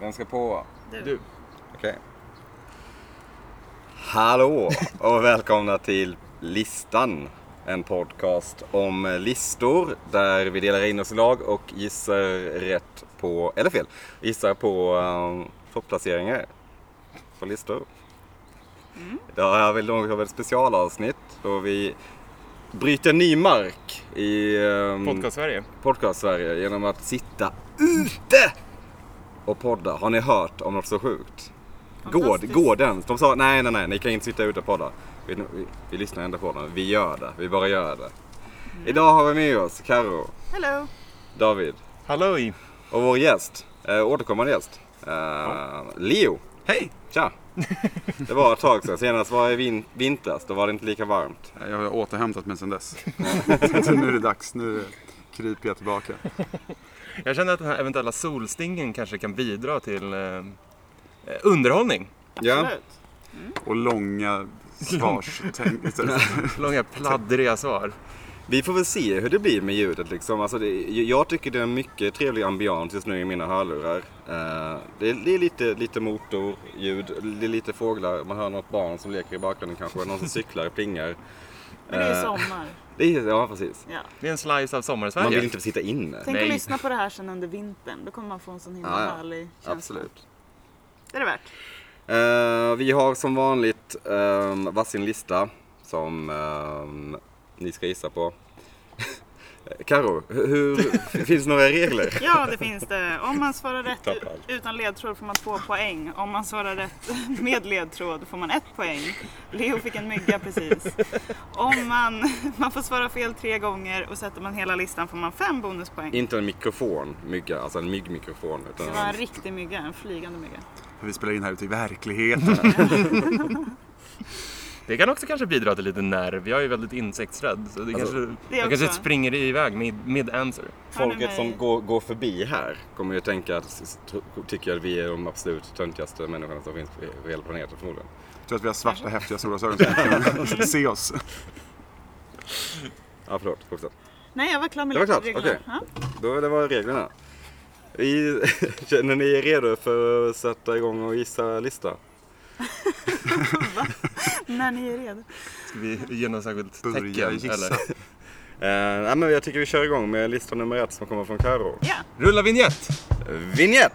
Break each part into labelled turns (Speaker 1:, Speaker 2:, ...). Speaker 1: Vem ska på?
Speaker 2: Du.
Speaker 3: Du.
Speaker 1: Okej. Hallå och välkomna till Listan. En podcast om listor där vi delar in oss i lag och gissar rätt på, eller fel, gissar på um, topplaceringar på listor. Det här är väl något av ett specialavsnitt då vi bryter ny mark i ehm,
Speaker 3: Podcast Sverige.
Speaker 1: Podcast-Sverige genom att sitta ute och podda. Har ni hört om något så sjukt? Går,
Speaker 2: Fantastiskt.
Speaker 1: går den? De sa nej, nej, nej, ni kan inte sitta ute och podda. Vi, vi, vi lyssnar ändå på dem. Vi gör det. Vi bara gör det. Idag har vi med oss Karo,
Speaker 2: Mm. Hello.
Speaker 1: David
Speaker 3: Halloj!
Speaker 1: och vår gäst, eh, återkommande gäst, eh, Leo.
Speaker 4: Hej!
Speaker 1: Tja! Det var ett tag sedan. Senast var i vin- vintras. Då var det inte lika varmt.
Speaker 4: Jag har återhämtat mig sedan dess. Så nu är det dags, nu kryper jag tillbaka.
Speaker 3: Jag känner att den här eventuella solstingen kanske kan bidra till eh, eh, underhållning.
Speaker 1: Ja,
Speaker 2: Absolut.
Speaker 4: Och långa svarstänk.
Speaker 3: Långa pladdriga svar.
Speaker 1: Vi får väl se hur det blir med ljudet liksom. Alltså det, jag tycker det är en mycket trevlig ambians just nu i mina hörlurar. Eh, det, är, det är lite, lite motorljud, det är lite fåglar, man hör något barn som leker i bakgrunden kanske, någon som cyklar, plingar.
Speaker 2: Men det är
Speaker 1: Eh,
Speaker 2: sommar.
Speaker 1: Det är, ja, precis.
Speaker 2: Ja.
Speaker 3: Det är en slice av sommarsverige.
Speaker 1: Man vill inte sitta inne.
Speaker 2: Tänk
Speaker 3: Nej.
Speaker 2: att lyssna på det här sen under vintern. Då kommer man få en sån himla
Speaker 1: Ja, ja.
Speaker 2: härlig känsla.
Speaker 1: Absolut.
Speaker 2: Det är det värt.
Speaker 1: Eh, vi har som vanligt um, varsin lista som ehm, ni ska gissa på. Karo, hur, hur, finns det några regler?
Speaker 2: Ja, det finns det. Om man svarar rätt
Speaker 1: Tappar allt.
Speaker 2: utan ledtråd får man två poäng. Om man svarar rätt med ledtråd får man ett poäng. Leo fick en mygga precis. Om man, man får svara fel tre gånger och sätter man hela listan får man fem bonuspoäng.
Speaker 1: Inte en mikrofon, mygga, alltså en myggmikrofon. Utan
Speaker 2: Det var en riktig mygga, en flygande mygga.
Speaker 4: Vi spelar in här ute i verkligheten.
Speaker 3: Det kan också kanske bidra till lite nerv. Jag är ju väldigt insektsrädd. Så det
Speaker 1: Alltså,
Speaker 3: kanske,
Speaker 2: Det
Speaker 3: jag kanske
Speaker 2: också.
Speaker 3: springer iväg mid, mid-answer.
Speaker 2: Hör ni
Speaker 1: Folket
Speaker 2: mig?
Speaker 1: som går, går förbi här kommer ju tänka att, s- tro- tycker att vi är de absolut töntigaste människorna som finns på- på hela planeten förmodligen.
Speaker 4: Jag tror att vi har svarta häftiga solglasögon så man kan se oss.
Speaker 1: Ja, förlåt. Fortsätt.
Speaker 2: Nej, jag var klar med
Speaker 1: Det var klart,
Speaker 2: reglerna.
Speaker 1: okej.
Speaker 2: Ja.
Speaker 1: Då, det var reglerna. Vi, känner ni er redo för att sätta igång och gissa lista?
Speaker 2: När ni är redo.
Speaker 3: Ska vi ge något särskilt tecken?
Speaker 4: Börja gissa.
Speaker 3: Eller?
Speaker 1: Eh, nej, men jag tycker vi kör igång med lista nummer ett som kommer från Karo.
Speaker 2: Ja,
Speaker 3: Rulla vignett!
Speaker 1: Vignett!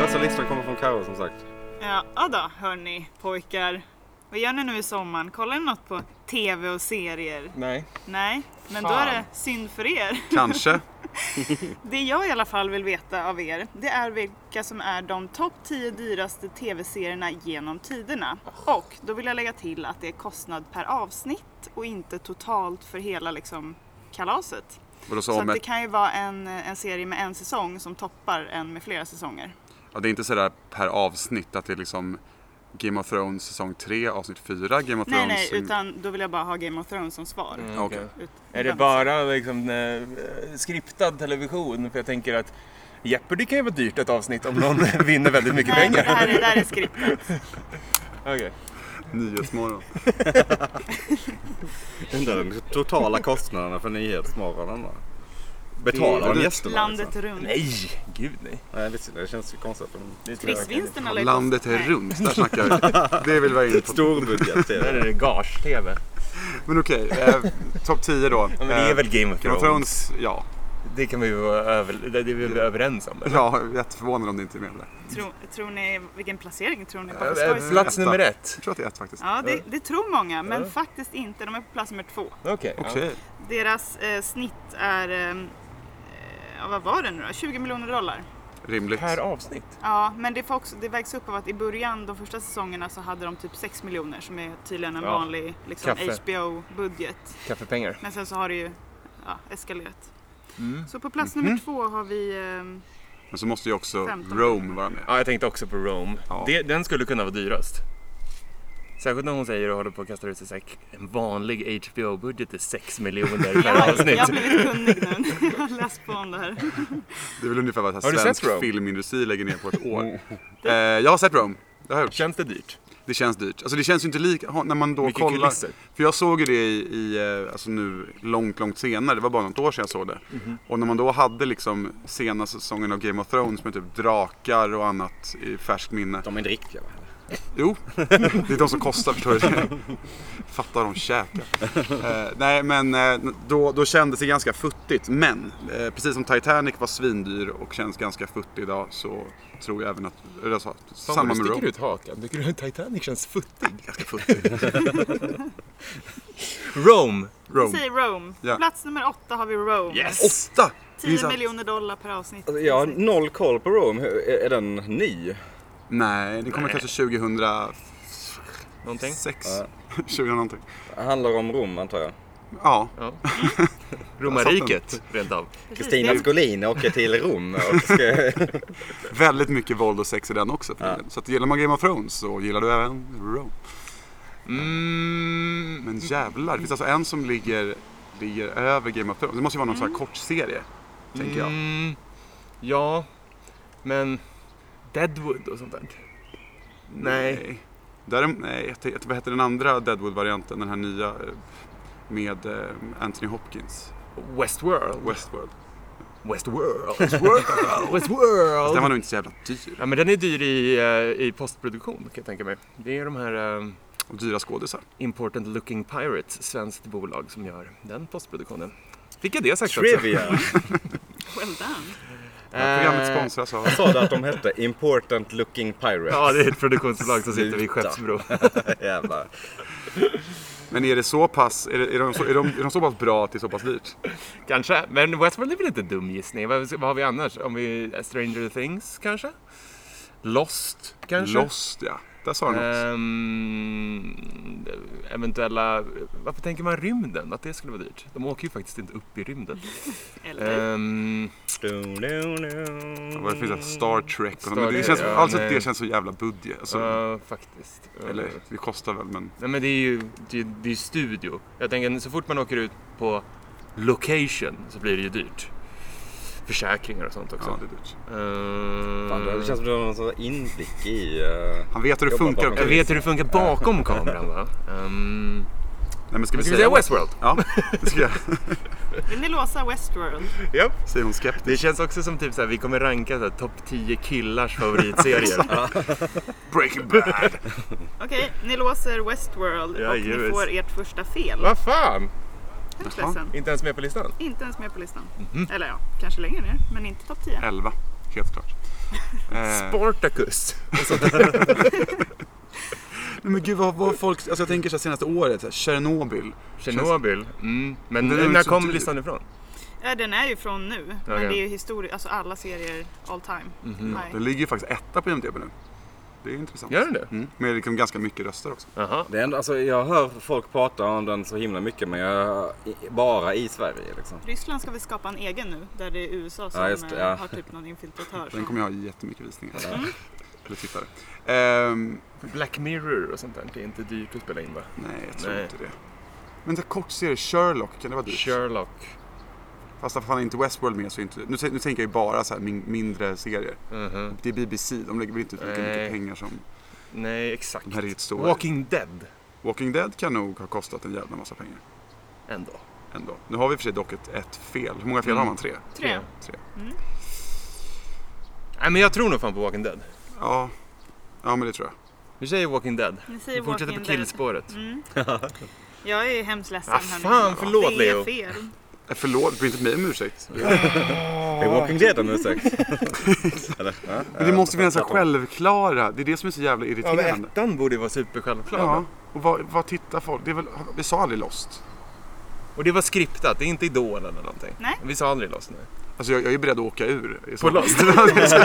Speaker 1: Första listan kommer från Karo som sagt.
Speaker 2: ja, ja då, hörni pojkar. Vad gör ni nu i sommaren? Kollar ni något på TV och serier?
Speaker 3: Nej.
Speaker 2: Nej, men då
Speaker 3: Fan.
Speaker 2: är det synd för er.
Speaker 4: Kanske.
Speaker 2: Det jag i alla fall vill veta av er, det är vilka som är de topp 10 dyraste TV-serierna genom tiderna. Och då vill jag lägga till att det är kostnad per avsnitt och inte totalt för hela liksom, kalaset.
Speaker 4: Vadå, så
Speaker 2: Så
Speaker 4: om
Speaker 2: att det
Speaker 4: ett,
Speaker 2: kan ju vara en, en serie med en säsong som toppar en med flera säsonger.
Speaker 4: ja, det är inte sådär per avsnitt att det är liksom Game of Thrones säsong 3, avsnitt 4, Game of
Speaker 2: Nej,
Speaker 4: Thrones...
Speaker 2: nej, utan då vill jag bara ha Game of Thrones som svar.
Speaker 3: Mm, okej.
Speaker 4: Okej.
Speaker 2: Ut-
Speaker 3: Är det bara liksom, eh, skriptad television? För jag tänker att Jeopardy kan ju vara dyrt ett avsnitt om någon vinner väldigt mycket
Speaker 2: Nej, det
Speaker 3: pengar.
Speaker 2: här är, det här är skriptet.
Speaker 3: Okej.
Speaker 4: Nyhetsmorgon.
Speaker 1: Undrar den totala kostnaderna för Nyhetsmorgonen då? Betalar de
Speaker 4: Det-
Speaker 1: gästerna?
Speaker 2: Landet
Speaker 1: liksom?
Speaker 2: runt.
Speaker 3: Nej, gud nej.
Speaker 1: Nej, det, det känns ju konstigt. för dem.
Speaker 3: Det tror jag inte.
Speaker 2: Trixvinsterna lär ju
Speaker 4: Landet
Speaker 2: kosta-
Speaker 4: är
Speaker 2: Nej.
Speaker 4: runt, där snackar vi. Det vill vi ha in på.
Speaker 1: Stor budget är
Speaker 3: Där
Speaker 1: det.
Speaker 3: är det gage-tv.
Speaker 4: Men okej, eh, topp 10 då.
Speaker 3: Ja, men det är
Speaker 4: Eh,
Speaker 3: väl Game of
Speaker 4: Game of
Speaker 3: Thrones.
Speaker 4: Thrones, ja.
Speaker 3: Det kan vi ju vara över, det är vi väl överens om. eller?
Speaker 4: Ja, jag är jätteförvånad om det inte är med där.
Speaker 2: Tror, tror ni, vilken placering tror ni? Bara för
Speaker 3: Eh,
Speaker 2: skojs
Speaker 3: eh,
Speaker 2: skull.
Speaker 3: Plats nummer ett.
Speaker 4: Jag tror att det är ett faktiskt.
Speaker 2: Ja, det, det tror många, men
Speaker 3: Ja.
Speaker 2: faktiskt inte. De är på plats nummer två.
Speaker 3: Okej. ja.
Speaker 4: Okej.
Speaker 2: Deras eh, snitt är, eh, ja, vad var det nu då? 20 miljoner dollar.
Speaker 4: Rimligt.
Speaker 3: Per avsnitt.
Speaker 2: Ja, men det, får också, det vägs upp av att i början, de första säsongerna, så hade de typ 6 miljoner som är tydligen en
Speaker 3: Ja.
Speaker 2: vanlig liksom,
Speaker 3: Kaffe.
Speaker 2: HBO-budget.
Speaker 3: Kaffepengar.
Speaker 2: Men sen så har det ju ja, eskalerat.
Speaker 3: Mm.
Speaker 2: Så på plats nummer två har vi eh,
Speaker 4: Men så måste ju också
Speaker 2: Femton.
Speaker 4: Rome vara med.
Speaker 3: Ja, jag tänkte också på Rome.
Speaker 4: Ja.
Speaker 3: Det, den skulle kunna vara dyrast.
Speaker 5: Särskilt när hon säger och håller på att kasta ut sig så här, en vanlig HBO-budget är 6 miljoner per
Speaker 2: Jag, har- jag har
Speaker 5: avsnitt.
Speaker 2: blivit kunnig nu. Jag har läst på om det här.
Speaker 4: Det är väl ungefär vad
Speaker 5: Har du
Speaker 4: här svensk
Speaker 5: sett Rome? Mm.
Speaker 4: filmindustri lägger ner på ett år. eh, jag har sett Rome. Det har jag gjort.
Speaker 5: Känns det dyrt?
Speaker 4: Det känns dyrt. Alltså det känns ju inte likt ha- när man då
Speaker 5: Mycket
Speaker 4: kollar.
Speaker 5: kulisser.
Speaker 4: För jag såg ju det i, i eh, alltså nu långt, långt senare. Det var bara något år sedan jag såg det.
Speaker 5: Mhm.
Speaker 4: Och när man då hade liksom senaste säsongen av Game of Thrones med typ drakar och annat i färskt minne.
Speaker 1: De är inte riktiga va?
Speaker 4: Jo, det är de som kostar förstår du. Fattar de käkar. Eh, nej men eh, då, då kändes det ganska futtigt. Men eh, precis som Titanic var svindyr och känns ganska futtig idag så tror jag även att, eller jag sa, samma
Speaker 5: Samma
Speaker 4: med
Speaker 5: du sticker
Speaker 4: Rome.
Speaker 5: ut hakan. Tycker du att Titanic känns futtig?
Speaker 4: Ganska futtig.
Speaker 5: Rome!
Speaker 2: Vi
Speaker 4: Rome.
Speaker 2: säger Rome.
Speaker 4: Ja.
Speaker 2: Plats nummer åtta har vi Rome.
Speaker 5: Yes!
Speaker 1: Åtta!
Speaker 2: 10 miljoner dollar per avsnitt.
Speaker 1: Alltså, jag har noll koll på Rome. Hur- Är, är den ny?
Speaker 4: Nej, den kommer
Speaker 5: Nej.
Speaker 4: kanske 2006.
Speaker 5: Någonting?
Speaker 4: 20 någonting.
Speaker 1: Det handlar om Rom antar jag.
Speaker 4: Ja,
Speaker 5: Ja. Romarriket, rent av.
Speaker 2: Precis,
Speaker 1: Kristina
Speaker 2: det är-
Speaker 1: Skolin åker till Rom och ska...
Speaker 4: väldigt mycket våld och sex i den också. för
Speaker 1: Ja.
Speaker 4: tiden. Så att gillar man Game of Thrones så gillar du även Rome.
Speaker 5: Mm,
Speaker 4: Men jävlar, det finns alltså en som ligger, ligger över Game of Thrones. Det måste ju vara någon sån här kortserie, tänker jag.
Speaker 5: Mm, ja, men Deadwood och sånt där. Nej.
Speaker 4: Däremot, nej, jag tänkte- vad hette den andra Deadwood-varianten? Den här nya eh, med eh, Anthony Hopkins.
Speaker 5: Westworld.
Speaker 4: Westworld.
Speaker 5: Westworld. Westworld. Westworld.
Speaker 4: Den var nog inte så jävla dyr.
Speaker 5: Ja, men den är dyr i, eh, i postproduktion kan jag tänka mig. Det är de här eh,
Speaker 4: Och dyra skådisar.
Speaker 5: Important Looking Pirates, svenskt bolag, som gör den postproduktionen. Fick jag det sagt också?
Speaker 1: Trivia!
Speaker 2: Well done.
Speaker 4: Ja, programmet
Speaker 5: Eh,
Speaker 4: sponsras av...
Speaker 1: Sa du att de hette Important Looking Pirates?
Speaker 5: Ja, det är ett produktionsbolag som sitter vid
Speaker 1: Sluta.
Speaker 5: Skeppsbro.
Speaker 1: Jävlar.
Speaker 4: Men är det så pass, är, det, är, de, så, är, de, är de så pass bra att det är så pass dyrt?
Speaker 5: Kanske, men Westworld är väl inte en dum gissning? Vad, vad har vi annars? Om vi, Stranger Things kanske? Lost kanske? Eh,
Speaker 4: Lost ja, där sa du något.
Speaker 5: Ehm, eventuella... Varför tänker man rymden? Att det skulle vara dyrt? De åker ju faktiskt inte upp i rymden.
Speaker 2: Eller?
Speaker 5: Ehm,
Speaker 1: Du, du, du.
Speaker 4: Vad det finns det? Star Trek och
Speaker 5: Star
Speaker 4: men det
Speaker 5: Trek,
Speaker 4: känns,
Speaker 5: ja,
Speaker 4: Alltså
Speaker 5: nej.
Speaker 4: det känns så jävla budget. Alltså,
Speaker 5: ja, faktiskt.
Speaker 4: Eller
Speaker 5: Eh,
Speaker 4: det kostar väl men...
Speaker 5: Nej men det är ju det, är- det är ju studio. Jag tänker så fort man åker ut på location så blir det ju dyrt. Försäkringar och sånt också.
Speaker 4: Ja, det är dyrt.
Speaker 5: Ehm,
Speaker 1: Fan, det känns som du har någon sån här inblick i... eh,
Speaker 4: Han vet hur det
Speaker 1: Jobbar
Speaker 4: funkar.
Speaker 1: bakom
Speaker 5: Jag
Speaker 4: Nej
Speaker 5: vet hur det funkar bakom kameran va? Ehm,
Speaker 4: men ska vi
Speaker 5: ska vi säga
Speaker 4: säga
Speaker 5: Westworld?
Speaker 4: Ja, det ska jag.
Speaker 2: Vill ni låsa Westworld?
Speaker 5: Yep.
Speaker 4: Säger hon
Speaker 5: Det
Speaker 4: skeptisk.
Speaker 5: känns också som typ så här, vi kommer ranka så här, topp 10 killars favoritserier.
Speaker 4: Breaking bad!
Speaker 2: Okej, ni låser Westworld
Speaker 5: Ja,
Speaker 2: och ni
Speaker 5: givetvis.
Speaker 2: får ert första fel.
Speaker 5: Vad fan!
Speaker 2: Hemskt ledsen.
Speaker 5: Inte ens med på listan?
Speaker 2: Inte ens med på listan. Eller ja, kanske längre ner, men inte topp 10.
Speaker 4: 11, helt klart.
Speaker 5: Äh.
Speaker 4: Eh,
Speaker 5: Spartacus.
Speaker 4: nej, men gud vad, vad folk, alltså jag tänker så här senaste året, så här, Tjernobyl.
Speaker 5: Tjernobyl. Mm. Men
Speaker 4: Det är ju
Speaker 5: när
Speaker 4: så
Speaker 5: kom
Speaker 4: dyrt.
Speaker 5: listan ifrån?
Speaker 2: Ja, Eh, den är ju från nu, men
Speaker 5: Okej.
Speaker 2: det är ju historiskt, alltså alla serier all time. Nej.
Speaker 4: Den ligger ju faktiskt etta på IMDB nu. Det är intressant.
Speaker 5: Gör den det?
Speaker 4: Mm, med liksom ganska mycket röster också.
Speaker 5: Jaha.
Speaker 1: Det är ändå, alltså, jag hör folk prata om den så himla mycket men jag, i, bara i Sverige liksom.
Speaker 2: Ryssland ska väl skapa en egen nu, där det är USA som
Speaker 1: Ja, just det,
Speaker 2: eh,
Speaker 1: ja.
Speaker 2: har typ någon infiltratör.
Speaker 4: Den
Speaker 2: som-
Speaker 4: kommer jag ha jättemycket visningar.
Speaker 5: Mm.
Speaker 4: Eller tittare. Ehm,
Speaker 5: Black Mirror och sånt där. Det är inte dyrt att spela in va?
Speaker 4: nej, jag tror
Speaker 5: Nej.
Speaker 4: inte det. Men det kort serie Sherlock, kan det vara dyrt?
Speaker 5: Sherlock.
Speaker 4: Fast att han är inte Westworld med så är inte... Nu, tän- nu tänker jag ju bara så här min, mindre serier.
Speaker 5: Mhm.
Speaker 4: Det är BBC, de lägger väl inte ut lika mycket
Speaker 5: Nej.
Speaker 4: pengar som
Speaker 5: Nej, exakt.
Speaker 4: de här riktigt stora.
Speaker 5: Walking Dead
Speaker 4: Walking Dead kan nog ha kostat en jävla massa pengar
Speaker 5: ändå.
Speaker 4: ändå. Nu har vi i och för sig dock ett, ett fel. Hur många fel
Speaker 5: Mm.
Speaker 4: har man? Tre?
Speaker 2: Tre.
Speaker 4: Tre.
Speaker 5: Nej, men jag tror nog fan på Walking Dead.
Speaker 4: Ja. ja, men det tror jag.
Speaker 5: Vi säger Walking Dead.
Speaker 2: Ni säger
Speaker 5: Vi fortsätter
Speaker 2: Walking
Speaker 5: på
Speaker 2: Dead.
Speaker 5: killspåret.
Speaker 2: Mm. Jag är hemskt ledsen.
Speaker 5: Ah,
Speaker 2: hörni.
Speaker 5: fan, förlåt,
Speaker 2: Det är
Speaker 5: Leo.
Speaker 2: fel.
Speaker 4: Eh, Förlåt, bry inte mig om ursäkt.
Speaker 1: Det är Walking Dead om ursäkt. Eller? Ja,
Speaker 4: Men det måste finnas så här självklara. Det är det som är så jävla irriterande.
Speaker 5: ettan borde ju vara supersjälvklar.
Speaker 4: Ja, och vad, vad tittar folk? Det är väl, vi sa aldrig Lost.
Speaker 5: Och det var skriptat, det är inte Idol eller någonting.
Speaker 2: Nej.
Speaker 5: Vi sa aldrig Lost nu.
Speaker 4: Alltså jag, jag är beredd att åka ur. i så
Speaker 5: På
Speaker 4: fall.
Speaker 5: Lost?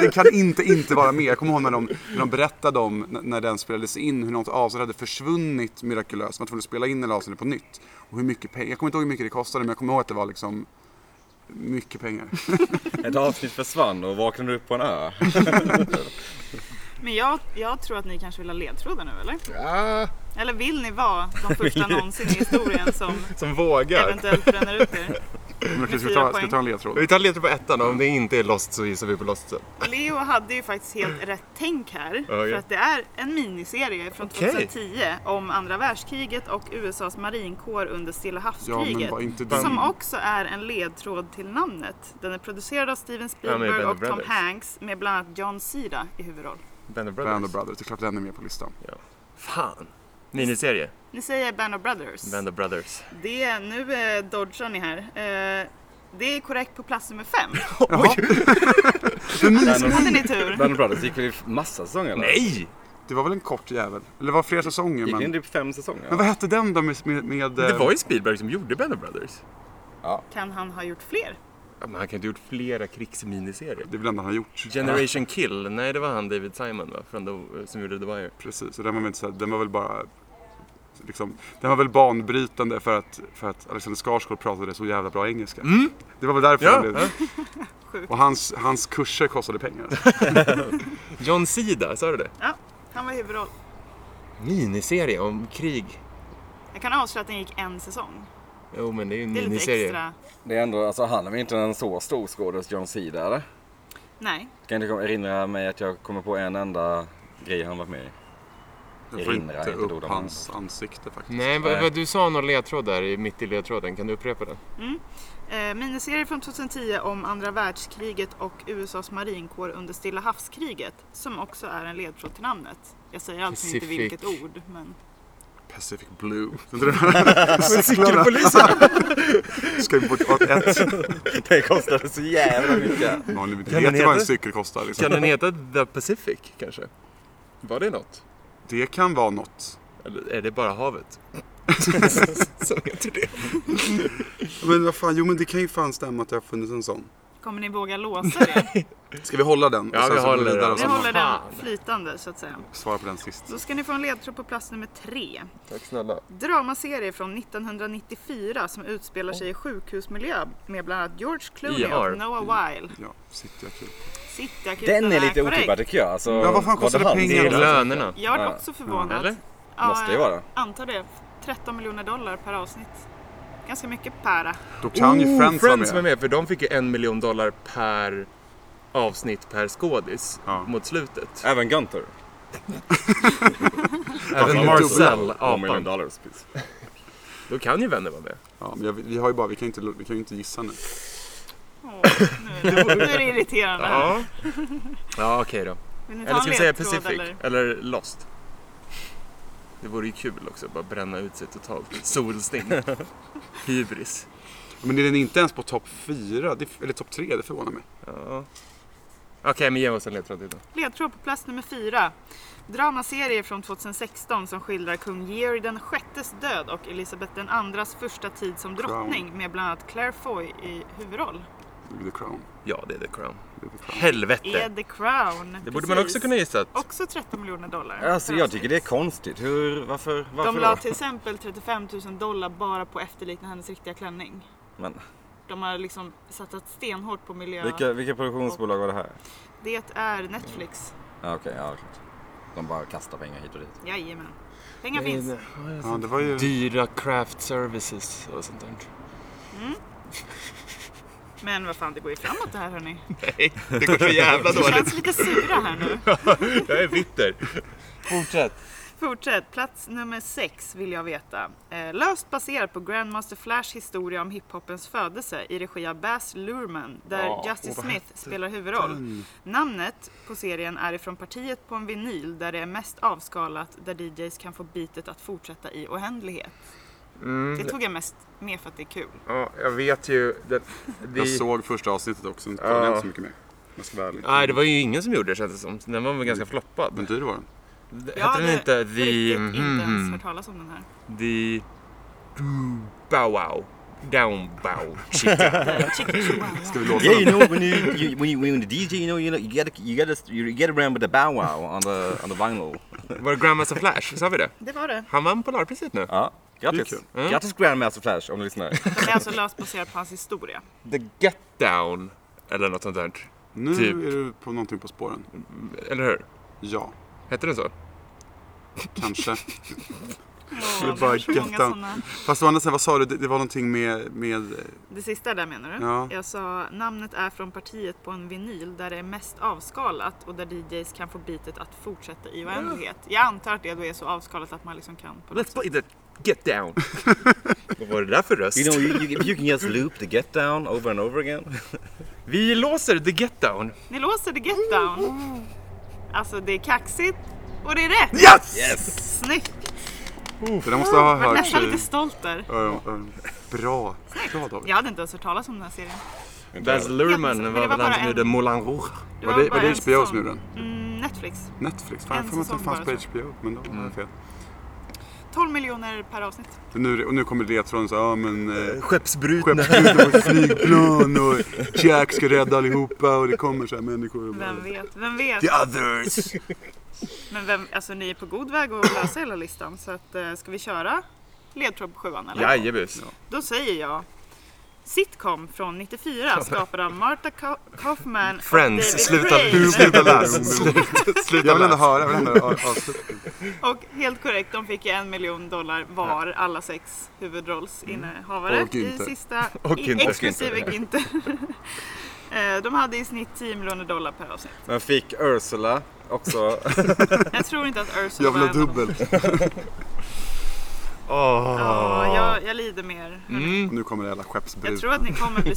Speaker 4: det kan inte inte vara med. Jag kommer ihåg när de, när de berättade om n- när den spelades in hur något avsnitt hade försvunnit mirakulöst. Man var tvungen att spela in hela avsnittet på nytt. Och hur mycket pengar. Jag kommer inte ihåg hur mycket det kostade men jag kommer ihåg att det var liksom mycket pengar.
Speaker 1: Ett avsnitt försvann och vaknade upp på en ö.
Speaker 2: Men jag, jag tror att ni kanske vill ha ledtrådar nu eller?
Speaker 5: Ja,
Speaker 2: Eller vill ni vara de första någonsin i historien som
Speaker 5: som vågar.
Speaker 2: eventuellt bränner ut er?
Speaker 4: Men Ska vi
Speaker 2: fyra
Speaker 4: ta, ska
Speaker 2: poäng.
Speaker 4: vi ta en ledtråd?
Speaker 5: Vi tar ledtråd på ettan om det inte är Lost så gissar vi på Lost sen.
Speaker 2: Leo hade ju faktiskt helt rätt tänk här. För
Speaker 5: Okej.
Speaker 2: att det är en miniserie från
Speaker 5: Okej.
Speaker 2: 2010 om andra världskriget och USAs marinkår under Stilla
Speaker 4: Ja,
Speaker 2: havskriget.
Speaker 4: men var inte
Speaker 2: Som
Speaker 4: den...
Speaker 2: också är en ledtråd till namnet. Den är producerad av Steven Spielberg
Speaker 5: Band of
Speaker 2: och Tom
Speaker 5: Brothers.
Speaker 2: Hanks med bland annat John Cena i huvudroll.
Speaker 5: Band of Brothers.
Speaker 4: Band of Brothers, det är klart den är med på listan.
Speaker 5: Fan. Miniserie.
Speaker 2: Ni säger Band of Brothers.
Speaker 5: Band of Brothers.
Speaker 2: Det, nu eh, dodgar ni här. Eh, det är korrekt på plats nummer fem.
Speaker 4: Jaha,
Speaker 2: Hade ni tur.
Speaker 1: Band of Brothers gick väl i massa säsonger? eller?
Speaker 5: Nej!
Speaker 4: det var väl en kort jävel? Eller det var flera säsonger
Speaker 1: Gick det in
Speaker 4: men...
Speaker 1: typ fem säsonger?
Speaker 4: Men vad hette den då med... med, med
Speaker 5: Det var ju Spielberg som gjorde Band of Brothers.
Speaker 2: Kan han ha gjort fler?
Speaker 5: Ja, Men han kan inte ha gjort flera krigsminiserier.
Speaker 4: Det är väl den han har gjort.
Speaker 5: Generation Kill, nej det var han David Simon va? Från The, som gjorde The Wire.
Speaker 4: Precis, och den var väl, inte så här, den var väl bara liksom, den var väl banbrytande för att, för att Alexander Skarsgård pratade så jävla bra engelska. Det var väl därför
Speaker 5: Mm. Ja,
Speaker 4: den blev- Och hans, hans kurser kostade pengar.
Speaker 5: John Sida, sa du det?
Speaker 2: Ja, han var i huvudroll.
Speaker 5: Miniserie om krig.
Speaker 2: Jag kan avslöja att den gick en säsong.
Speaker 5: Jo men det är ju en
Speaker 2: Det är lite
Speaker 5: miniserie.
Speaker 2: extra.
Speaker 1: Det är ändå, alltså han är väl inte en så stor skådis, John Cena eller?
Speaker 2: Nej,
Speaker 1: Kan inte erinra mig att jag kommer på en enda grej han varit med i.
Speaker 4: Jag får
Speaker 1: Erinrar
Speaker 4: inte
Speaker 1: inte
Speaker 4: upp
Speaker 1: ord om
Speaker 4: hans ansikte faktiskt.
Speaker 6: Nej, vad,
Speaker 1: Nej.
Speaker 6: vad du sa någon ledtråd där i- mitt i ledtråden. Kan du upprepa den?
Speaker 2: Eh, miniserie från 2010 om andra världskriget och USAs marinkår under Stilla havskriget som också är en ledtråd till namnet. Jag säger alltså inte
Speaker 6: Pacific.
Speaker 2: vilket ord, men
Speaker 4: Pacific Blue. Cyklarna. Ska vi bort åt ett.
Speaker 1: Det kostade så jävla mycket.
Speaker 4: Man vet
Speaker 5: Kan den
Speaker 4: inte vad en
Speaker 5: heta?
Speaker 4: cykel kostar.
Speaker 5: Kan
Speaker 4: Liksom.
Speaker 5: den heta The Pacific kanske? Var det något?
Speaker 4: Det kan vara något.
Speaker 5: Eller är det bara havet? som heter det.
Speaker 4: Men vad fan, jo men det kan ju fan stämma att det har funnits en sån.
Speaker 2: kommer ni våga låsa det?
Speaker 4: Ska vi hålla den?
Speaker 5: Ja,
Speaker 4: och sen
Speaker 5: vi
Speaker 4: så går
Speaker 5: håller
Speaker 4: vidare
Speaker 5: den.
Speaker 4: och
Speaker 2: Vi
Speaker 4: så
Speaker 5: Som
Speaker 2: håller Mm. den
Speaker 5: fan.
Speaker 2: flytande så att säga.
Speaker 4: Svara på den sist.
Speaker 2: Då ska ni få en ledtråd på plats nummer tre.
Speaker 5: Tack snälla.
Speaker 2: Dramaserie från 1994 som utspelar sig i sjukhusmiljö med bland annat George Clooney
Speaker 5: ER.
Speaker 2: och Noah Wyle.
Speaker 4: Ja, sitter jag kul.
Speaker 2: Sitta
Speaker 1: Den är lite otippad tycker jag. Alltså,
Speaker 4: Ja, vad fan
Speaker 1: var
Speaker 4: kostade
Speaker 1: han?
Speaker 4: pengarna?
Speaker 5: Det är
Speaker 4: Ja.
Speaker 5: lönerna.
Speaker 2: Jag är
Speaker 1: Ja.
Speaker 2: också förvånad.
Speaker 5: Eller?
Speaker 2: Ja,
Speaker 1: Måste det
Speaker 2: jag
Speaker 1: vara.
Speaker 2: Antar det. 13 miljoner dollar per avsnitt. Ganska mycket para.
Speaker 4: Då kan ju Friends,
Speaker 5: Friends
Speaker 4: vara med.
Speaker 5: för de fick ju en miljon dollar per avsnitt per skådis
Speaker 4: Ja.
Speaker 5: mot slutet.
Speaker 1: Även Gunther.
Speaker 5: Även
Speaker 4: Marcel,
Speaker 5: Marcel,
Speaker 1: Oh, million
Speaker 5: apan.
Speaker 1: dollars, please.
Speaker 5: Då kan ju vänner vara med.
Speaker 4: Ja, men jag, vi, har ju bara, vi, kan ju inte, vi kan ju inte gissa nu.
Speaker 2: Åh, nu, är det, nu är det irriterande. här.
Speaker 5: Ja. Ja, okej då.
Speaker 2: Vill ni ta
Speaker 5: Eller
Speaker 2: en
Speaker 5: ska vi säga
Speaker 2: ledtråd,
Speaker 5: Pacific?
Speaker 2: eller?
Speaker 5: Eller? Lost? Det vore ju kul också, bara bränna ut sig totalt. Solsting. Hybris.
Speaker 4: Men är den inte ens på topp fyra, det, eller topp tre, det förvånar mig.
Speaker 5: Ja. Okej, men ge oss en ledtråd till då.
Speaker 2: Ledtråd på plats nummer fyra. Dramaserie från 2016 som skildrar kung Georg den sjättes död och Elisabeth den andras första tid som drottning med bland annat Claire Foy i huvudroll.
Speaker 4: The Crown.
Speaker 5: Ja, det är The Crown.
Speaker 4: Det är The Crown.
Speaker 5: Helvete!
Speaker 2: Är The Crown.
Speaker 5: Det borde man också kunna gissa. att-
Speaker 2: Också 13 miljoner dollar.
Speaker 1: Alltså
Speaker 2: per
Speaker 1: jag
Speaker 2: avsnitt.
Speaker 1: tycker det är konstigt. Hur, varför, varför
Speaker 2: De la
Speaker 1: då?
Speaker 2: till exempel 35 000 dollar bara på att efterlikna hennes riktiga klänning.
Speaker 1: Men,
Speaker 2: De har liksom satsat stenhårt på miljö.
Speaker 1: vilka, vilka produktionsbolag var det här?
Speaker 2: Det är Netflix.
Speaker 1: Ja, okej, ja, klart. De bara kastar pengar hit och dit.
Speaker 2: Jajamän. Pengar finns.
Speaker 4: Ja, det var ju...
Speaker 6: Dyra craft services och sånt där.
Speaker 2: Men vad fan, det går ju framåt det här hörni.
Speaker 5: Nej, det går så jävla
Speaker 2: Vi
Speaker 5: dåligt.
Speaker 2: känns lite sura här nu.
Speaker 5: Jag är bitter. Fortsätt.
Speaker 2: Fortsätt. Plats nummer sex vill jag veta. Eh, löst baserat på Grandmaster Flashs historia om hiphopens födelse i regi av Baz Luhrmann där Justin Smith spelar huvudroll.
Speaker 4: Mm.
Speaker 2: Namnet på serien är ifrån partiet på en vinyl där det är mest avskalat där DJs kan få beatet att fortsätta i oändlighet. Det tog jag mest med för att det är kul.
Speaker 5: Mm, Ja, jag vet ju. Det,
Speaker 4: Jag
Speaker 5: det...
Speaker 4: såg första avsnittet också, inte kollade
Speaker 5: Ja.
Speaker 4: inte så mycket mer. Om jag ska vara ärlig.
Speaker 5: Nej, det var ju ingen som gjorde det kändes det som. Den var väl ganska
Speaker 4: Men
Speaker 5: floppad.
Speaker 4: dyr var den.
Speaker 5: Hette den inte
Speaker 2: på
Speaker 5: The...
Speaker 2: riktigt inte
Speaker 4: mm-hmm.
Speaker 2: ens
Speaker 5: Mm,
Speaker 2: hört talas om den här.
Speaker 5: the... Do Bow Wow. Down Bow Chica.
Speaker 4: Ska vi låta
Speaker 1: Yeah, you
Speaker 4: den?
Speaker 1: know when you, you when you when the DJ, you know, you know, you gotta you gotta you gotta remember the bow wow on the on the vinyl.
Speaker 5: Var det Grandmaster Flash? Sa vi det?
Speaker 2: Det var det.
Speaker 5: Han vann Polarpriset nu.
Speaker 1: Ja, grattis.
Speaker 4: Det är kul.
Speaker 1: Mm. Grattis Grandmaster Flash om du lyssnar.
Speaker 2: Den är alltså löst baserad på hans historia.
Speaker 5: The Get Down. Eller något sånt där.
Speaker 4: Nu
Speaker 5: Typ.
Speaker 4: är du på någonting på spåren.
Speaker 5: Eller hur?
Speaker 4: Ja,
Speaker 5: Hette den så?
Speaker 4: kanske.
Speaker 2: Åh,
Speaker 4: Skulle
Speaker 2: vi
Speaker 4: bara
Speaker 2: har så många
Speaker 4: gett den.
Speaker 2: såna.
Speaker 4: Fast å andra sidan, vad sa du? Det, det var någonting med... med
Speaker 2: Det sista där menar du?
Speaker 4: Ja.
Speaker 2: Jag sa namnet är från partiet på en vinyl där det är mest avskalat och där DJs kan få beatet att fortsätta i oändlighet. Jag antar att det då är så avskalat att man liksom kan på
Speaker 5: Let's play the get down. Vad var det där för röst?
Speaker 1: You know, you, you, you can just loop the get down over and over again.
Speaker 5: Vi låser the get down.
Speaker 2: Ni låser The Get Down. Alltså det är kaxigt och det är rätt!
Speaker 4: yes!
Speaker 1: Yes!
Speaker 2: Snyggt!
Speaker 4: Det där måste jag ha
Speaker 2: Jag var
Speaker 4: hört. eh,
Speaker 2: nästan
Speaker 4: tjej.
Speaker 2: lite stolt där.
Speaker 4: Ja, ja, ja. Bra. Bra David.
Speaker 2: Jag hade inte ens hört talas om den här serien.
Speaker 5: Baz
Speaker 2: men det
Speaker 5: Luhrmann var
Speaker 2: var
Speaker 5: väl
Speaker 2: bara
Speaker 5: han som
Speaker 2: en.
Speaker 5: gjorde Moulin Rouge.
Speaker 2: Det
Speaker 4: Var det,
Speaker 2: bara
Speaker 4: var det
Speaker 2: en
Speaker 4: HBO som
Speaker 2: säsong.
Speaker 4: gjorde den?
Speaker 2: Mm, Netflix.
Speaker 4: Netflix? Fan, jag
Speaker 2: En
Speaker 4: har för mig att den
Speaker 2: säsong
Speaker 4: fanns
Speaker 2: bara,
Speaker 4: på HBO. Men då var
Speaker 5: Mm.
Speaker 4: det fel.
Speaker 2: 12 miljoner per avsnitt.
Speaker 4: Och Nu, och nu kommer ledtråden så ja men... Eh,
Speaker 5: Skeppsbrutna.
Speaker 4: Skeppsbruten på ett flygplan och Jack ska rädda allihopa och det kommer så här människor. Och bara,
Speaker 2: Vem vet? Vem vet?
Speaker 4: The others!
Speaker 2: Men vem, alltså ni är på god väg att lösa hela listan. Så att, eh, ska vi köra ledtråd på sjuan eller?
Speaker 5: Jajebus.
Speaker 2: Då säger jag Sitcom från 94 skapad av Martha Ka- Kaufman
Speaker 5: Friends,
Speaker 2: och
Speaker 5: sluta.
Speaker 2: David
Speaker 4: Hur
Speaker 2: Crane.
Speaker 4: sluta läs?
Speaker 5: Sluta
Speaker 4: Jag vill ändå
Speaker 5: läs.
Speaker 4: höra, jag vill ändå ha- avslutning.
Speaker 2: Och helt korrekt, de fick ju en miljon dollar var alla sex huvudrollsinnehavare
Speaker 4: Och
Speaker 2: i
Speaker 4: Günther.
Speaker 2: sista,
Speaker 5: Och
Speaker 2: i,
Speaker 5: Günther.
Speaker 2: exklusive Günther. Eh, de hade i snitt 10 miljoner dollar per avsnitt.
Speaker 1: Men fick Ursula också...
Speaker 2: Jag tror inte att Ursula
Speaker 4: Jag vill ha
Speaker 2: var en av dem.
Speaker 4: dubbel.
Speaker 2: Ja,
Speaker 5: Åh.
Speaker 2: jag, jag lider med er. hörni.
Speaker 5: Ah. Mm.
Speaker 4: Och nu kommer det hela
Speaker 2: Jag
Speaker 4: skeppsbrut.
Speaker 2: tror att ni kommer bli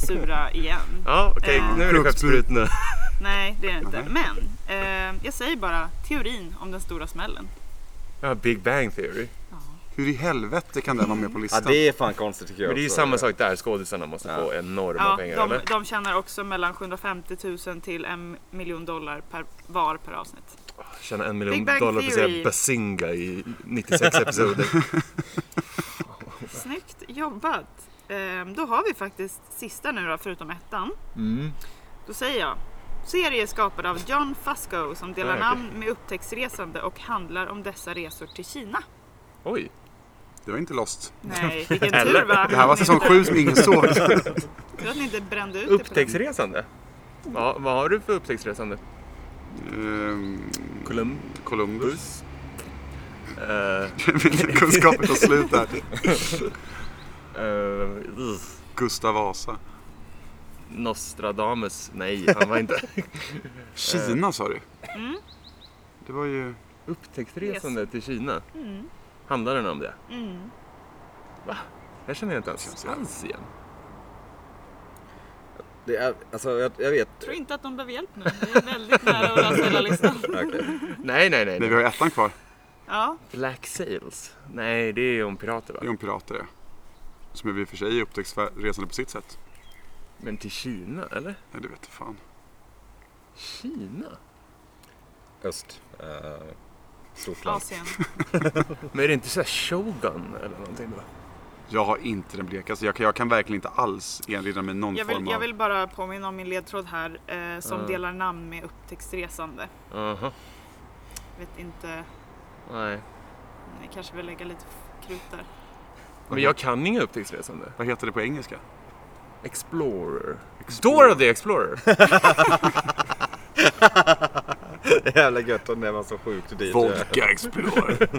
Speaker 2: sura igen.
Speaker 5: Ja, okej.
Speaker 2: Eh.
Speaker 5: Nu är det skeppsbrutna.
Speaker 2: Nej, det är det inte.
Speaker 4: Nej.
Speaker 2: Men eh, jag säger bara teorin om den stora smällen.
Speaker 5: Ja, Big Bang Theory.
Speaker 4: Hur i helvete kan den vara med på
Speaker 1: Ja,
Speaker 4: listan?
Speaker 1: det är fan konstigt tycker jag
Speaker 5: Men det är ju
Speaker 1: också.
Speaker 5: samma sak där. Skådisarna måste få enorma
Speaker 2: Ja,
Speaker 5: pengar,
Speaker 2: de,
Speaker 5: eller?
Speaker 2: de tjänar också mellan 750 000 till en miljon dollar per, var per avsnitt.
Speaker 5: Tjäna en
Speaker 2: Big
Speaker 5: miljon
Speaker 2: Bang
Speaker 5: dollar för att
Speaker 2: Theory.
Speaker 5: säga Bazinga i 96 episoder.
Speaker 2: Snyggt jobbat! Ehm, då har vi faktiskt sista nu då, förutom ettan.
Speaker 5: Mm.
Speaker 2: Då säger jag. Serie skapad av John Fusco som
Speaker 5: Nej,
Speaker 2: delar
Speaker 5: okej.
Speaker 2: namn med upptäcktsresande och handlar om dessa resor till Kina.
Speaker 5: Oj.
Speaker 4: Det var inte lost.
Speaker 2: Nej, vilken tur
Speaker 5: Eller?
Speaker 2: va?
Speaker 4: Det här var säsong sju som ingen såg.
Speaker 2: Tur att ni inte brände ut det. på
Speaker 5: Upptäcktsresande. Ja, vad har du för upptäcktsresande?
Speaker 4: Ehm,
Speaker 5: Colum.
Speaker 4: Columbus.
Speaker 5: Uh,
Speaker 4: Kunskapen tar slut där.
Speaker 5: uh,
Speaker 4: Gustav Vasa.
Speaker 5: Nostradamus. Nej, han var inte...
Speaker 4: Kina sa du? Det var ju...
Speaker 5: Upptäcktsresande till Kina.
Speaker 2: Mm.
Speaker 5: Handlar den om det?
Speaker 2: den. Mm.
Speaker 5: Jag känner inte ens
Speaker 4: Känns det.
Speaker 5: hans igen.
Speaker 1: Det är, alltså, jag, jag vet.
Speaker 2: Jag tror inte att de behöver hjälp nu. Det är väldigt nära att lösa hela listan.
Speaker 1: Okej.
Speaker 5: Nej, nej, nej.
Speaker 4: Nej, vi
Speaker 5: nej.
Speaker 4: har ju ettan kvar.
Speaker 2: Ja,
Speaker 5: Black Sails. Nej, det är om pirater va?
Speaker 4: Det är om pirater ja. Som är i och för sig upptäcktsresande på sitt sätt.
Speaker 5: Men till Kina, eller?
Speaker 4: Nej, det vet fan.
Speaker 5: Kina?
Speaker 1: Öst. Uh, stort land.
Speaker 2: Asien.
Speaker 5: Men är det inte såhär Shogun eller någonting då?
Speaker 4: Jag har inte den blekaste. Jag kan, jag kan verkligen inte alls erinra mig någon
Speaker 2: Jag vill,
Speaker 4: form av...
Speaker 2: jag vill bara påminna om min ledtråd här eh, som
Speaker 5: Ja.
Speaker 2: delar namn med upptäcktsresande.
Speaker 5: Aha,
Speaker 2: Vet inte,
Speaker 5: nej.
Speaker 2: ni kanske vill lägga lite krut där.
Speaker 5: Men jag kan inga upptäcktsresande.
Speaker 4: Vad heter det på engelska?
Speaker 5: Explorer. Dora the Explorer!
Speaker 1: Jävla gött om det var så sjukt dyrt.
Speaker 4: Vodka Explorer.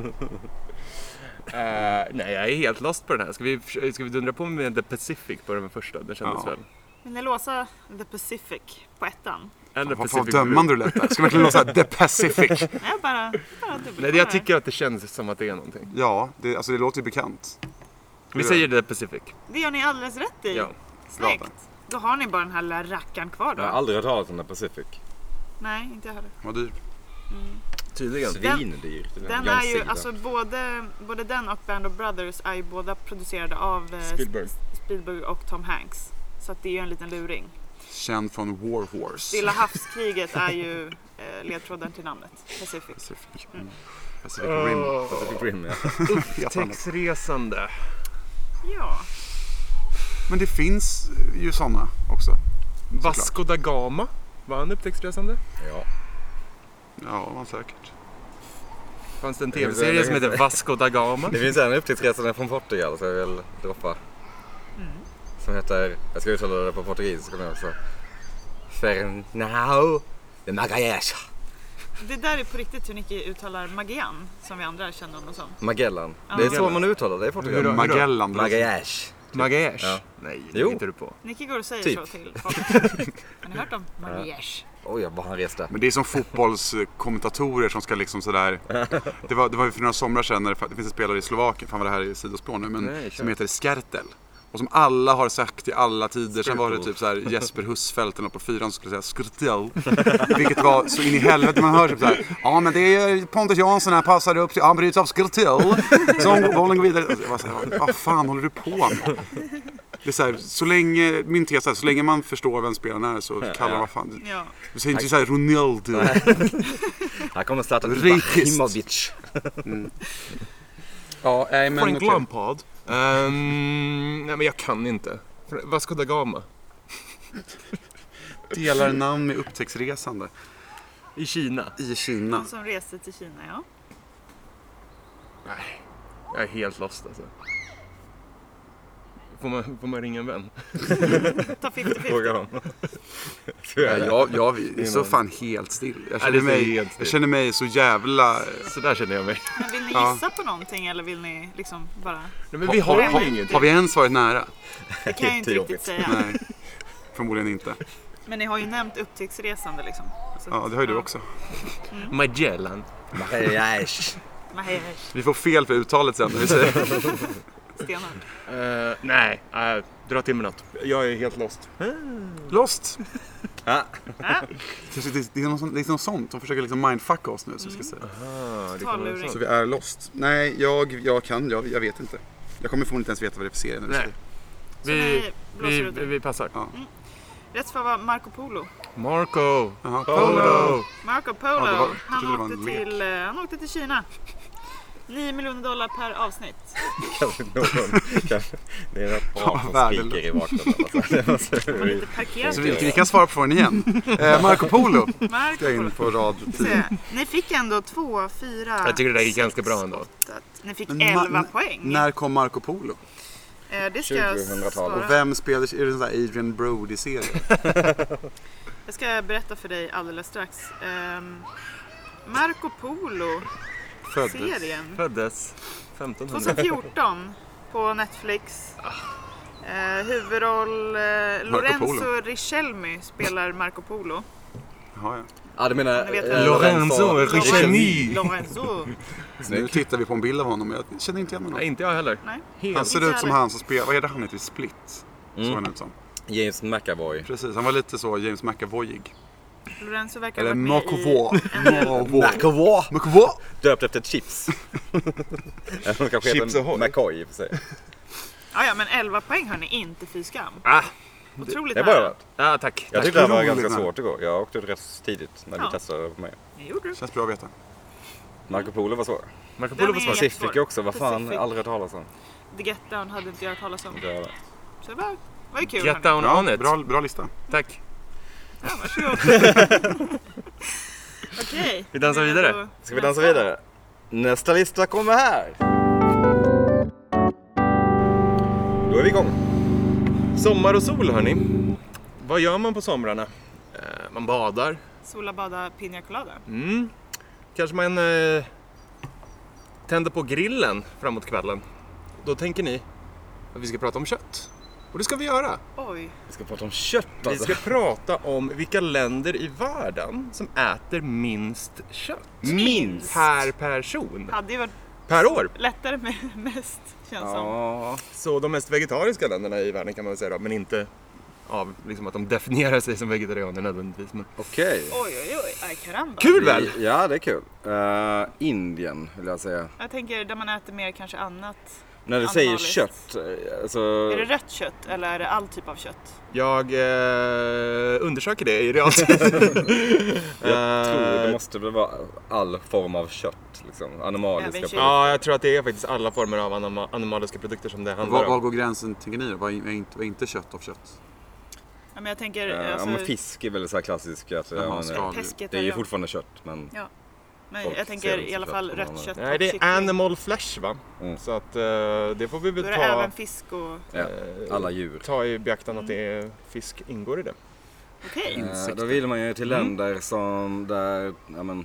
Speaker 5: Eh, nej, jag är helt lost på den här. Ska vi, förs- ska vi dundra på med The Pacific på den första? Det kändes
Speaker 4: Ja.
Speaker 5: väl?
Speaker 2: Vill ni låsa The Pacific på ettan?
Speaker 5: Eller
Speaker 4: Vad fan
Speaker 5: Blue.
Speaker 4: dömande du lät där. Ska verkligen låta såhär The Pacific.
Speaker 2: Nej, jag bara, bara dubbelkollar.
Speaker 5: Nej, jag tycker att det känns som att det är någonting.
Speaker 4: Ja, det, alltså det låter ju bekant.
Speaker 5: Vi säger The Pacific.
Speaker 2: Det gör ni alldeles rätt i.
Speaker 5: Ja.
Speaker 4: Bra
Speaker 2: Snyggt. Då har ni bara den här lilla rackaren kvar då.
Speaker 1: Jag har aldrig hört talas om den Pacific.
Speaker 2: Nej, inte jag heller.
Speaker 4: Vad dyr.
Speaker 5: Tydligen.
Speaker 1: Svindyr.
Speaker 2: Den är ju, alltså både, både den och Band of Brothers är ju båda producerade av eh,
Speaker 5: Spielberg.
Speaker 2: Spielberg och Tom Hanks. Så att det är ju en liten luring.
Speaker 4: Känd från War Horse.
Speaker 2: Stilla havskriget är ju eh, ledtråden till namnet. Pacific.
Speaker 4: Pacific. Mm. Pacific Rim.
Speaker 1: Pacific Rim, ja.
Speaker 4: Helt annat.
Speaker 5: Upptäcktsresande.
Speaker 2: Ja,
Speaker 4: Men det finns ju sådana också.
Speaker 5: Vasco da Gama. Var han upptäcktsresande?
Speaker 1: ja.
Speaker 4: Ja, man säkert.
Speaker 5: Fanns det en
Speaker 1: finns-
Speaker 5: tv-serie
Speaker 1: det
Speaker 5: som
Speaker 1: finns-
Speaker 5: heter Vasco da Gama?
Speaker 1: Det finns en upptäcktsresande från Portugal som jag vill droppa.
Speaker 2: Mm.
Speaker 1: Som heter, jag ska uttala det på portugisiska nu också. Fernão de Magalhães.
Speaker 2: det där är på riktigt hur Nicky uttalar Magellan som vi andra känner honom som.
Speaker 1: Magellan. Det är så man uttalar det i Portugal.
Speaker 4: Magellan.
Speaker 1: Magallash.
Speaker 5: Magaesh?
Speaker 1: Ja.
Speaker 5: Nej,
Speaker 1: Jo.
Speaker 5: det hittar du på.
Speaker 2: Nicky går och säger
Speaker 1: Typ.
Speaker 2: så till folk. Har ni hört om Magellan?
Speaker 1: Oj, vad han reste.
Speaker 4: Men det är som fotbollskommentatorer som ska liksom sådär. Det var, det var ju för några somrar sedan när det fa- det finns en spelare i Slovakien, fan vad det här är sidospår nu, men
Speaker 1: Nej, kör.
Speaker 4: som heter Skertel. Och som alla har sagt i alla tider. Sen var det
Speaker 5: Skrtel.
Speaker 4: typ såhär Jesper Husfeldt eller något på fyran som skulle säga Skrtel. Vilket var så in i helvete. Man hör typ såhär. Ja men det är Pontus Jansson här passar upp till. Han bryts av Skrtel. Så bollen går vidare. Jag var så här, Vad fan håller du på med? Det är så, här, så länge, min tes är så länge man förstår vem spelaren är så kallar man vad fan.
Speaker 2: Ja.
Speaker 4: Du säger inte såhär Ronaldo.
Speaker 1: Han kommer starta
Speaker 4: Rikest.
Speaker 1: Ibrahimovic.
Speaker 4: Ja, nej, men
Speaker 5: Frank
Speaker 4: okej.
Speaker 5: Lampard.
Speaker 7: Ehm, nej men jag kan inte. Vasco da Gama.
Speaker 4: Delar namn med upptäcktsresande
Speaker 5: I Kina.
Speaker 4: i Kina.
Speaker 2: Han som reste till Kina ja.
Speaker 5: Nej, jag är helt lost alltså. Får man, får man ringa en vän?
Speaker 2: Ta 50-50.
Speaker 1: Fråga honom.
Speaker 4: Ja, jag, jag står fan helt still. Jag
Speaker 5: Ja,
Speaker 4: känner,
Speaker 5: det står
Speaker 4: mig,
Speaker 5: helt still.
Speaker 4: jag känner mig så jävla...
Speaker 5: Så där känner jag mig.
Speaker 2: Men vill ni
Speaker 4: Ja.
Speaker 2: gissa på någonting eller vill ni liksom bara?
Speaker 5: Nej, men vi har
Speaker 2: har-
Speaker 5: ju ingenting.
Speaker 4: Har vi ens varit nära?
Speaker 2: Det kan jag ju inte
Speaker 1: Jättejobbigt.
Speaker 2: riktigt säga.
Speaker 4: Nej, förmodligen inte.
Speaker 2: Men ni har ju nämnt upptäcktsresande liksom. Så-
Speaker 4: Ja, det har ju du också.
Speaker 5: Magellan.
Speaker 1: Magallash.
Speaker 2: Magellan,
Speaker 4: Vi får fel för uttalet sen. när vi säger-
Speaker 2: stenhårt.
Speaker 5: Eh, nej, eh, dra till med något. Jag är helt lost.
Speaker 4: Lost!
Speaker 1: Ja.
Speaker 4: Kanske Det, det, är någon, sån- det är något sånt. De försöker liksom mindfucka oss nu. Så, vi ska säga.
Speaker 5: Ah,
Speaker 2: Totalluring.
Speaker 4: så vi är lost. Nej, jag, jag kan. Jag, jag vet inte. Jag kommer förmodligen inte ens veta vad det är för serie. när vi
Speaker 5: Nej.
Speaker 4: säger.
Speaker 5: Vi,
Speaker 2: Så ni
Speaker 5: vi,
Speaker 2: blåser ut det.
Speaker 5: vi passar.
Speaker 2: Rätt svar var Marco Polo.
Speaker 5: Marco.
Speaker 4: Jaha,
Speaker 5: Polo.
Speaker 2: Marco
Speaker 4: Ja, det var-
Speaker 2: Polo,
Speaker 4: jag trodde det
Speaker 2: han,
Speaker 4: var en
Speaker 2: åkte
Speaker 4: lek.
Speaker 2: till, eh, han åkte till Kina. 9 miljoner dollar per avsnitt.
Speaker 1: Kanske någon- kanske- Det är en apparat som
Speaker 4: värdelöst.
Speaker 1: skriker i bakgrunden. Alltså. Det var så-
Speaker 2: Lite parkerat.
Speaker 4: Så vi, vi kan svara på frågan igen. Eh, Marco Polo
Speaker 2: Marco
Speaker 4: ska in
Speaker 2: Polo.
Speaker 4: på rad 10.
Speaker 2: Se, Ni fick ändå två, fyra,
Speaker 5: Jag tycker det där gick
Speaker 2: sex,
Speaker 5: ganska bra ändå.
Speaker 2: åtta. Ni fick
Speaker 4: Men ma-
Speaker 2: 11
Speaker 4: n-
Speaker 2: poäng.
Speaker 4: När kom Marco Polo?
Speaker 2: Eh, Det ska jag
Speaker 1: 2000-tal.
Speaker 2: svara.
Speaker 4: Och vem spelar, är det en sån här Adrian Brody-serie?
Speaker 2: Jag ska berätta för dig alldeles strax. Ehm, Marco Polo,
Speaker 4: Föddes?
Speaker 2: serien.
Speaker 5: Föddes 1500.
Speaker 2: 2014 på Netflix. Eh, huvudroll eh, Lorenzo
Speaker 4: Polo.
Speaker 2: Richelmi spelar Marco Polo.
Speaker 4: Jaha, ja.
Speaker 1: Ja, du menar
Speaker 2: Ni vet
Speaker 1: eh,
Speaker 2: vem-
Speaker 5: Lorenzo
Speaker 2: Richelmi.
Speaker 5: Richeni.
Speaker 2: Lorenzo.
Speaker 4: Nu tittar vi på en bild av honom, jag känner inte igen
Speaker 5: Nej,
Speaker 4: honom.
Speaker 5: inte jag heller.
Speaker 2: Nej.
Speaker 4: Han
Speaker 5: Helt.
Speaker 4: ser
Speaker 2: inte
Speaker 4: ut som
Speaker 2: heller.
Speaker 4: han som spelar, vad heter han heter i Split? Såg han ut som.
Speaker 1: James McAvoy.
Speaker 4: Precis, han var lite så James McAvoyig.
Speaker 2: Lorenzo verkar ha
Speaker 4: Eller
Speaker 2: varit
Speaker 4: Marco
Speaker 2: med i...
Speaker 4: Vaux. Marco Vaux.
Speaker 1: McAvoy!
Speaker 4: Marco Vaux.
Speaker 1: Döpt efter chips. Eller de kanske
Speaker 4: Chips
Speaker 1: heter
Speaker 4: Ahoy.
Speaker 1: McCoy i och för sig.
Speaker 2: Ja, ja, men 11 poäng hörni, inte fy skam.
Speaker 5: Ah,
Speaker 2: Otroligt
Speaker 1: Det är bara
Speaker 2: nära.
Speaker 1: rätt.
Speaker 5: ah, tack.
Speaker 1: Jag tyckte det här var
Speaker 4: Otroligt
Speaker 1: ganska
Speaker 4: nära.
Speaker 1: svårt igår. Jag åkte rätt tidigt när du
Speaker 2: Ja.
Speaker 1: testade på mig.
Speaker 2: Det gjorde du.
Speaker 4: Känns bra att veta.
Speaker 1: Marco Polo var svår.
Speaker 5: Marco
Speaker 2: Den
Speaker 5: Polo var
Speaker 2: är-
Speaker 5: smart.
Speaker 1: Pacific också, vad fan,
Speaker 2: Pacific.
Speaker 1: aldrig hört talas om.
Speaker 2: The Get Down hade inte jag hört talas om.
Speaker 1: Inte jag heller.
Speaker 2: Så det var, var ju kul.
Speaker 5: Get
Speaker 2: hörni.
Speaker 5: down on
Speaker 4: Bra,
Speaker 5: it.
Speaker 4: bra, bra lista.
Speaker 5: Tack.
Speaker 2: Ja, varsågod. Okej.
Speaker 5: Vi dansar vidare.
Speaker 1: Ska vi dansa vidare? Nästa lista kommer här. Då är vi igång.
Speaker 5: Sommar och sol hörni. Vad gör man på somrarna? Eh, man badar.
Speaker 2: Sola bada Pina Colada.
Speaker 5: Mm. Kanske man eh, tänder på grillen framåt kvällen. Då tänker ni att vi ska prata om kött. Och det ska vi göra.
Speaker 2: Oj.
Speaker 1: Vi ska prata om kött
Speaker 5: Vi
Speaker 1: alltså.
Speaker 5: ska prata om vilka länder i världen som äter minst kött.
Speaker 1: Minst!
Speaker 5: Per person.
Speaker 2: Hade ju varit
Speaker 5: Per år.
Speaker 2: lättare med mest känns som.
Speaker 1: Ja,
Speaker 5: Så de mest vegetariska länderna i världen kan man väl säga då, men inte av liksom att de definierar sig som vegetarianer nödvändigtvis. Men...
Speaker 1: okej.
Speaker 2: Oj, oj, oj. Aj, karamba.
Speaker 5: Kul
Speaker 1: Vi-
Speaker 5: väl?
Speaker 1: Ja, det är kul. Eh, Indien vill jag säga.
Speaker 2: Jag tänker där man äter mer kanske annat.
Speaker 1: När du säger
Speaker 2: Animaliskt.
Speaker 1: kött, eh, alltså...
Speaker 2: Är det rött kött eller är det all typ av kött?
Speaker 5: Jag eh, undersöker det i realtid.
Speaker 1: Jag tror det
Speaker 5: Eh,
Speaker 1: måste väl vara all form av kött. Liksom. Animaliska
Speaker 2: Även kött.
Speaker 1: produkter.
Speaker 5: Ja, jag tror att det är faktiskt alla former av anima- animaliska produkter som det handlar
Speaker 4: Var, var
Speaker 5: om.
Speaker 4: går gränsen tycker ni? Vad är, vad är inte, vad är inte kött av kött?
Speaker 2: Ja, men jag tänker
Speaker 1: Eh, Ja, men
Speaker 2: alltså,
Speaker 1: fisk är väl så här klassisk. Att, ja,
Speaker 4: Jaha,
Speaker 1: men, eh,
Speaker 4: skal.
Speaker 2: pesket
Speaker 1: det är ju
Speaker 2: eller...
Speaker 1: fortfarande kött, men
Speaker 2: Ja. Men
Speaker 1: folk
Speaker 2: jag
Speaker 1: ser
Speaker 2: tänker
Speaker 1: det
Speaker 2: i alla
Speaker 1: såklart
Speaker 2: fall
Speaker 1: som
Speaker 2: rött
Speaker 1: vanligt.
Speaker 2: kött
Speaker 5: Nej,
Speaker 2: och
Speaker 5: det är
Speaker 2: kyckling.
Speaker 5: animal flesh va?
Speaker 1: Mm.
Speaker 5: Så att eh, det får vi
Speaker 2: Då
Speaker 5: väl
Speaker 2: är det
Speaker 5: ta,
Speaker 2: även fisk och...
Speaker 1: ja,
Speaker 5: eh,
Speaker 1: alla djur.
Speaker 5: ta i beaktan att det
Speaker 2: Mm.
Speaker 5: är fisk ingår i det.
Speaker 2: Okej.
Speaker 1: Eh,
Speaker 4: Insekter. Mm.
Speaker 1: Då vill man ju till länder som där ja, men,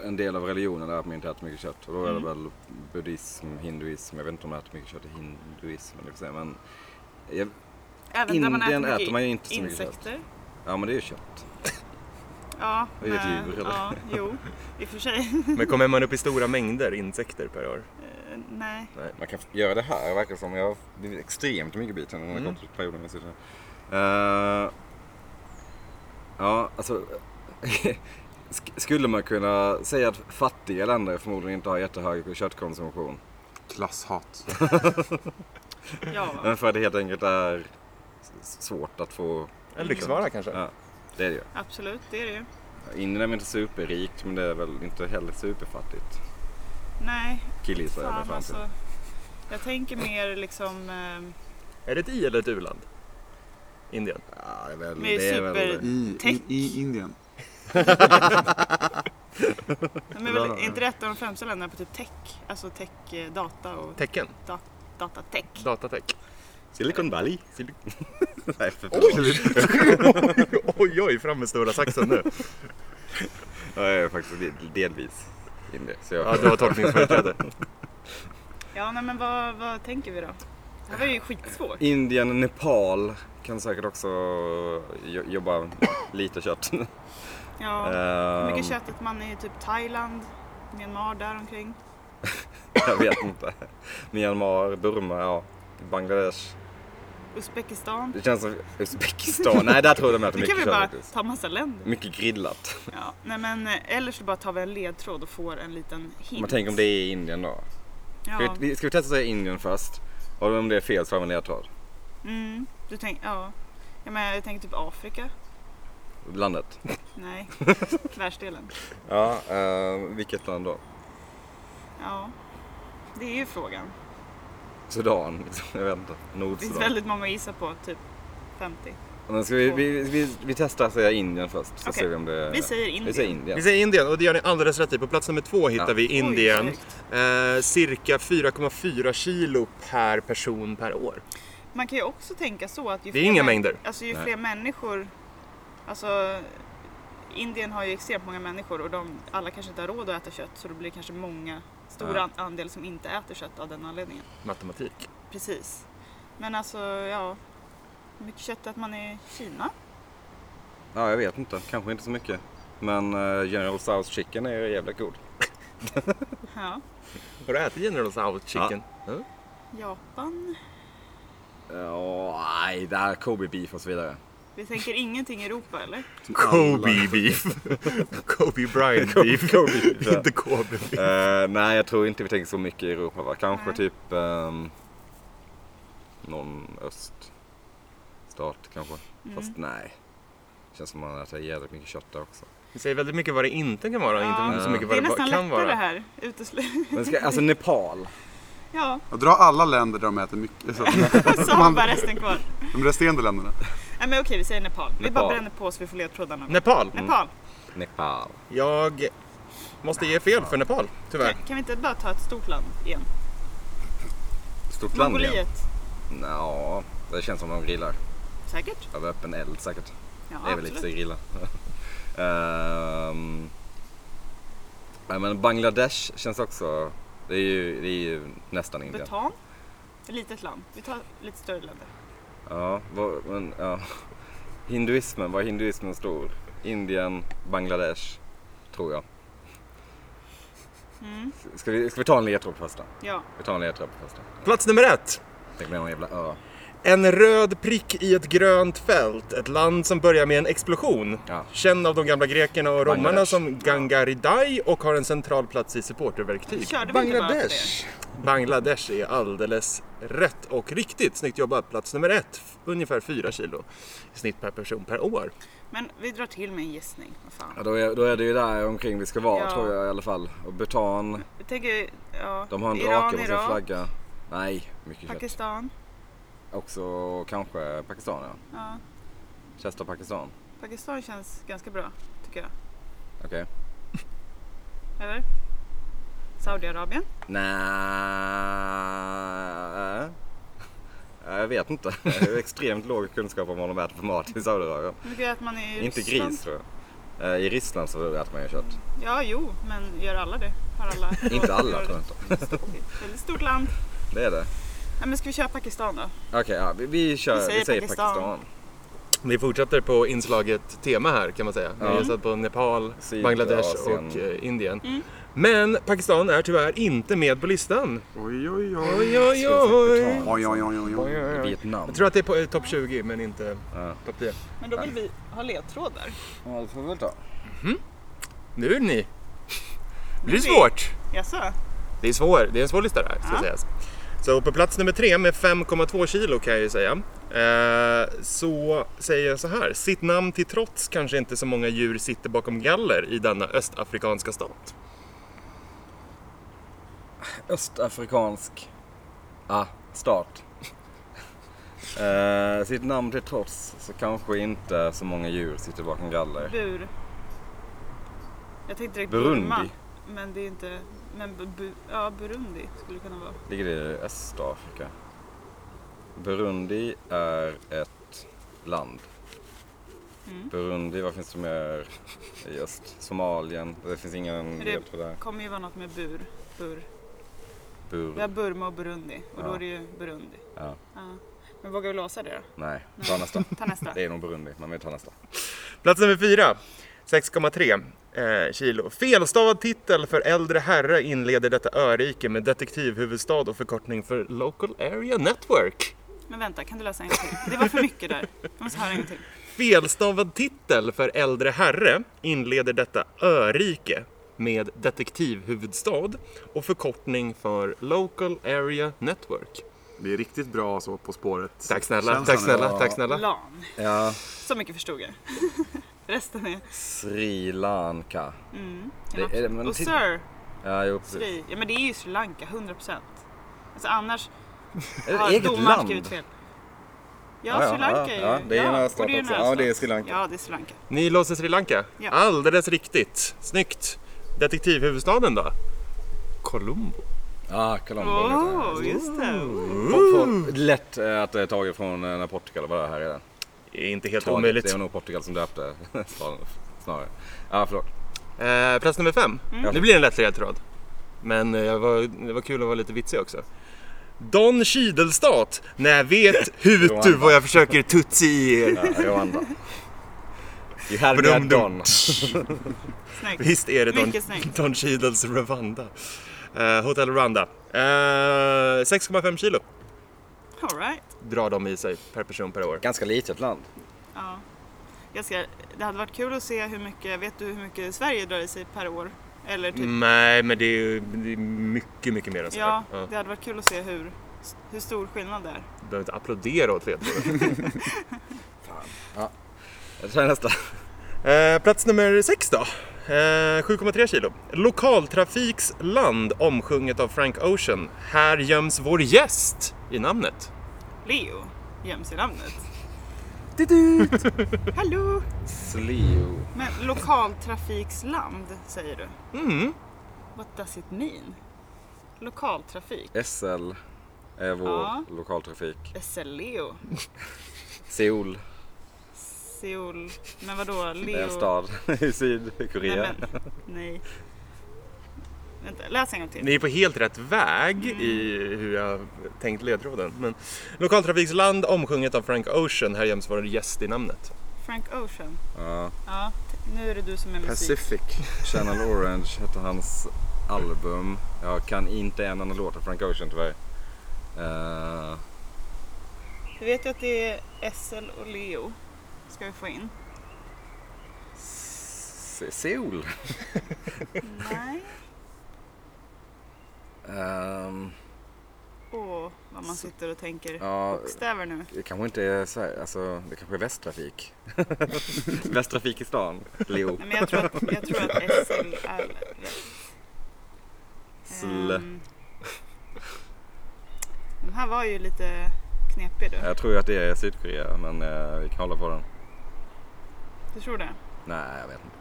Speaker 1: eh, en del av religionen är att man inte äter mycket kött. Och då är
Speaker 4: Mm.
Speaker 1: det väl buddhism, hinduism. Jag vet inte om man äter mycket kött i hinduism. Eller vad säger man. Jag,
Speaker 2: Även där
Speaker 1: Indien
Speaker 2: man äter,
Speaker 1: äter man ju inte så mycket kött.
Speaker 2: insekter.
Speaker 1: Ja men det är ju kött.
Speaker 2: Ja,
Speaker 1: Det är ju ett
Speaker 2: men-
Speaker 1: djur, eller?
Speaker 2: Ja, jo, i och för sig.
Speaker 5: Men kommer man upp i stora mängder insekter per år?
Speaker 2: Eh, Nej.
Speaker 1: Man kan göra det här verkar som. Jag har blivit extremt mycket biten under den här korta perioden. jag sitter här. Eh, ja, alltså. sk- skulle man kunna säga att fattiga länder förmodligen inte har jättehög köttkonsumtion?
Speaker 4: Klasshat.
Speaker 2: Ja,
Speaker 1: Men för att det helt enkelt är s- svårt att få.
Speaker 5: En lyxvara kanske?
Speaker 1: Ja, det är det ju.
Speaker 2: absolut. Det är det ju.
Speaker 1: Indien är väl inte superrikt men det är väl inte heller superfattigt.
Speaker 2: Nej,
Speaker 1: Killgissar jag mig
Speaker 2: fan
Speaker 1: fram till.
Speaker 2: alltså. Jag tänker mer liksom... Eh,
Speaker 5: Är det ett i eller ett u-land? Indien?
Speaker 1: Ja, det är väl,
Speaker 2: Vi är
Speaker 1: det är väl
Speaker 2: super-
Speaker 4: I, i,
Speaker 2: Täck.
Speaker 4: I Indien.
Speaker 2: men väl, är inte det ett av de främsta länderna på typ tech? Alltså tech, eh, data och
Speaker 5: Tecken?
Speaker 2: datatech.
Speaker 5: Datatech?
Speaker 1: Silicon Valley. Nej, för
Speaker 5: Oj, oj, fram med stora saxen nu.
Speaker 1: Ja, jag är faktiskt del- delvis indie. Så jag...
Speaker 5: Ja, du har tolkningsföreträde.
Speaker 2: Ja, nej, men vad, vad tänker vi då? Det här var ju skitsvårt.
Speaker 1: Indien, Nepal kan säkert också jo- jobba lite kött.
Speaker 2: Ja, hur
Speaker 1: Ehm,
Speaker 2: mycket kött äter man i typ Thailand, Myanmar däromkring?
Speaker 1: Jag vet inte. Myanmar, Burma, ja. Bangladesh.
Speaker 2: Uzbekistan?
Speaker 1: Det känns som Uzbekistan. Nej, där tror jag de äter
Speaker 2: Det kan
Speaker 1: mycket alltså. Mm. kött
Speaker 2: vi bara
Speaker 1: faktiskt.
Speaker 2: ta massa länder.
Speaker 1: Mycket grillat.
Speaker 2: Ja, nej men eh, eller så bara tar vi en ledtråd och får en liten hint.
Speaker 1: Om man tänker om det är Indien då. Ska
Speaker 2: Ja.
Speaker 1: vi, ska vi testa att säga Indien först? Och om det är fel så har vi en ledtråd.
Speaker 2: Mm, du tänk, ja. Jag, menar, jag tänker typ Afrika.
Speaker 1: Landet.
Speaker 2: Nej, världsdelen.
Speaker 1: Ja, eh, vilket land då?
Speaker 2: Ja, det är ju frågan.
Speaker 1: Sudan, liksom. jag vet inte.
Speaker 2: Det finns
Speaker 1: Nordsudan.
Speaker 2: väldigt många att gissa på, typ 50.
Speaker 1: Men ska vi, vi, vi, vi testar att säga Indien först så
Speaker 2: Okej.
Speaker 1: ser vi om det
Speaker 2: Vi säger Indien.
Speaker 1: Vi säger Indien.
Speaker 5: Vi säger Indien och det gör ni alldeles rätt i. På plats nummer två hittar
Speaker 1: Ja.
Speaker 5: vi
Speaker 2: Oj,
Speaker 5: Indien.
Speaker 2: snyggt.
Speaker 5: Eh, cirka 4,4 kilo per person per år.
Speaker 2: Man kan ju också tänka så att ju
Speaker 5: Det är
Speaker 2: fler
Speaker 5: inga
Speaker 2: män-
Speaker 5: mängder.
Speaker 2: Alltså ju
Speaker 1: Nej.
Speaker 2: fler människor, alltså Indien har ju extremt många människor och de, alla kanske inte har råd att äta kött så då blir det kanske många, stora
Speaker 1: Ja.
Speaker 2: an- andel som inte äter kött av den anledningen.
Speaker 5: Matematik.
Speaker 2: Precis. Men alltså, ja. Hur mycket kött äter man i Kina?
Speaker 1: Ja, jag vet inte. Kanske inte så mycket. Men eh, General Tso's chicken är jävligt god.
Speaker 2: Ja.
Speaker 5: Har du ätit General Tso's chicken? Ja.
Speaker 2: Japan?
Speaker 1: Ja, nej, där Kobe beef och så vidare.
Speaker 2: Vi tänker ingenting i Europa eller?
Speaker 5: Kobe beef. Kobe Bryant beef.
Speaker 1: Kobe beef, ja.
Speaker 5: Inte Kobe beef.
Speaker 1: Eh, nej, jag tror inte vi tänker så mycket i Europa va? Kanske
Speaker 2: Nej.
Speaker 1: typ ehm, någon öststat kanske.
Speaker 2: Mm.
Speaker 1: Fast nej. Känns som att man äter jävligt mycket kött där också.
Speaker 5: Vi säger väldigt mycket vad det inte kan vara,
Speaker 2: Ja.
Speaker 5: inte så mycket
Speaker 2: Det
Speaker 5: vad
Speaker 2: är
Speaker 5: det, va-
Speaker 2: nästan
Speaker 5: kan
Speaker 2: lättare
Speaker 5: vara.
Speaker 2: det här. Uteslu-
Speaker 1: Men ska, alltså Nepal.
Speaker 2: ja,
Speaker 4: Jag drar alla länder där de äter mycket. Så,
Speaker 2: så har vi bara resten kvar.
Speaker 4: de resterande länderna.
Speaker 2: Nej men okej, vi säger Nepal. Vi bara
Speaker 1: Nepal.
Speaker 2: bränner på så vi får ledtrådarna.
Speaker 5: Nepal.
Speaker 2: Nepal.
Speaker 1: Nepal.
Speaker 5: Jag måste ge fel för Nepal, tyvärr.
Speaker 2: Kan, kan vi inte bara ta ett stort land igen?
Speaker 1: Stort land igen.
Speaker 2: Mongoliet.
Speaker 1: Ja, det känns som de grillar.
Speaker 2: Säkert.
Speaker 1: Över öppen eld säkert.
Speaker 2: Ja,
Speaker 1: det är väl lite så grilla. Ehm, nej, men Bangladesh känns också... Det är ju, det är ju nästan Indien.
Speaker 2: Bhutan. Ett litet land. Vi tar lite större länder.
Speaker 1: Ja, vad, men, ja. Hinduismen, var är hinduismen stor? Indien, Bangladesh, tror jag.
Speaker 2: Mm.
Speaker 1: Ska vi, ska vi ta en ledtråd på första?
Speaker 2: Ja.
Speaker 1: Vi tar en ledtråd på första.
Speaker 5: Plats nummer ett.
Speaker 1: Tänk mig någon jävla ö.
Speaker 5: En röd prick i ett grönt fält. Ett land som börjar med en explosion.
Speaker 1: Ja.
Speaker 5: Känd av de gamla grekerna och romarna
Speaker 1: Bangladesh.
Speaker 5: som Gangaridai och har en central plats i
Speaker 1: Typ
Speaker 5: supporterverktyg.
Speaker 2: Körde vi inte bara för det?
Speaker 5: Bangladesh. Bangladesh är alldeles rätt och riktigt. Snyggt jobbat. Plats nummer ett. F- Ungefär 4 kilo i snitt per person per år.
Speaker 2: Men vi drar till med en gissning. Vad
Speaker 1: Ja,
Speaker 2: fan.
Speaker 1: då, är, då är det ju där omkring vi ska vara
Speaker 2: Ja.
Speaker 1: tror jag i alla fall. Och Bhutan,
Speaker 2: Jag tänker, ja.
Speaker 1: de har en
Speaker 2: Iran,
Speaker 1: drake på sin
Speaker 2: Irak,
Speaker 1: flagga. Nej, mycket kött.
Speaker 2: Pakistan.
Speaker 1: Också kanske Pakistan ja.
Speaker 2: Ja.
Speaker 1: Chester Pakistan.
Speaker 2: Pakistan känns ganska bra, tycker jag.
Speaker 1: Okej.
Speaker 2: Eller? Saudiarabien?
Speaker 1: Nä. Nej, Jag vet inte. Jag har extremt låg kunskap om vad de äter för mat i Saudiarabien.
Speaker 2: Hur mycket äter man i
Speaker 1: Inte
Speaker 2: Ryssland?
Speaker 1: gris tror jag. Eh, I Ryssland så äter man ju kött.
Speaker 2: Ja, jo, men gör alla det? Har alla
Speaker 1: Inte alla tror
Speaker 2: det?
Speaker 1: jag inte.
Speaker 2: Väldigt stort land.
Speaker 1: Det är det.
Speaker 2: Nej, men ska vi köra Pakistan då?
Speaker 1: Okej, ja, vi, vi kör. Vi säger, Pakistan.
Speaker 5: Vi fortsätter på inslaget tema här kan man säga. Vi
Speaker 1: Ja.
Speaker 5: har satt på Nepal,
Speaker 1: Sydasien.
Speaker 5: Bangladesh och eh, Indien. Men Pakistan är tyvärr inte med på listan.
Speaker 4: Oj, oj, oj.
Speaker 5: Oj, oj, oj.
Speaker 4: Oj, oj, oj, oj, oj.
Speaker 1: Vietnam.
Speaker 5: Jag tror att det är på eh, topp 20 men inte
Speaker 1: Ja.
Speaker 5: topp 10.
Speaker 2: Men då vill vi ha ledtrådar.
Speaker 1: Ja, det får vi väl ta.
Speaker 5: Nu ni! Det blir
Speaker 2: Nu vi.
Speaker 5: svårt.
Speaker 2: Jaså?
Speaker 5: Det är, svår, det är en svår lista det här, ska
Speaker 2: Ja.
Speaker 5: sägas. Så på plats nummer tre med 5,2 kilo kan jag ju säga. Eh, så säger jag så här, sitt namn till trots kanske inte så många djur sitter bakom galler i denna östafrikanska stat.
Speaker 1: Östafrikansk ah, stat. Eh, sitt namn till trots så kanske inte så många djur sitter bakom galler.
Speaker 2: Bur. Jag tänkte direkt
Speaker 1: Burundi.
Speaker 2: Burma. Men det är inte... Men bu, bu, ja, Burundi skulle det kunna vara.
Speaker 1: Ligger det i Östafrika? Burundi är ett land. Mm. Burundi, vad finns det mer i öst? Somalien, det finns ingen
Speaker 2: det-
Speaker 1: ledtråd där.
Speaker 2: Det kommer ju vara något med bur. bur. Vi
Speaker 1: Bur...
Speaker 2: har Burma och Burundi och då
Speaker 1: Ja.
Speaker 2: är det ju Burundi.
Speaker 1: Ja.
Speaker 2: Ja. Men vågar vi låsa det då?
Speaker 1: Nej, ta nästa.
Speaker 2: Ta nästa.
Speaker 1: Det är nog Burundi, men vi tar nästa.
Speaker 5: Plats nummer fyra, 6,3 eh, kilo. Felstavad titel för äldre herre inleder detta örike med detektivhuvudstad och förkortning för Local Area Network.
Speaker 2: Men vänta, kan du läsa en gång till? Det var för mycket där. Jag måste höra en gång till.
Speaker 5: Felstavad titel för äldre herre inleder detta örike med detektivhuvudstad och förkortning för Local Area Network.
Speaker 4: Det är riktigt bra så På spåret.
Speaker 5: Tack snälla,
Speaker 4: Känslan
Speaker 5: tack
Speaker 4: är
Speaker 5: snälla,
Speaker 4: bra.
Speaker 5: tack snälla.
Speaker 2: Lan.
Speaker 1: Ja.
Speaker 2: Så mycket förstod jag. Resten är...
Speaker 1: Sri Lanka.
Speaker 2: ja.
Speaker 1: Det är- men
Speaker 2: och
Speaker 1: till-
Speaker 2: Sir
Speaker 1: Ja, jo precis.
Speaker 2: Sri. Ja men det är ju Sri Lanka, 100 procent. Alltså annars
Speaker 1: Är det
Speaker 2: har
Speaker 1: eget
Speaker 2: domaren
Speaker 1: land?
Speaker 2: skrivit fel.
Speaker 1: Ja,
Speaker 2: Ja,
Speaker 1: ja,
Speaker 2: Sri Lanka
Speaker 1: ja,
Speaker 2: är ju...
Speaker 1: ja, det är nära
Speaker 2: och
Speaker 1: stat
Speaker 2: ju
Speaker 1: också.
Speaker 2: nära
Speaker 1: Ja, det är
Speaker 2: stat.
Speaker 1: Sri Lanka.
Speaker 2: Ja, det är Sri Lanka.
Speaker 5: Ni låser Sri Lanka?
Speaker 2: Ja.
Speaker 5: Alldeles riktigt. Snyggt. Detektivhuvudstaden då? Colombo.
Speaker 1: Ja, Colombo.
Speaker 2: Åh,
Speaker 1: Oh.
Speaker 2: oh, just det.
Speaker 1: Lätt eh, att det är taget från eh, när Portugal var här redan.
Speaker 5: Det är inte helt
Speaker 1: Taget, Det
Speaker 5: omöjligt.
Speaker 1: var nog Portugal som döpte staden snarare. Ja, förlåt.
Speaker 5: Eh, plats nummer fem.
Speaker 2: Mm.
Speaker 5: Nu blir det en lätt ledtråd. Men eh, jag var, det var kul att vara lite vitsig också. Don Kydelstat. Nej, vet hutu vad jag försöker tutsi i er.
Speaker 1: Ja, Rwanda. You had me
Speaker 5: Brum-dum.
Speaker 1: at dawn.
Speaker 2: Snyggt.
Speaker 5: Visst är det Don,
Speaker 2: Mycket snyggt.
Speaker 5: Don Cheadles Rwanda. Eh, Hotel Rwanda. Eh, 6,5 kilo
Speaker 2: All right.
Speaker 5: drar de i sig per person per år.
Speaker 1: Ganska litet land.
Speaker 2: Ja. Jag ska, det hade varit kul att se hur mycket, vet du hur mycket Sverige drar i sig per år? Eller
Speaker 1: Mm,
Speaker 2: typ,
Speaker 5: Nej, men det är, ju- det är mycket, mycket mer än så. här.
Speaker 2: ja,
Speaker 5: Ja,
Speaker 2: det hade varit kul att se hur, hur stor skillnad det är.
Speaker 5: Du behöver inte applådera åt ledtråden.
Speaker 1: Jag tar nästa.
Speaker 5: Eh, plats nummer sex då. Eh, 7,3 kilo. Lokaltrafiks land omsjunget av Frank Ocean. Här göms vår gäst i namnet.
Speaker 2: Leo göms i namnet. Hallå!
Speaker 1: Slio.
Speaker 2: Men lokaltrafiksland säger du? Mm. What does it mean? Lokaltrafik?
Speaker 1: SL är vår
Speaker 2: Ja.
Speaker 1: lokaltrafik.
Speaker 2: SL-Leo?
Speaker 1: Seoul
Speaker 2: Seoul? Men vadå? Leo?
Speaker 1: är en stad i
Speaker 2: Nej,
Speaker 1: Sydkorea.
Speaker 2: men, nej. Vänta, läs en gång till.
Speaker 5: Ni är på helt rätt väg i hur jag tänkt ledtråden. Men lokaltrafiksland omsjunget av Frank Ocean. Här göms vår gäst i namnet.
Speaker 2: Frank Ocean.
Speaker 1: Ja.
Speaker 2: Ja, t- nu är det du som är musik.
Speaker 1: Pacific. Channel Orange hette hans album. Jag kan inte en annan låt av Frank Ocean tyvärr. Eh,
Speaker 2: Du vet ju att det är SL och Leo. Ska vi få in?
Speaker 1: Se- Seoul.
Speaker 2: Nej.
Speaker 1: Ehm,
Speaker 2: Åh, vad man sitter och tänker
Speaker 1: ja,
Speaker 2: bokstäver nu.
Speaker 1: det kanske inte är Sverige, alltså det kanske är Västtrafik. Västtrafik i stan, Leo.
Speaker 2: Nej, men jag tror att, jag tror att SL är rätt.
Speaker 1: Sl.
Speaker 2: Ehm, Den här var ju lite knepig du.
Speaker 1: Jag tror ju att det är Sydkorea men eh, vi kan hålla på den.
Speaker 2: Du tror det?
Speaker 1: Nej, jag vet inte.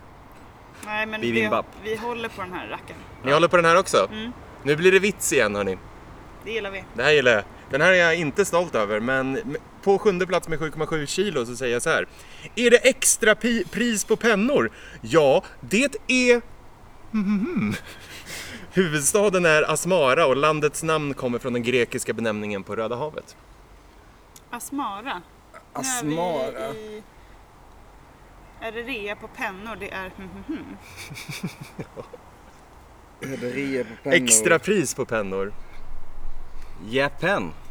Speaker 2: Nej men vi,
Speaker 1: Bibimbap.
Speaker 2: vi håller på den här rackaren.
Speaker 5: Ni håller på den här också?
Speaker 2: Mm.
Speaker 5: Nu blir det vits igen hörni.
Speaker 2: Det gillar vi.
Speaker 5: Det här gillar jag. Den här är jag inte stolt över men på sjunde plats med 7,7 kilo så säger jag så här. Är det extra pi- pris på pennor? Ja, det är... Mhm. Huvudstaden är Asmara och landets namn kommer från den grekiska benämningen på Röda havet.
Speaker 2: Asmara. Nu är
Speaker 4: Asmara.
Speaker 2: vi i... Är det rea på pennor? Det är hm, hm, hm.
Speaker 5: Extra pris på pennor.
Speaker 1: Japan.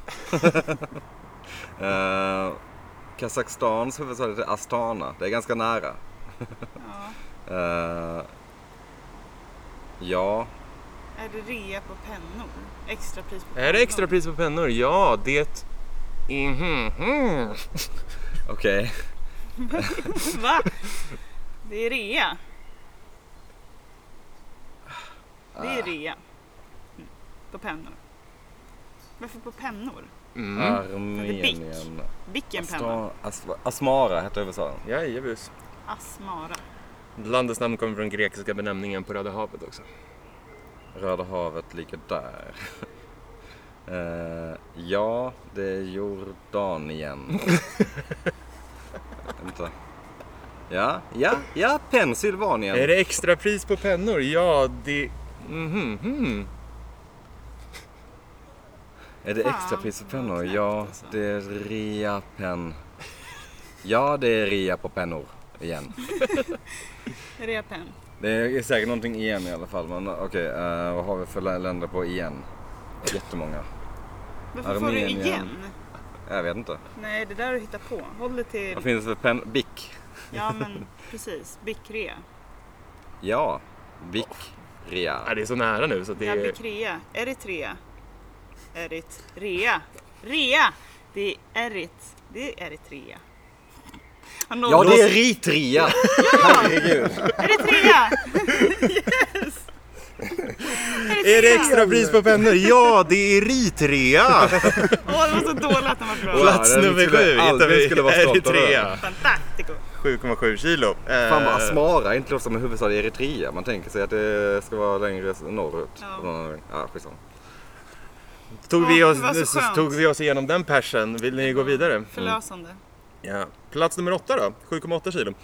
Speaker 1: Eh, Kazakstans huvudstad heter Astana. Det är ganska nära. Eh, ja,
Speaker 2: Är det rea på pennor? Extrapris på pennor.
Speaker 5: Är det extra pris på pennor? Ja, det... Mhm.
Speaker 1: okej.
Speaker 2: Va? Det är rea. Det
Speaker 5: Ah.
Speaker 2: är rea. Mm. På pennor. Varför på pennor?
Speaker 5: Mm.
Speaker 1: Armenien.
Speaker 2: Mm. Vilken penna?
Speaker 1: Astana, As- Asmara hette huvudstaden.
Speaker 5: Jajebus.
Speaker 2: Asmara.
Speaker 5: Landets namn kommer från grekiska benämningen på Röda havet också.
Speaker 1: Röda havet ligger där. Eh, ja, det är Jordanien. Vänta. Ja, ja, ja, Pennsylvanien.
Speaker 5: Är det extra pris på pennor? Ja, det... Mhm. mhm.
Speaker 1: Är det extra pris på pennor? Ja, det är rea-penn. Ja, det är rea på pennor igen.
Speaker 2: Rea penn.
Speaker 1: Det är säkert någonting igen i alla fall. Men okej, eh, vad har vi för lä- länder på igen? Jättemånga.
Speaker 2: Varför får du
Speaker 1: Armenien.
Speaker 2: igen?
Speaker 1: Jag vet inte.
Speaker 2: Nej, det där du hittar på. Håll dig till...
Speaker 1: Vad finns det för penn? Bic?
Speaker 2: Ja, men precis. Bikrea.
Speaker 1: Ja, bic. Rea.
Speaker 5: Ja, det är så nära nu så att det
Speaker 2: Ja,
Speaker 5: är...
Speaker 2: Bikrea. Eritrea. Eritrea. Rea. Det är Erit. Det är Eritrea. Har någon-
Speaker 1: Ja, det är ritrea! Herregud.
Speaker 2: Eritrea! yes!
Speaker 5: Är det extra pris på pennor? Ja, det är Eritrea!
Speaker 2: Åh, det var så dåligt att den var bra.
Speaker 5: Plats
Speaker 1: den
Speaker 5: nummer
Speaker 1: skulle jag
Speaker 5: sju hittar
Speaker 1: aldrig
Speaker 5: vi
Speaker 1: skulle vara stolt över.
Speaker 5: Eritrea.
Speaker 2: Fantastico.
Speaker 1: Mm.
Speaker 5: 7,7 kilo. Eh,
Speaker 1: Fan vad Asmara inte låter som en huvudstad i Eritrea. Man tänker sig att det ska vara längre norrut.
Speaker 2: Ja.
Speaker 1: ja skitsamma.
Speaker 5: tog, vi
Speaker 2: Ja,
Speaker 5: oss,
Speaker 2: det var så skönt.
Speaker 5: tog vi oss igenom den persen. Vill ni gå vidare?
Speaker 2: Förlösande.
Speaker 5: Ja. Plats nummer åtta då, 7,8 kilo.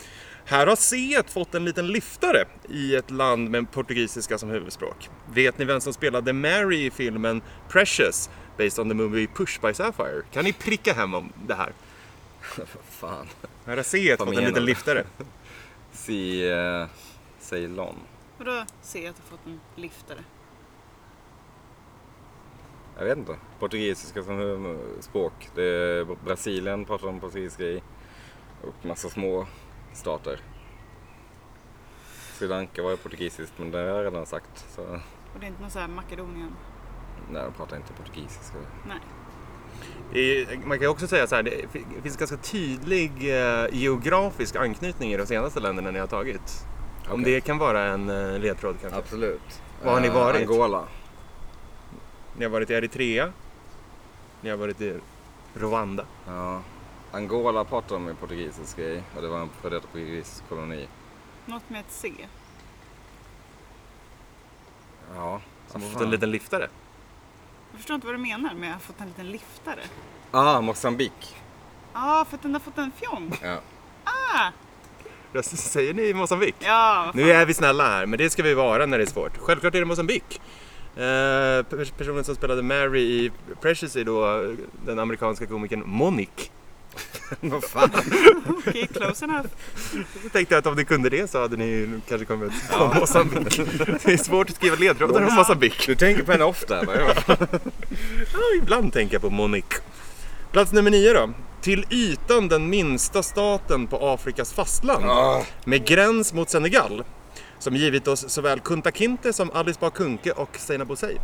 Speaker 5: Här har C fått en liten lyftare i ett land med portugisiska som huvudspråk. Vet ni vem som spelade Mary i filmen Precious, based on the movie Push by Sapphire? Kan ni pricka hem om det här?
Speaker 1: Fan.
Speaker 5: Här har C fått en
Speaker 1: Familjen
Speaker 5: liten
Speaker 1: då.
Speaker 5: lyftare.
Speaker 1: Si, eh, Ceylon.
Speaker 2: Vadå se att du fått en lyftare?
Speaker 1: Jag vet inte. Portugisiska som huvud- språk. Det är Brasilien pratar om portugisiska i. Och massa små stater. Sri Lanka var ju portugisiskt men det har jag redan sagt. Så,
Speaker 2: Och det är inte någon sån här Makedonien?
Speaker 1: nej, de pratar inte portugisiska.
Speaker 2: Nej.
Speaker 5: I- Man kan ju också säga så här, det fi- finns ganska tydlig eh, geografisk anknytning i de senaste länderna ni har tagit. Om
Speaker 1: Okej.
Speaker 5: det kan vara en eh, ledtråd kanske.
Speaker 1: Absolut.
Speaker 5: Var har ni
Speaker 1: Eh,
Speaker 5: varit?
Speaker 1: Angola.
Speaker 5: Ni har varit i Eritrea. Ni har varit i Rwanda.
Speaker 1: Ja. Angola pratar de ju portugisiska i och det var en före detta portugisisk koloni.
Speaker 2: Något med ett C.
Speaker 1: Ja.
Speaker 5: Som har
Speaker 1: vad
Speaker 5: fått
Speaker 1: fan.
Speaker 5: en liten lyftare.
Speaker 2: Jag förstår inte vad du menar med att jag har fått en liten lyftare.
Speaker 1: Ah, Mozambique.
Speaker 2: Ja, för att den har fått en fjong.
Speaker 1: Ja.
Speaker 5: Jag s- Säger ni Mosambik?
Speaker 2: Ja,
Speaker 5: Nu är vi snälla här, men det ska vi vara när det är svårt. Självklart är det Mosambik. Eh, pers- personen som spelade Mary i Precious är då eh, den amerikanska komikern Monique.
Speaker 1: Vad fan.
Speaker 2: okej, close enough.
Speaker 5: Jag tänkte att om ni kunde det så hade ni kanske kommit på Mosambik. Det är svårt att skriva ledtrådar om Mosambik.
Speaker 1: Du tänker på henne ofta eller?
Speaker 5: Ja, ibland tänker jag på Monique. Plats nummer nio då. Till ytan den minsta staten på Afrikas fastland. Med gräns mot Senegal. Som givit oss såväl Kunta Kinte som Alice Bah Kuhnke och Seinabo Bouzei.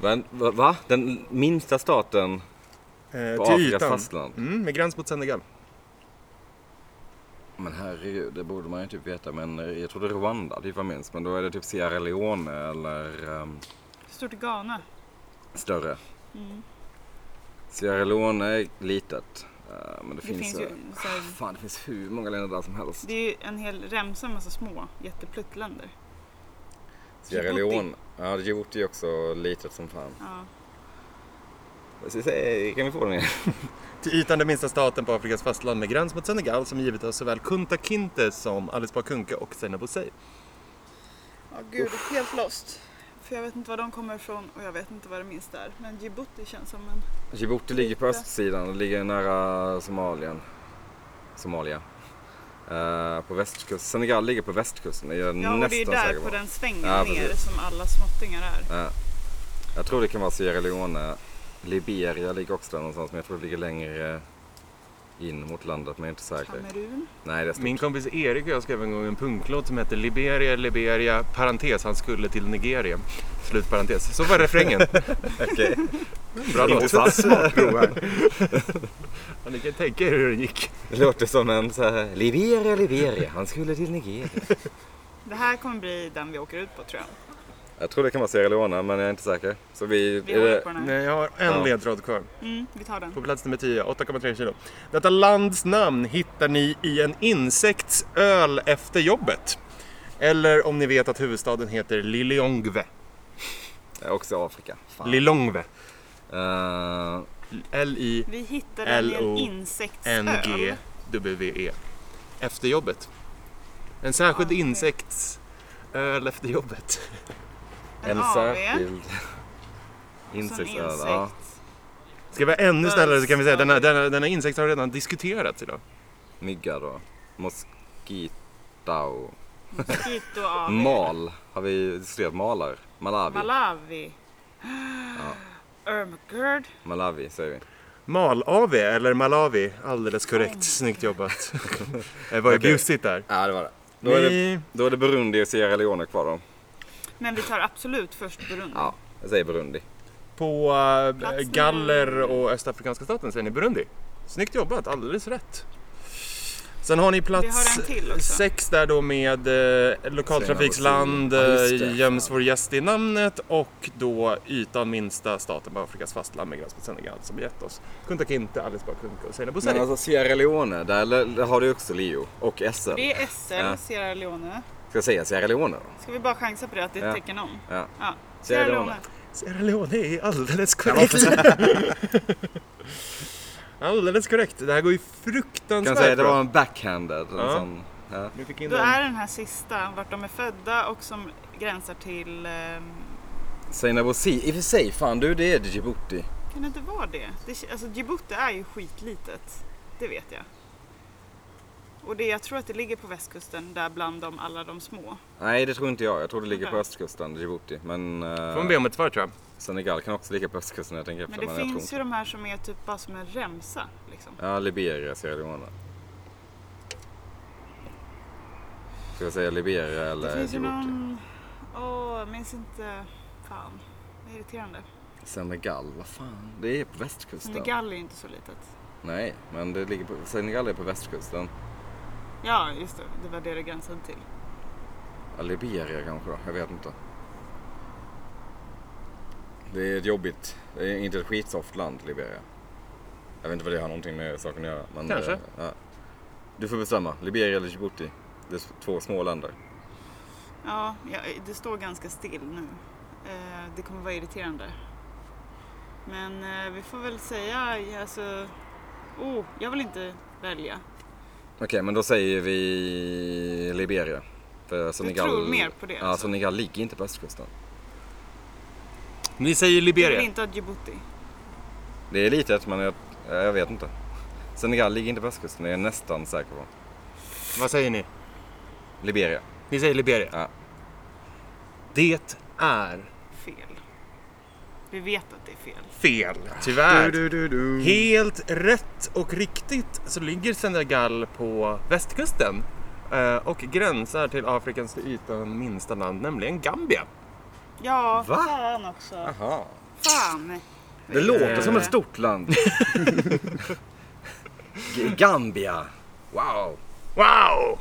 Speaker 1: Men, va, va? Den minsta staten
Speaker 5: Eh,
Speaker 1: på
Speaker 5: till
Speaker 1: Afrikas
Speaker 5: ytan.
Speaker 1: fastland?
Speaker 5: Mm, med gräns mot Senegal.
Speaker 1: Men herregud, det borde man ju typ veta. Men eh, jag trodde Rwanda typ var minst. Men då är det typ Sierra Leone eller ehm,
Speaker 2: Stort Ghana. Mm.
Speaker 1: större. Sierra Leone är litet. eh, men det,
Speaker 2: Det
Speaker 1: finns,
Speaker 2: finns
Speaker 1: ju...
Speaker 2: ju så här-
Speaker 1: Fan, det finns hur många länder där som helst.
Speaker 2: Det är ju en hel remsa massa små jättepluttländer.
Speaker 1: Sierra
Speaker 2: Djibouti.
Speaker 1: Leone. Ja, Djibouti är också litet som fan.
Speaker 2: Ja.
Speaker 1: Så- så- Kan vi få den igen?
Speaker 5: Till ytan den minsta staten på Afrikas fastland med gräns mot Senegal som givit oss såväl Kunta Kinte som Alice Bah Kuhnke och Seinabo Hussein.
Speaker 2: Ja, gud, helt lost. För jag vet inte var de kommer ifrån och jag vet inte vad det minsta är. Men Djibouti känns som en...
Speaker 1: Djibouti ligger på östsidan och ligger nära Somalien. Somalia. Eh, på västkusten. Senegal ligger på västkusten. Det är jag
Speaker 2: Ja, och
Speaker 1: nästan
Speaker 2: det är ju
Speaker 1: säker
Speaker 2: där
Speaker 1: på.
Speaker 2: på den svängen
Speaker 1: Ja,
Speaker 2: ner
Speaker 1: precis.
Speaker 2: som alla småttingar är.
Speaker 1: Ja. jag tror det kan vara Sierra Leone. Liberia ligger också där någonstans men jag tror det ligger längre in mot landet men jag är inte säker.
Speaker 2: Kamerun.
Speaker 1: Nej, det är stort.
Speaker 5: Min kompis Erik och jag skrev en gång en punklåt som hette Liberia, Liberia, parentes, han skulle till Nigeria. Slutparentes. Så var refrängen.
Speaker 1: Okej.
Speaker 5: Bra låt.
Speaker 4: Smart prov här.
Speaker 5: Ja, Ni kan tänka er hur den gick.
Speaker 1: Det låter som en så här, Liberia, Liberia, han skulle till Nigeria.
Speaker 2: Det här kommer bli den vi åker ut på tror jag.
Speaker 1: Jag tror det kan vara Sierra Leone men jag är inte säker. Så vi...
Speaker 2: Vi
Speaker 1: är
Speaker 2: håller
Speaker 1: det-
Speaker 2: på den här.
Speaker 5: Nej, Jag har en
Speaker 1: Ja.
Speaker 5: ledtråd kvar.
Speaker 2: Mm, vi tar den.
Speaker 5: På plats nummer 10, 8,3 kilo. Detta lands namn hittar ni i en insekts öl efter jobbet. Eller om ni vet att huvudstaden heter Lilongwe.
Speaker 1: det är också Afrika. Fan.
Speaker 5: Lilongwe.
Speaker 1: Eh,
Speaker 5: L-I...
Speaker 2: Vi hittade den i en
Speaker 5: LO,
Speaker 2: insektsöl.
Speaker 5: NGWE. E. Efter jobbet. En särskild
Speaker 2: Ja, det-
Speaker 5: insektsöl efter jobbet.
Speaker 2: En
Speaker 1: En
Speaker 2: AV.
Speaker 1: särskild
Speaker 2: Som insekt.
Speaker 1: insektsöl. Ja.
Speaker 5: Ska vi vara ännu snällare så kan vi säga att denna, denna, denna insekt har redan diskuterats idag.
Speaker 1: Mygga då. Moskitao.
Speaker 2: Mosquito AV.
Speaker 1: Mal. Har vi diskuterat malar? Malawi.
Speaker 2: Malawi. Oh Ermgerd.
Speaker 1: Malawi säger vi.
Speaker 5: Mal-AV eller Malawi, alldeles korrekt. Snyggt jobbat. Det var ju
Speaker 1: Okej.
Speaker 5: bjussigt där.
Speaker 1: Ja, det var det. Då är det,
Speaker 5: Ni...
Speaker 1: då är det Burundi och Sierra Leone kvar då.
Speaker 2: Men vi tar absolut först Burundi.
Speaker 1: Ja, jag säger Burundi.
Speaker 5: På
Speaker 2: Plats
Speaker 5: äh,
Speaker 2: nummer-
Speaker 5: Galler och Östafrikanska staten säger ni Burundi. Snyggt jobbat, alldeles rätt. Sen har ni plats
Speaker 2: en till
Speaker 1: Alltså.
Speaker 2: också.
Speaker 5: sex där då med eh, lokaltrafiksland,
Speaker 1: Ja, just det.
Speaker 5: eh, göms vår gäst i namnet och då ytan minsta staten på Afrikas fastland med gräns mot Senegal som gett oss Kunta Kinte, Alice Bah Kuhnke och Seinabo
Speaker 1: Men alltså Sierra Leone, där, där har du också Leo och SL. Ska
Speaker 2: Det är SL,
Speaker 1: Ja.
Speaker 2: Sierra Leone.
Speaker 1: jag säga Sierra Leone då?
Speaker 2: Ska vi bara chansa på det att det är ett
Speaker 1: Ja.
Speaker 2: tecken om?
Speaker 1: Ja.
Speaker 2: Ja.
Speaker 1: Sierra Leone.
Speaker 5: Sierra Leone är alldeles korrekt. alldeles korrekt. Det här går ju
Speaker 1: Kan jag säga det
Speaker 5: fruktansvärt
Speaker 1: var
Speaker 5: bra.
Speaker 1: en backhanded. En
Speaker 5: Ja.
Speaker 1: sån, ja.
Speaker 5: Nu fick in
Speaker 2: Då
Speaker 5: den.
Speaker 2: är den här sista, vart de är födda och som gränsar till... ehm,
Speaker 1: Seinabo Si. I och för sig, fan du det är Djibouti.
Speaker 2: kan det inte vara det? det alltså Djibouti är ju skitlitet. Det vet jag. Och det, jag tror att det ligger på västkusten där bland de, alla de små.
Speaker 1: Nej det tror inte jag. Jag tror det ligger på
Speaker 2: Okej.
Speaker 1: östkusten, Djibouti. Men eh,
Speaker 5: Får man be om ett svar tror jag.
Speaker 1: Senegal kan också ligga på östkusten jag tänker efter.
Speaker 2: Men det
Speaker 1: men jag tror
Speaker 2: finns
Speaker 1: inte.
Speaker 2: ju de här som är typ bara som en remsa. Liksom.
Speaker 1: Ja, Liberia, Sierra Leone. Ska jag säga Liberia
Speaker 2: Det
Speaker 1: eller
Speaker 2: finns ju
Speaker 1: Djibouti?
Speaker 2: någon... Åh, jag minns inte. Fan, det är irriterande.
Speaker 1: Senegal, vad fan? Det är på västkusten.
Speaker 2: Senegal är ju inte så litet.
Speaker 1: Nej, men det ligger på... Senegal är på västkusten.
Speaker 2: Ja, just det. Det var det det gränsade till.
Speaker 1: Ja, Liberia kanske då, jag vet inte. Det är ett jobbigt, det är inte ett skitsoft land, Liberia. Jag vet inte vad det har någonting med saken att göra. Men,
Speaker 5: Kanske.
Speaker 1: eh, Ja. Du får bestämma, Liberia eller Djibouti. Det är s- två små länder.
Speaker 2: Ja, ja, det står ganska still nu. Eh, Det kommer vara irriterande. Men eh, vi får väl säga, ja, alltså... Oh, jag vill inte välja.
Speaker 1: Okej, men då säger vi Liberia. För Senegal...
Speaker 2: tror mer på det,
Speaker 1: Ja,
Speaker 2: alltså?
Speaker 1: Senegal ligger inte på östkusten.
Speaker 5: Ni säger
Speaker 2: Du vill
Speaker 5: Liberia.
Speaker 2: inte ha Djibouti.
Speaker 1: Det är litet, men jag, jag vet inte. Senegal ligger inte på östkusten, det är jag nästan säker på.
Speaker 5: Vad säger ni?
Speaker 1: Liberia.
Speaker 5: Ni säger Liberia.
Speaker 1: Ja.
Speaker 5: Det är
Speaker 2: Fel. Vi vet att det är fel.
Speaker 5: fel. Tyvärr.
Speaker 4: Du, du, du, du.
Speaker 5: Helt rätt och riktigt så ligger Senegal på västkusten eh, och gränsar till Afrikas till ytan minsta land, nämligen Gambia.
Speaker 2: Ja,
Speaker 1: Va?
Speaker 2: fan också.
Speaker 1: Aha.
Speaker 2: Fan.
Speaker 1: Det
Speaker 2: Eh.
Speaker 1: låter som ett stort land. G- Gambia. Wow.
Speaker 5: Wow!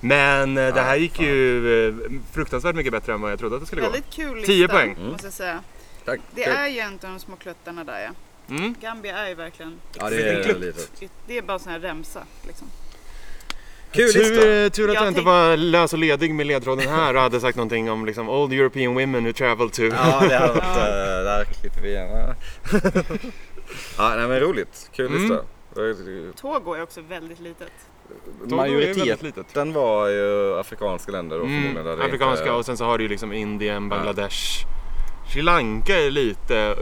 Speaker 5: Men eh, det här gick ju eh, fruktansvärt mycket bättre än vad jag trodde att det skulle gå.
Speaker 2: Väldigt kul lista,
Speaker 5: 10 poäng.
Speaker 2: måste jag säga.
Speaker 1: Tack.
Speaker 2: Det är ju en av de små kluttarna där ja.
Speaker 5: Mm.
Speaker 2: Gambia är ju verkligen,
Speaker 1: Ja, det är litet.
Speaker 2: det är bara en sån här remsa liksom.
Speaker 1: Kul lista.
Speaker 5: Tur, tur att
Speaker 2: Jag
Speaker 5: jag inte
Speaker 2: tänk-
Speaker 5: var lös och ledig med ledtråden här och hade sagt någonting om liksom old European women who travel to...
Speaker 1: Ja, det hade varit... eh, Där klipper vi igen. Ja, nej men roligt. Kul lista.
Speaker 2: Tåg går ju också väldigt litet.
Speaker 5: Togo är väldigt litet. Mm.
Speaker 1: Majoriteten var ju afrikanska länder då förmodligen. där det
Speaker 5: Afrikanska
Speaker 1: inte-
Speaker 5: och sen så har du ju liksom Indien, Bangladesh. Sri Lanka är lite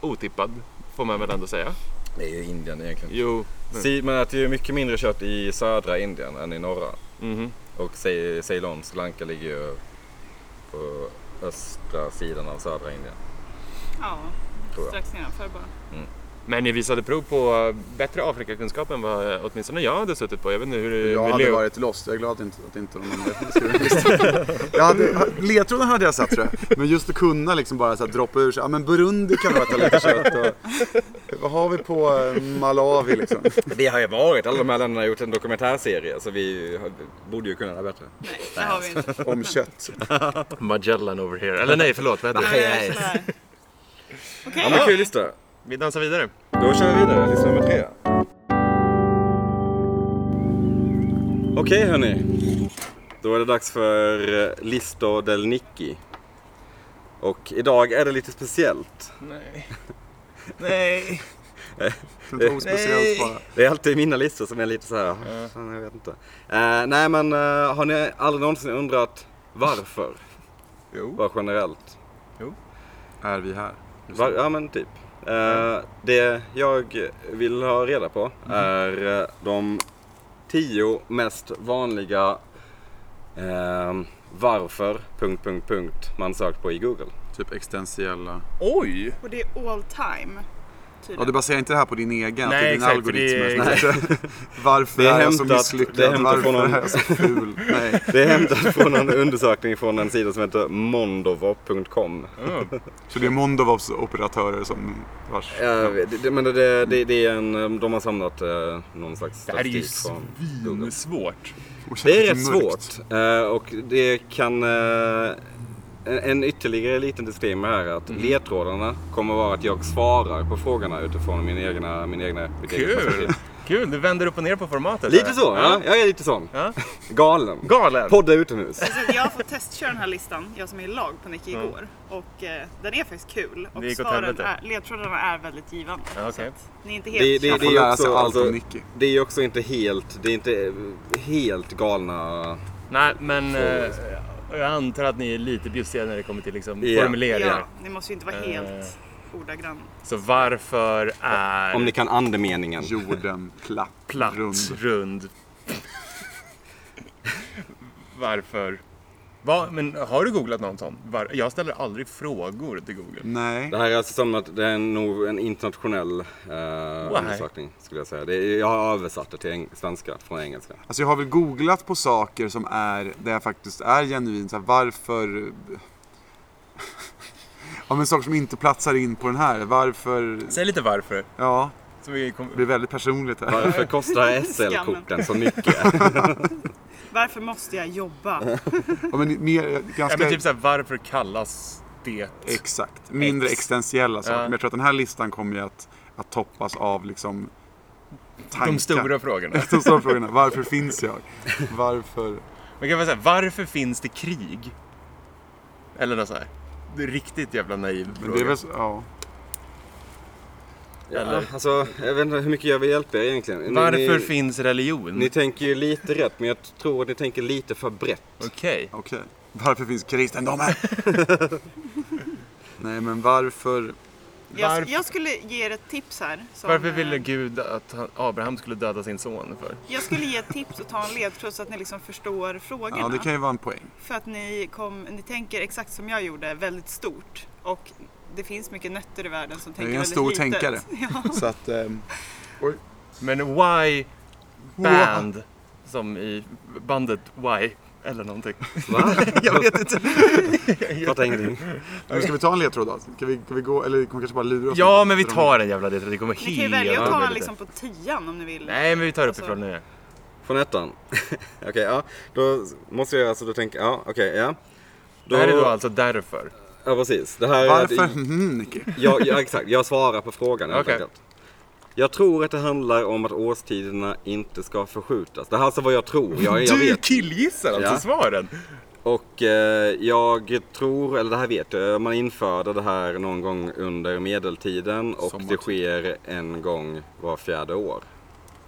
Speaker 5: otippad får man väl ändå säga.
Speaker 1: Det är ju Indien egentligen.
Speaker 5: Jo,
Speaker 1: Si- Men att det är mycket mindre kött i södra Indien än i norra.
Speaker 5: mhm.
Speaker 1: Och Ce- Ceylon, Sri Lanka ligger ju på östra sidan av södra Indien.
Speaker 2: Ja,
Speaker 1: Tror jag.
Speaker 2: strax nedanför bara.
Speaker 5: Men ni visade prov på bättre Afrikakunskap än vad eh, åtminstone jag hade suttit på. Jag vet inte hur det
Speaker 4: Jag
Speaker 5: med
Speaker 4: hade
Speaker 5: Leo-
Speaker 4: varit lost. Jag är glad att inte, att inte någon annan skrev en lista. jag hade, Ledtråden hade jag satt tror jag. Men just att kunna liksom bara så här, droppa ur sig. Ja men Burundi kan nog äta lite kött. Och, vad har vi på eh, Malawi liksom?
Speaker 1: Vi har ju varit, alla de här länderna har gjort en dokumentärserie så vi har- borde ju kunna det bättre.
Speaker 2: Nej, det har vi inte.
Speaker 4: Om kött.
Speaker 5: Magellan over here. Eller nej, förlåt. Vad heter
Speaker 2: Nej,
Speaker 5: det?
Speaker 2: det är sådär.
Speaker 1: Ja men kul lista.
Speaker 5: Vi dansar vidare.
Speaker 1: Då kör vi vidare, lista nummer tre. Okej hörni. Då är det dags för eh, Listo del Nicky. Och idag är det lite speciellt.
Speaker 5: Nej. Nej.
Speaker 4: Det var ospeciellt bara.
Speaker 1: Det är alltid mina listor som är lite så här. fan, Jag vet inte. Eh, nej men eh, har ni aldrig någonsin undrat varför?
Speaker 4: Jo.
Speaker 1: Bara generellt.
Speaker 4: Är vi här?
Speaker 1: Var, ja men typ. Eh, Det jag vill ha reda på
Speaker 5: Mhm.
Speaker 1: är eh, de tio mest vanliga eh, varför... Punkt, punkt, punkt man sökt på i Google.
Speaker 4: Typ existentiella.
Speaker 5: Oj!
Speaker 2: Och det är all time.
Speaker 4: Ja, du
Speaker 2: Tydligen.
Speaker 4: baserar inte det här på din egen,
Speaker 5: Nej,
Speaker 4: att det är din
Speaker 5: exakt,
Speaker 4: algoritm.
Speaker 5: för det är-
Speaker 4: Nej. Varför
Speaker 1: Det är
Speaker 4: är jag så
Speaker 1: hämtat- det är
Speaker 4: misslyckad?
Speaker 1: hämtat
Speaker 4: Varför
Speaker 1: från någon-
Speaker 4: är jag så ful? Nej.
Speaker 1: Det är hämtat från en undersökning från en sida som heter mondovop.com.
Speaker 4: Så det är Mondovovs operatörer som... Vars...
Speaker 1: Eh, det, det, men det, det, det är en, eh, de har samlat eh, någon slags
Speaker 5: Det här är ju
Speaker 1: statistik från Google.
Speaker 5: svinsvårt.
Speaker 1: Det är rätt
Speaker 4: Okänsligt mörkt.
Speaker 1: svårt eh, och det kan... eh, en- En ytterligare liten disclaimer här är att ledtrådarna kommer vara att jag svarar på frågorna utifrån min egna... Min egna mitt eget
Speaker 5: Kul!
Speaker 1: perspektiv.
Speaker 5: Kul, du vänder upp och ner på formatet.
Speaker 1: Lite
Speaker 5: här.
Speaker 1: så, ja. Jag är lite sån.
Speaker 5: Ja.
Speaker 1: Galen.
Speaker 5: Galen!
Speaker 1: Podda utomhus.
Speaker 2: Så jag får testköra den här listan, jag som är i lag på Nicky igår. Och eh, den är faktiskt kul. Och
Speaker 5: Det gick åt
Speaker 2: svaren
Speaker 5: helvete.
Speaker 2: är, ledtrådarna är väldigt givande.
Speaker 5: Ja,
Speaker 2: Så
Speaker 5: okej.
Speaker 2: att ni är inte
Speaker 1: Det,
Speaker 2: helt
Speaker 1: det,
Speaker 4: Man
Speaker 1: det,
Speaker 4: får
Speaker 1: är
Speaker 4: lära sig
Speaker 1: också,
Speaker 4: allt
Speaker 1: alltså,
Speaker 4: om Nicky.
Speaker 1: det är också inte helt, det är inte helt galna...
Speaker 5: Nej, men eh, jag antar att ni är lite bjussiga när det kommer till liksom
Speaker 1: Ja.
Speaker 5: formuleringar.
Speaker 2: Ja, ni måste ju inte vara helt ordagrann.
Speaker 5: Så varför är
Speaker 1: Om ni kan andemeningen.
Speaker 4: Jorden, platt,
Speaker 5: platt
Speaker 4: rund.
Speaker 5: rund? varför? Va? Men har du googlat någon sån? Var... Jag ställer aldrig frågor till Google.
Speaker 4: Nej.
Speaker 1: Det här är alltså som att det är nog en internationell eh, undersökning skulle jag säga. Det, är- jag har översatt det till eng- svenska från engelska.
Speaker 4: Alltså jag har väl googlat på saker som är, där jag faktiskt är genuin. Så här, varför... Ja men saker som inte platsar in på den här. Varför...
Speaker 5: Säg lite varför.
Speaker 4: Ja,
Speaker 5: Så vi kom...
Speaker 4: det blir väldigt personligt här.
Speaker 1: Varför kostar SL-korten så mycket?
Speaker 2: Varför måste jag jobba?
Speaker 4: Ja, men mer,
Speaker 5: Ja,
Speaker 4: ganska...
Speaker 5: men typ så här, varför kallas det?
Speaker 4: Exakt. Mindre
Speaker 5: Ex.
Speaker 4: existentiella saker.
Speaker 5: Ja.
Speaker 4: Men jag tror att den här listan kommer ju att, att toppas av liksom... Tankar.
Speaker 5: De stora frågorna.
Speaker 4: De stora frågorna. Varför finns jag? Varför?
Speaker 5: Man kan väl säga, varför finns det krig? Eller något så här. Det är Riktigt jävla naiv
Speaker 4: Men
Speaker 5: fråga.
Speaker 4: det är väl så, ja.
Speaker 1: Ja,
Speaker 5: Eller?
Speaker 1: alltså, jag vet inte hur mycket jag vill hjälpa er egentligen. Ni,
Speaker 5: Varför
Speaker 1: ni,
Speaker 5: finns religion?
Speaker 1: ni tänker ju lite rätt, men jag tror att ni tänker lite för brett.
Speaker 5: Okej.
Speaker 4: Okej. Varför finns kristendomen? Nej, men varför?
Speaker 2: Jag,
Speaker 5: Varför-
Speaker 2: jag skulle ge er ett tips här. som,
Speaker 5: Varför
Speaker 2: eh,
Speaker 5: ville Gud att han- Abraham skulle döda sin son för?
Speaker 2: Jag skulle ge ett tips och ta en ledtråd så att ni liksom förstår frågorna.
Speaker 4: Ja, det kan ju vara en poäng.
Speaker 2: För att ni, kom, ni tänker exakt som jag gjorde, väldigt stort. Och det finns mycket nötter i världen som tänker
Speaker 4: en
Speaker 2: väldigt
Speaker 4: stor
Speaker 2: litet.
Speaker 4: tänkare.
Speaker 2: Ja.
Speaker 4: Så att... ehm,
Speaker 5: Men why band? Som i bandet Why? Eller någonting.
Speaker 1: Va?
Speaker 5: Jag vet inte.
Speaker 1: Fattar ingenting.
Speaker 4: men ska vi ta en ledtråd då? Ska vi, ska vi gå, eller vi kommer kanske bara lura oss?
Speaker 5: Ja, men vi tar den jävla ledtråden. Det kommer helt...
Speaker 2: Ni kan ju välja att
Speaker 5: över
Speaker 2: ta
Speaker 5: lite.
Speaker 2: den liksom på tian om ni vill.
Speaker 5: Nej, men vi tar
Speaker 2: Alltså-
Speaker 5: uppifrån nu.
Speaker 1: Från ettan? okej, ja. Då måste jag alltså då tänka, ja okej, ja.
Speaker 5: Det här är då alltså därför.
Speaker 1: Ja precis. Det här är-
Speaker 4: Varför? Mm, Nicky.
Speaker 1: Ja, ja, exakt. Jag svarar på frågan helt
Speaker 5: Okej.
Speaker 1: enkelt. Jag tror att det handlar om att årstiderna inte ska förskjutas. Det här är alltså vad jag tror. Jag, jag
Speaker 5: Du
Speaker 1: vet.
Speaker 5: killgissar alltså
Speaker 1: Ja.
Speaker 5: svaren.
Speaker 1: Och eh, jag tror, eller det här vet jag, man införde det här någon gång under medeltiden och det
Speaker 4: Sommartid.
Speaker 1: sker en gång var fjärde år.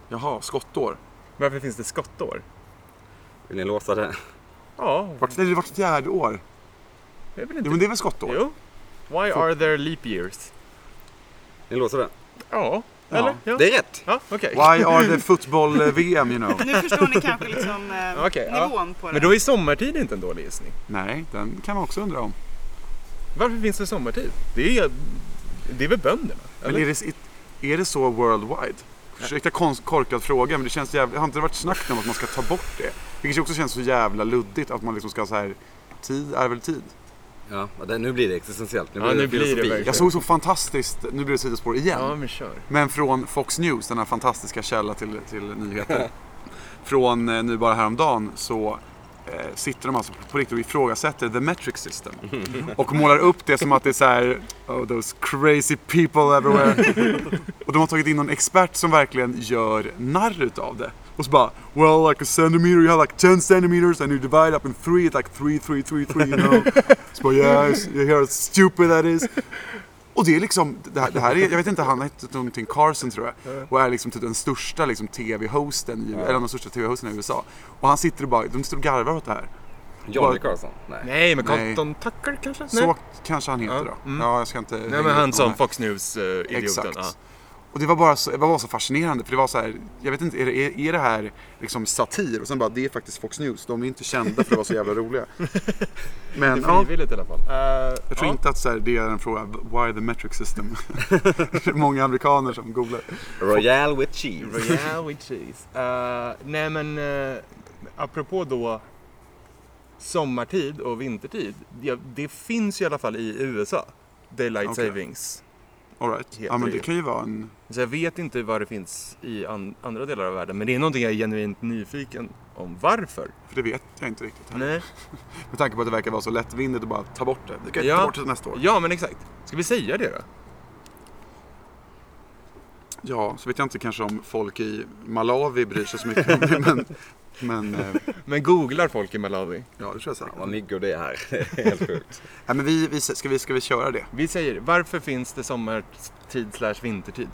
Speaker 4: Jaha, skottår.
Speaker 5: Varför finns det skottår?
Speaker 1: Vill ni låsa det?
Speaker 5: Ja,
Speaker 4: Vart, nej, det är vart fjärde år.
Speaker 5: det är väl
Speaker 4: Jo,
Speaker 5: inte...
Speaker 4: men det är väl skottår?
Speaker 5: Jo. Why are there leap years?
Speaker 1: Ni låser det?
Speaker 5: Ja,
Speaker 4: Ja.
Speaker 5: eller? Ja,
Speaker 1: Det är rätt!
Speaker 5: ja okej.
Speaker 4: Why are the football-VM, you know?
Speaker 2: Nu förstår ni kanske liksom eh,
Speaker 5: Okej, ja.
Speaker 2: nivån på det.
Speaker 5: Men då är sommartid inte en dålig gissning.
Speaker 4: Nej, den kan man också undra om.
Speaker 5: Varför finns det sommartid? Det är, det är väl bönderna?
Speaker 4: Men är det, är det så worldwide? Ursäkta konst- korkad fråga, men det känns jävla, har inte det varit snack om att man ska ta bort det? Vilket ju också känns så jävla luddigt att man liksom ska så här, tid är väl tid?
Speaker 1: Ja, och det, nu blir det existentiellt. Nu
Speaker 5: Ja,
Speaker 1: blir det
Speaker 5: nu blir det
Speaker 1: filosofi.
Speaker 5: verkligen.
Speaker 4: Jag såg så fantastiskt, nu blir det sidospår igen,
Speaker 5: Ja, men kör.
Speaker 4: men från Fox News, den här fantastiska källa till, till nyheter. från eh, nu bara häromdagen så eh, sitter de alltså på riktigt och ifrågasätter the metric system. Och målar upp det som att det är så här, oh those crazy people everywhere. och de har tagit in någon expert som verkligen gör narr utav det. Och så bara, well like a centimeter, you have like 10 centimeters and you divide up in three, it's like three, three, three, three, you know. så bara, yeah, you hear how stupid that is. Och det är liksom, det här, det här är, jag vet inte, han hette någonting Carson tror jag. Och är liksom typ den största liksom, TV-hosten, i, eller en av de största TV-hosterna i USA. Och han sitter och bara, de sitter och garvar åt det här.
Speaker 1: Johnny Carson? Nej.
Speaker 5: Nej, men
Speaker 4: Nej.
Speaker 5: Carlton Tucker kanske? Nej.
Speaker 4: Så kanske han heter
Speaker 5: Ja, Mm.
Speaker 4: då. Ja, jag ska inte...
Speaker 5: Nej, men han som Fox News-idioten.
Speaker 4: Exakt. Och det var bara så, det var så fascinerande för det var så här, jag vet inte, är det, är, är det här liksom satir? Och sen bara, det är faktiskt Fox News, de är inte kända för att vara så jävla roliga. Men ja,
Speaker 5: Frivilligt i alla fall. Eh,
Speaker 4: jag tror
Speaker 5: ja.
Speaker 4: inte att så här, det är en fråga, why the metric system? Det är Många amerikaner som googlar.
Speaker 1: Royale with cheese.
Speaker 5: Royale with cheese. Eh, nej men, eh, apropå då sommartid och vintertid. Ja, det finns ju i alla fall i USA. Daylight
Speaker 4: Okej.
Speaker 5: savings.
Speaker 4: All right.
Speaker 5: Heter
Speaker 4: Ja, men
Speaker 5: det
Speaker 4: det
Speaker 5: ju.
Speaker 4: kan ju vara en...
Speaker 5: Så jag vet inte vad det finns i an- andra delar av världen. Men det är någonting jag är genuint nyfiken om. Varför?
Speaker 4: För det vet jag inte riktigt. Här.
Speaker 5: Nej.
Speaker 4: Med tanke på att det verkar vara så lättvindigt att bara ta bort det. Vi kan ju
Speaker 5: Ja.
Speaker 4: ta bort det nästa år.
Speaker 5: Ja men exakt. Ska vi säga det då?
Speaker 4: Ja, så vet jag inte kanske om folk i Malawi bryr sig så mycket om det, men... Men, eh,
Speaker 5: Men googlar folk i Malawi?
Speaker 4: ja det tror jag säkert.
Speaker 1: Vad myggor det är här. Helt sjukt.
Speaker 4: Ja, men vi, vi, ska, vi, ska vi köra det?
Speaker 5: Vi säger varför finns det sommartid slash vintertid?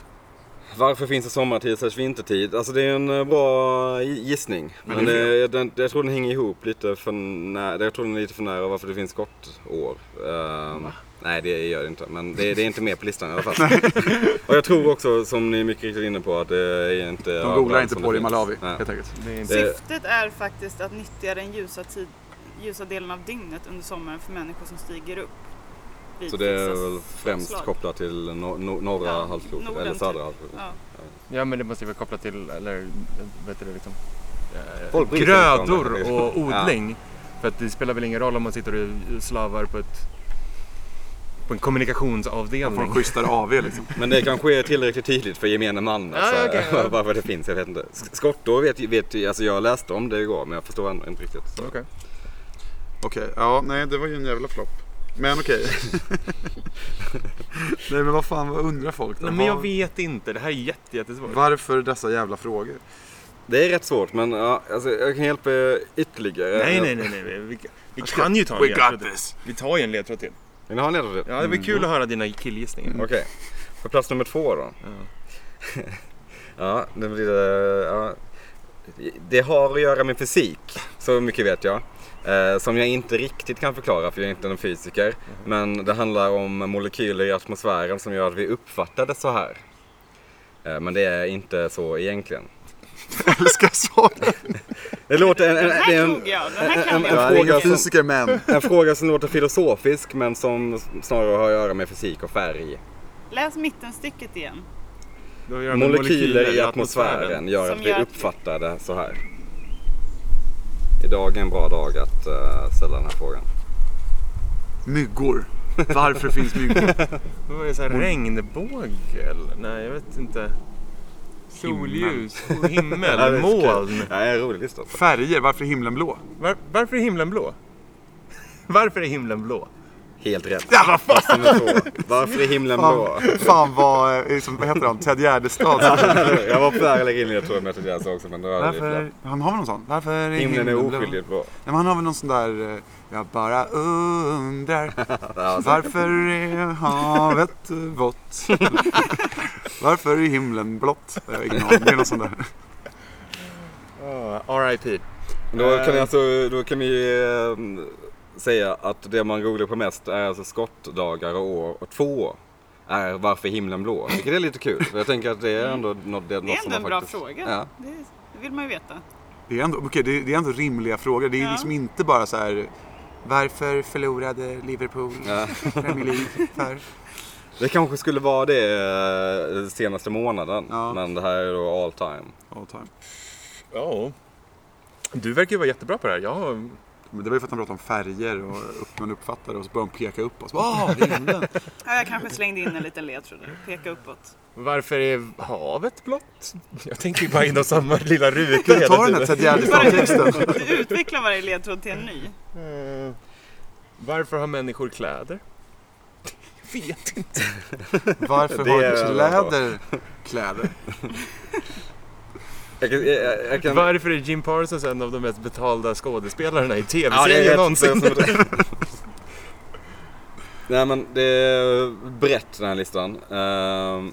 Speaker 1: Varför finns det sommartid slash vintertid? Alltså det är en eh, bra i- gissning. Men,
Speaker 4: det är
Speaker 1: det, den, jag tror den hänger ihop lite för nära. Jag tror den är lite för nära varför det finns skottår. Ehm, nej det gör det inte. Men det, det är inte med på listan i alla fall. Och jag tror också som ni är mycket riktigt inne på att det är inte...
Speaker 4: De
Speaker 1: överallt
Speaker 4: googlar inte
Speaker 1: som
Speaker 4: på det i
Speaker 1: finns.
Speaker 4: Malawi
Speaker 1: Nej.
Speaker 4: helt enkelt.
Speaker 5: Det är inte...
Speaker 1: Det-
Speaker 2: Syftet är faktiskt att nyttja den ljusa, tid, ljusa delen av dygnet under sommaren för människor som stiger upp. vid
Speaker 1: Så det är
Speaker 2: fixa
Speaker 1: väl främst
Speaker 2: slag.
Speaker 1: kopplat till no, no, norra
Speaker 2: alltså, Ja,
Speaker 1: halvklotet
Speaker 2: Norden
Speaker 1: eller södra
Speaker 2: typ.
Speaker 1: halvklotet.
Speaker 2: Ja.
Speaker 5: Ja men det måste ju vara kopplat till, eller vet du det liksom? eh,
Speaker 1: Folk bryr sig
Speaker 5: grödor
Speaker 1: inte om det.
Speaker 5: och odling. För att det spelar väl ingen roll om man sitter och slavar på ett på en
Speaker 4: Får en
Speaker 5: kommunikationsavdelning.
Speaker 4: schysstare AV liksom.
Speaker 1: Men det kanske är tillräckligt tydligt för gemene man
Speaker 5: Ja,
Speaker 1: alltså,
Speaker 5: okej, ja.
Speaker 1: varför det finns. Jag vet inte. Sk- Skottår vet, ju- vet ju- alltså jag läste om det igår men jag förstår ändå inte riktigt. Så.
Speaker 5: Okej.
Speaker 4: Okej, ja nej det var ju en jävla flopp. Men okej. nej men vad fan, vad undrar folk då?
Speaker 5: Nej, men jag
Speaker 4: Var-
Speaker 5: vet inte, det här är jätte, jättesvårt.
Speaker 4: Varför dessa jävla frågor?
Speaker 1: Det är rätt svårt men ja, alltså, jag kan hjälpa er ytterligare.
Speaker 5: Nej, nej, nej, nej. Vi, vi, vi kan ju ta en
Speaker 4: We got
Speaker 5: ledtråd till.
Speaker 4: this!
Speaker 5: Vi tar ju en ledtråd till. Mm.
Speaker 1: Vill ni ha en ledtråd?
Speaker 5: Ja, det blir kul att höra dina killgissningar.
Speaker 1: Okej. På plats nummer två då. Ja, det blir det. Ja. Det har att göra med fysik, så mycket vet jag. Eh, som jag inte riktigt kan förklara för jag är inte en fysiker. Men det handlar om molekyler i atmosfären som gör att vi uppfattar det så här. Eh, men det är inte så egentligen.
Speaker 4: Älskar svaret!
Speaker 1: Det låter en, en,
Speaker 2: Den här
Speaker 1: det är en,
Speaker 2: tog jag, den här kan
Speaker 1: en-
Speaker 2: jag.
Speaker 1: en-
Speaker 4: Jag är ingen fysiker men.
Speaker 1: en fråga som låter filosofisk men som snarare har att göra med fysik och färg.
Speaker 2: Läs mittenstycket igen.
Speaker 5: Då gör vi
Speaker 1: Molekyler i atmosfären gör
Speaker 2: Som
Speaker 1: att vi
Speaker 2: gör att-
Speaker 1: uppfattar det så här. Idag är en bra dag att eh, ställa den här frågan.
Speaker 4: Myggor. Varför finns myggor?
Speaker 5: Vad var det? Så här, regnbågel? Nej, jag vet inte. Solljus,
Speaker 1: Ja, det är
Speaker 5: himmel,
Speaker 1: så kul.
Speaker 5: moln.
Speaker 1: Ja, Det är en rolig lista. alltså.
Speaker 4: Färger, varför är himlen blå?
Speaker 5: Var, varför är himlen blå? Varför är himlen blå?
Speaker 1: Helt rätt.
Speaker 4: Ja, vad fan.
Speaker 1: Fast nummer två. Varför i himlen blå?
Speaker 4: Fan, fan vad, eh, liksom, vad heter han, Ted Gärdestad.
Speaker 1: Jag var på väg att lägga in det, jag tror jag mötte deras också, men då hade jag blivit
Speaker 4: Varför, han har väl någon sån? Varför är
Speaker 1: Himlen är
Speaker 4: blå?
Speaker 1: oskyldigt blå.
Speaker 4: Nej, men han har väl någon sån där, eh, jag bara undrar varför är havet vått? varför är himlen blått? Jag har ingen aning, det är någon sån där.
Speaker 5: Ah, RIP.
Speaker 1: Då kan, vi alltså, då kan vi eh, säga att det man googlar på mest är alltså skottdagar och år och två är varför himlen blå. Vilket är lite kul. För jag tänker att det är ändå något, det är något
Speaker 2: Det är
Speaker 1: som
Speaker 2: ändå en
Speaker 1: man
Speaker 2: bra
Speaker 1: faktiskt...
Speaker 2: fråga.
Speaker 1: Ja.
Speaker 2: Det det vill man ju veta.
Speaker 4: Det är ändå, okej, det, det är ändå rimliga frågor. Det är
Speaker 2: Ja.
Speaker 4: liksom inte bara så här, varför förlorade Liverpool
Speaker 1: Ja.
Speaker 4: Premier League? För?
Speaker 1: Det kanske skulle vara det eh, senaste månaden.
Speaker 4: Ja.
Speaker 1: Men det här är då all time.
Speaker 4: All time.
Speaker 5: Ja. Du verkar ju vara jättebra på det här. Jag har
Speaker 4: Men det var ju för att han pratade om färger och upp, man uppfattade och så började de peka upp oss. Åh, himlen!
Speaker 2: Ja, jag kanske slängde in en liten ledtråd där. Peka uppåt.
Speaker 5: Varför är havet blått? Jag tänker ju bara inom samma lilla ruta
Speaker 4: Jag tar
Speaker 5: hela
Speaker 4: den här
Speaker 5: tiden.
Speaker 4: Ted Gärdestad-texten.
Speaker 2: Du utvecklar varje ledtråd till en ny.
Speaker 5: Eh, Varför har människor kläder? Jag vet inte.
Speaker 4: Varför
Speaker 1: Det
Speaker 4: har
Speaker 1: är-
Speaker 4: kläder kläder?
Speaker 1: Jag kan, jag, jag- jag kan...
Speaker 5: Varför är Jim Parsons en av de mest betalda skådespelarna i
Speaker 1: Ja,
Speaker 5: tv-serien
Speaker 1: det är
Speaker 5: någonsin?
Speaker 1: någonsin. Nej men det är brett den här listan. Ehm,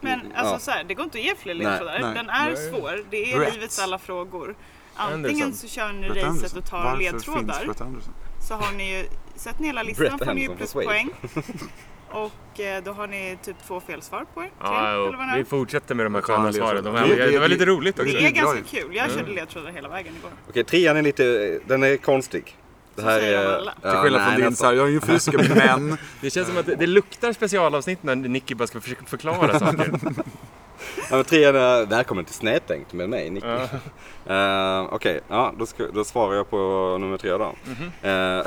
Speaker 2: Men alltså
Speaker 1: Ja.
Speaker 2: så här, det går inte att ge fler
Speaker 1: Nej,
Speaker 2: ledtrådar.
Speaker 4: nej.
Speaker 2: Den är
Speaker 5: Nej.
Speaker 2: svår. Det är
Speaker 4: Brett.
Speaker 2: livets alla frågor. Antingen
Speaker 5: Anderson.
Speaker 2: så kör ni
Speaker 4: Brett
Speaker 2: racet
Speaker 4: Anderson.
Speaker 2: och tar
Speaker 4: Varför finns
Speaker 2: ledtrådar.
Speaker 4: Brett Anderson?
Speaker 2: Så har ni ju, sett ni hela listan
Speaker 1: Brett
Speaker 2: får ni ju
Speaker 1: Anderson från
Speaker 2: pluspoäng. Och eh, då har ni typ två fel svar på er. Tre,
Speaker 5: Ja,
Speaker 2: eller
Speaker 5: jo.
Speaker 2: vad det
Speaker 5: vi
Speaker 2: är.
Speaker 5: fortsätter med de här
Speaker 4: Fan,
Speaker 5: sköna
Speaker 4: det är
Speaker 5: svaren.
Speaker 4: så.
Speaker 5: De
Speaker 4: Det-
Speaker 5: här, det var lite
Speaker 4: det-
Speaker 5: roligt också.
Speaker 2: Det är
Speaker 4: Det är bra
Speaker 2: ganska
Speaker 4: ju.
Speaker 2: kul. Jag körde ledtrådar hela vägen igår.
Speaker 1: Okej, trean är lite, den är konstig. Det
Speaker 2: Så säger de alla.
Speaker 1: Ja,
Speaker 4: Till skillnad
Speaker 1: nej, alltså.
Speaker 4: från din
Speaker 1: nästan.
Speaker 4: så här, jag är ingen fysiker men
Speaker 5: Det känns som att det, det luktar specialavsnitt när Nicky bara ska försöka förklara saker.
Speaker 1: Ja, men trean är välkommen till Snedtänkt med mig, Nicky. Eh, Okej, ja, då, ska- då svarar jag på nummer tre då. Eh,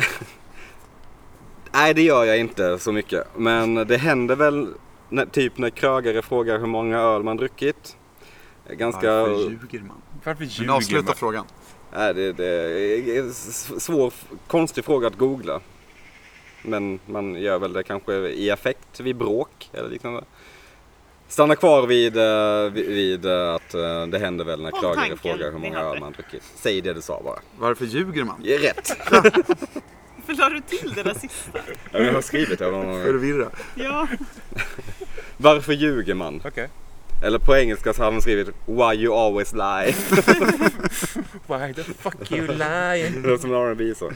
Speaker 1: nej, det gör jag inte så mycket. Men det händer väl när, typ när krögare frågar hur många öl man druckit. Ganska...
Speaker 4: varför ljuger man?
Speaker 5: Varför ljuger
Speaker 4: Men
Speaker 5: man?
Speaker 4: avsluta frågan.
Speaker 1: Nej, det, det är en s- svår, konstig fråga att googla. Men man gör väl det kanske i affekt vid bråk eller liknande. Stanna kvar vid, eh, vid, vid eh, att eh, det händer väl när
Speaker 2: Håll
Speaker 1: klagare
Speaker 2: tanken
Speaker 1: frågar hur
Speaker 2: vid
Speaker 1: många
Speaker 2: havet.
Speaker 1: öl man druckit. Säg det du sa bara.
Speaker 4: Varför ljuger man?
Speaker 1: Det är rätt.
Speaker 2: Varför la du till det där sista?
Speaker 1: Jag har skrivit det. någon gång.
Speaker 4: Förvirra.
Speaker 2: Ja,
Speaker 1: Varför ljuger man?
Speaker 5: Okej.
Speaker 1: Eller på engelska så har de skrivit Why you always lie.
Speaker 5: Why the fuck you lying?
Speaker 1: Det är som en R&B sång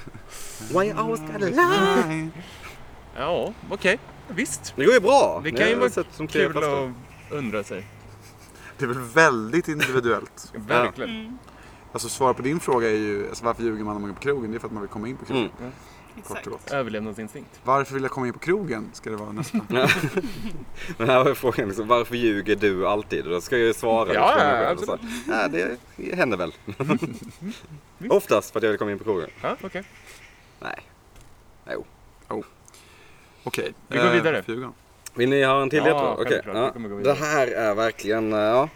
Speaker 1: Why you always gotta lie.
Speaker 4: Nej.
Speaker 5: Ja, okej. Visst.
Speaker 1: Det går ju bra.
Speaker 5: Det
Speaker 1: Ni
Speaker 5: kan
Speaker 1: har
Speaker 5: ju vara
Speaker 1: sett som tre
Speaker 5: kul
Speaker 1: första.
Speaker 5: att undra sig.
Speaker 4: Det är väl väldigt individuellt.
Speaker 5: Verkligen.
Speaker 2: Mm.
Speaker 4: Alltså svara på din fråga är ju, alltså, varför ljuger man när man går på krogen? Det är för att man vill komma in på krogen.
Speaker 1: Mm.
Speaker 4: Kort
Speaker 2: exakt.
Speaker 4: och gott.
Speaker 5: Överlevnadsinstinkt.
Speaker 4: Varför vill jag komma in på krogen? Ska det vara nästa.
Speaker 1: Den här var frågan liksom, varför ljuger du alltid? Och Då ska jag ju svara.
Speaker 5: Ja,
Speaker 1: liksom,
Speaker 5: ja,
Speaker 1: själv. Och så, "Nej, det händer väl. Oftast för att jag vill komma in på krogen.
Speaker 5: Ja, okej.
Speaker 1: Nej. Jo.
Speaker 4: Okej.
Speaker 5: Vi går
Speaker 4: eh,
Speaker 5: vidare.
Speaker 4: Flugan.
Speaker 1: Vill ni ha en till
Speaker 5: Ja,
Speaker 1: ledtråd? Okej,
Speaker 5: självklart. Vi
Speaker 1: ja.
Speaker 5: kommer gå
Speaker 1: Det
Speaker 5: vidare.
Speaker 1: här är verkligen, eh, ja.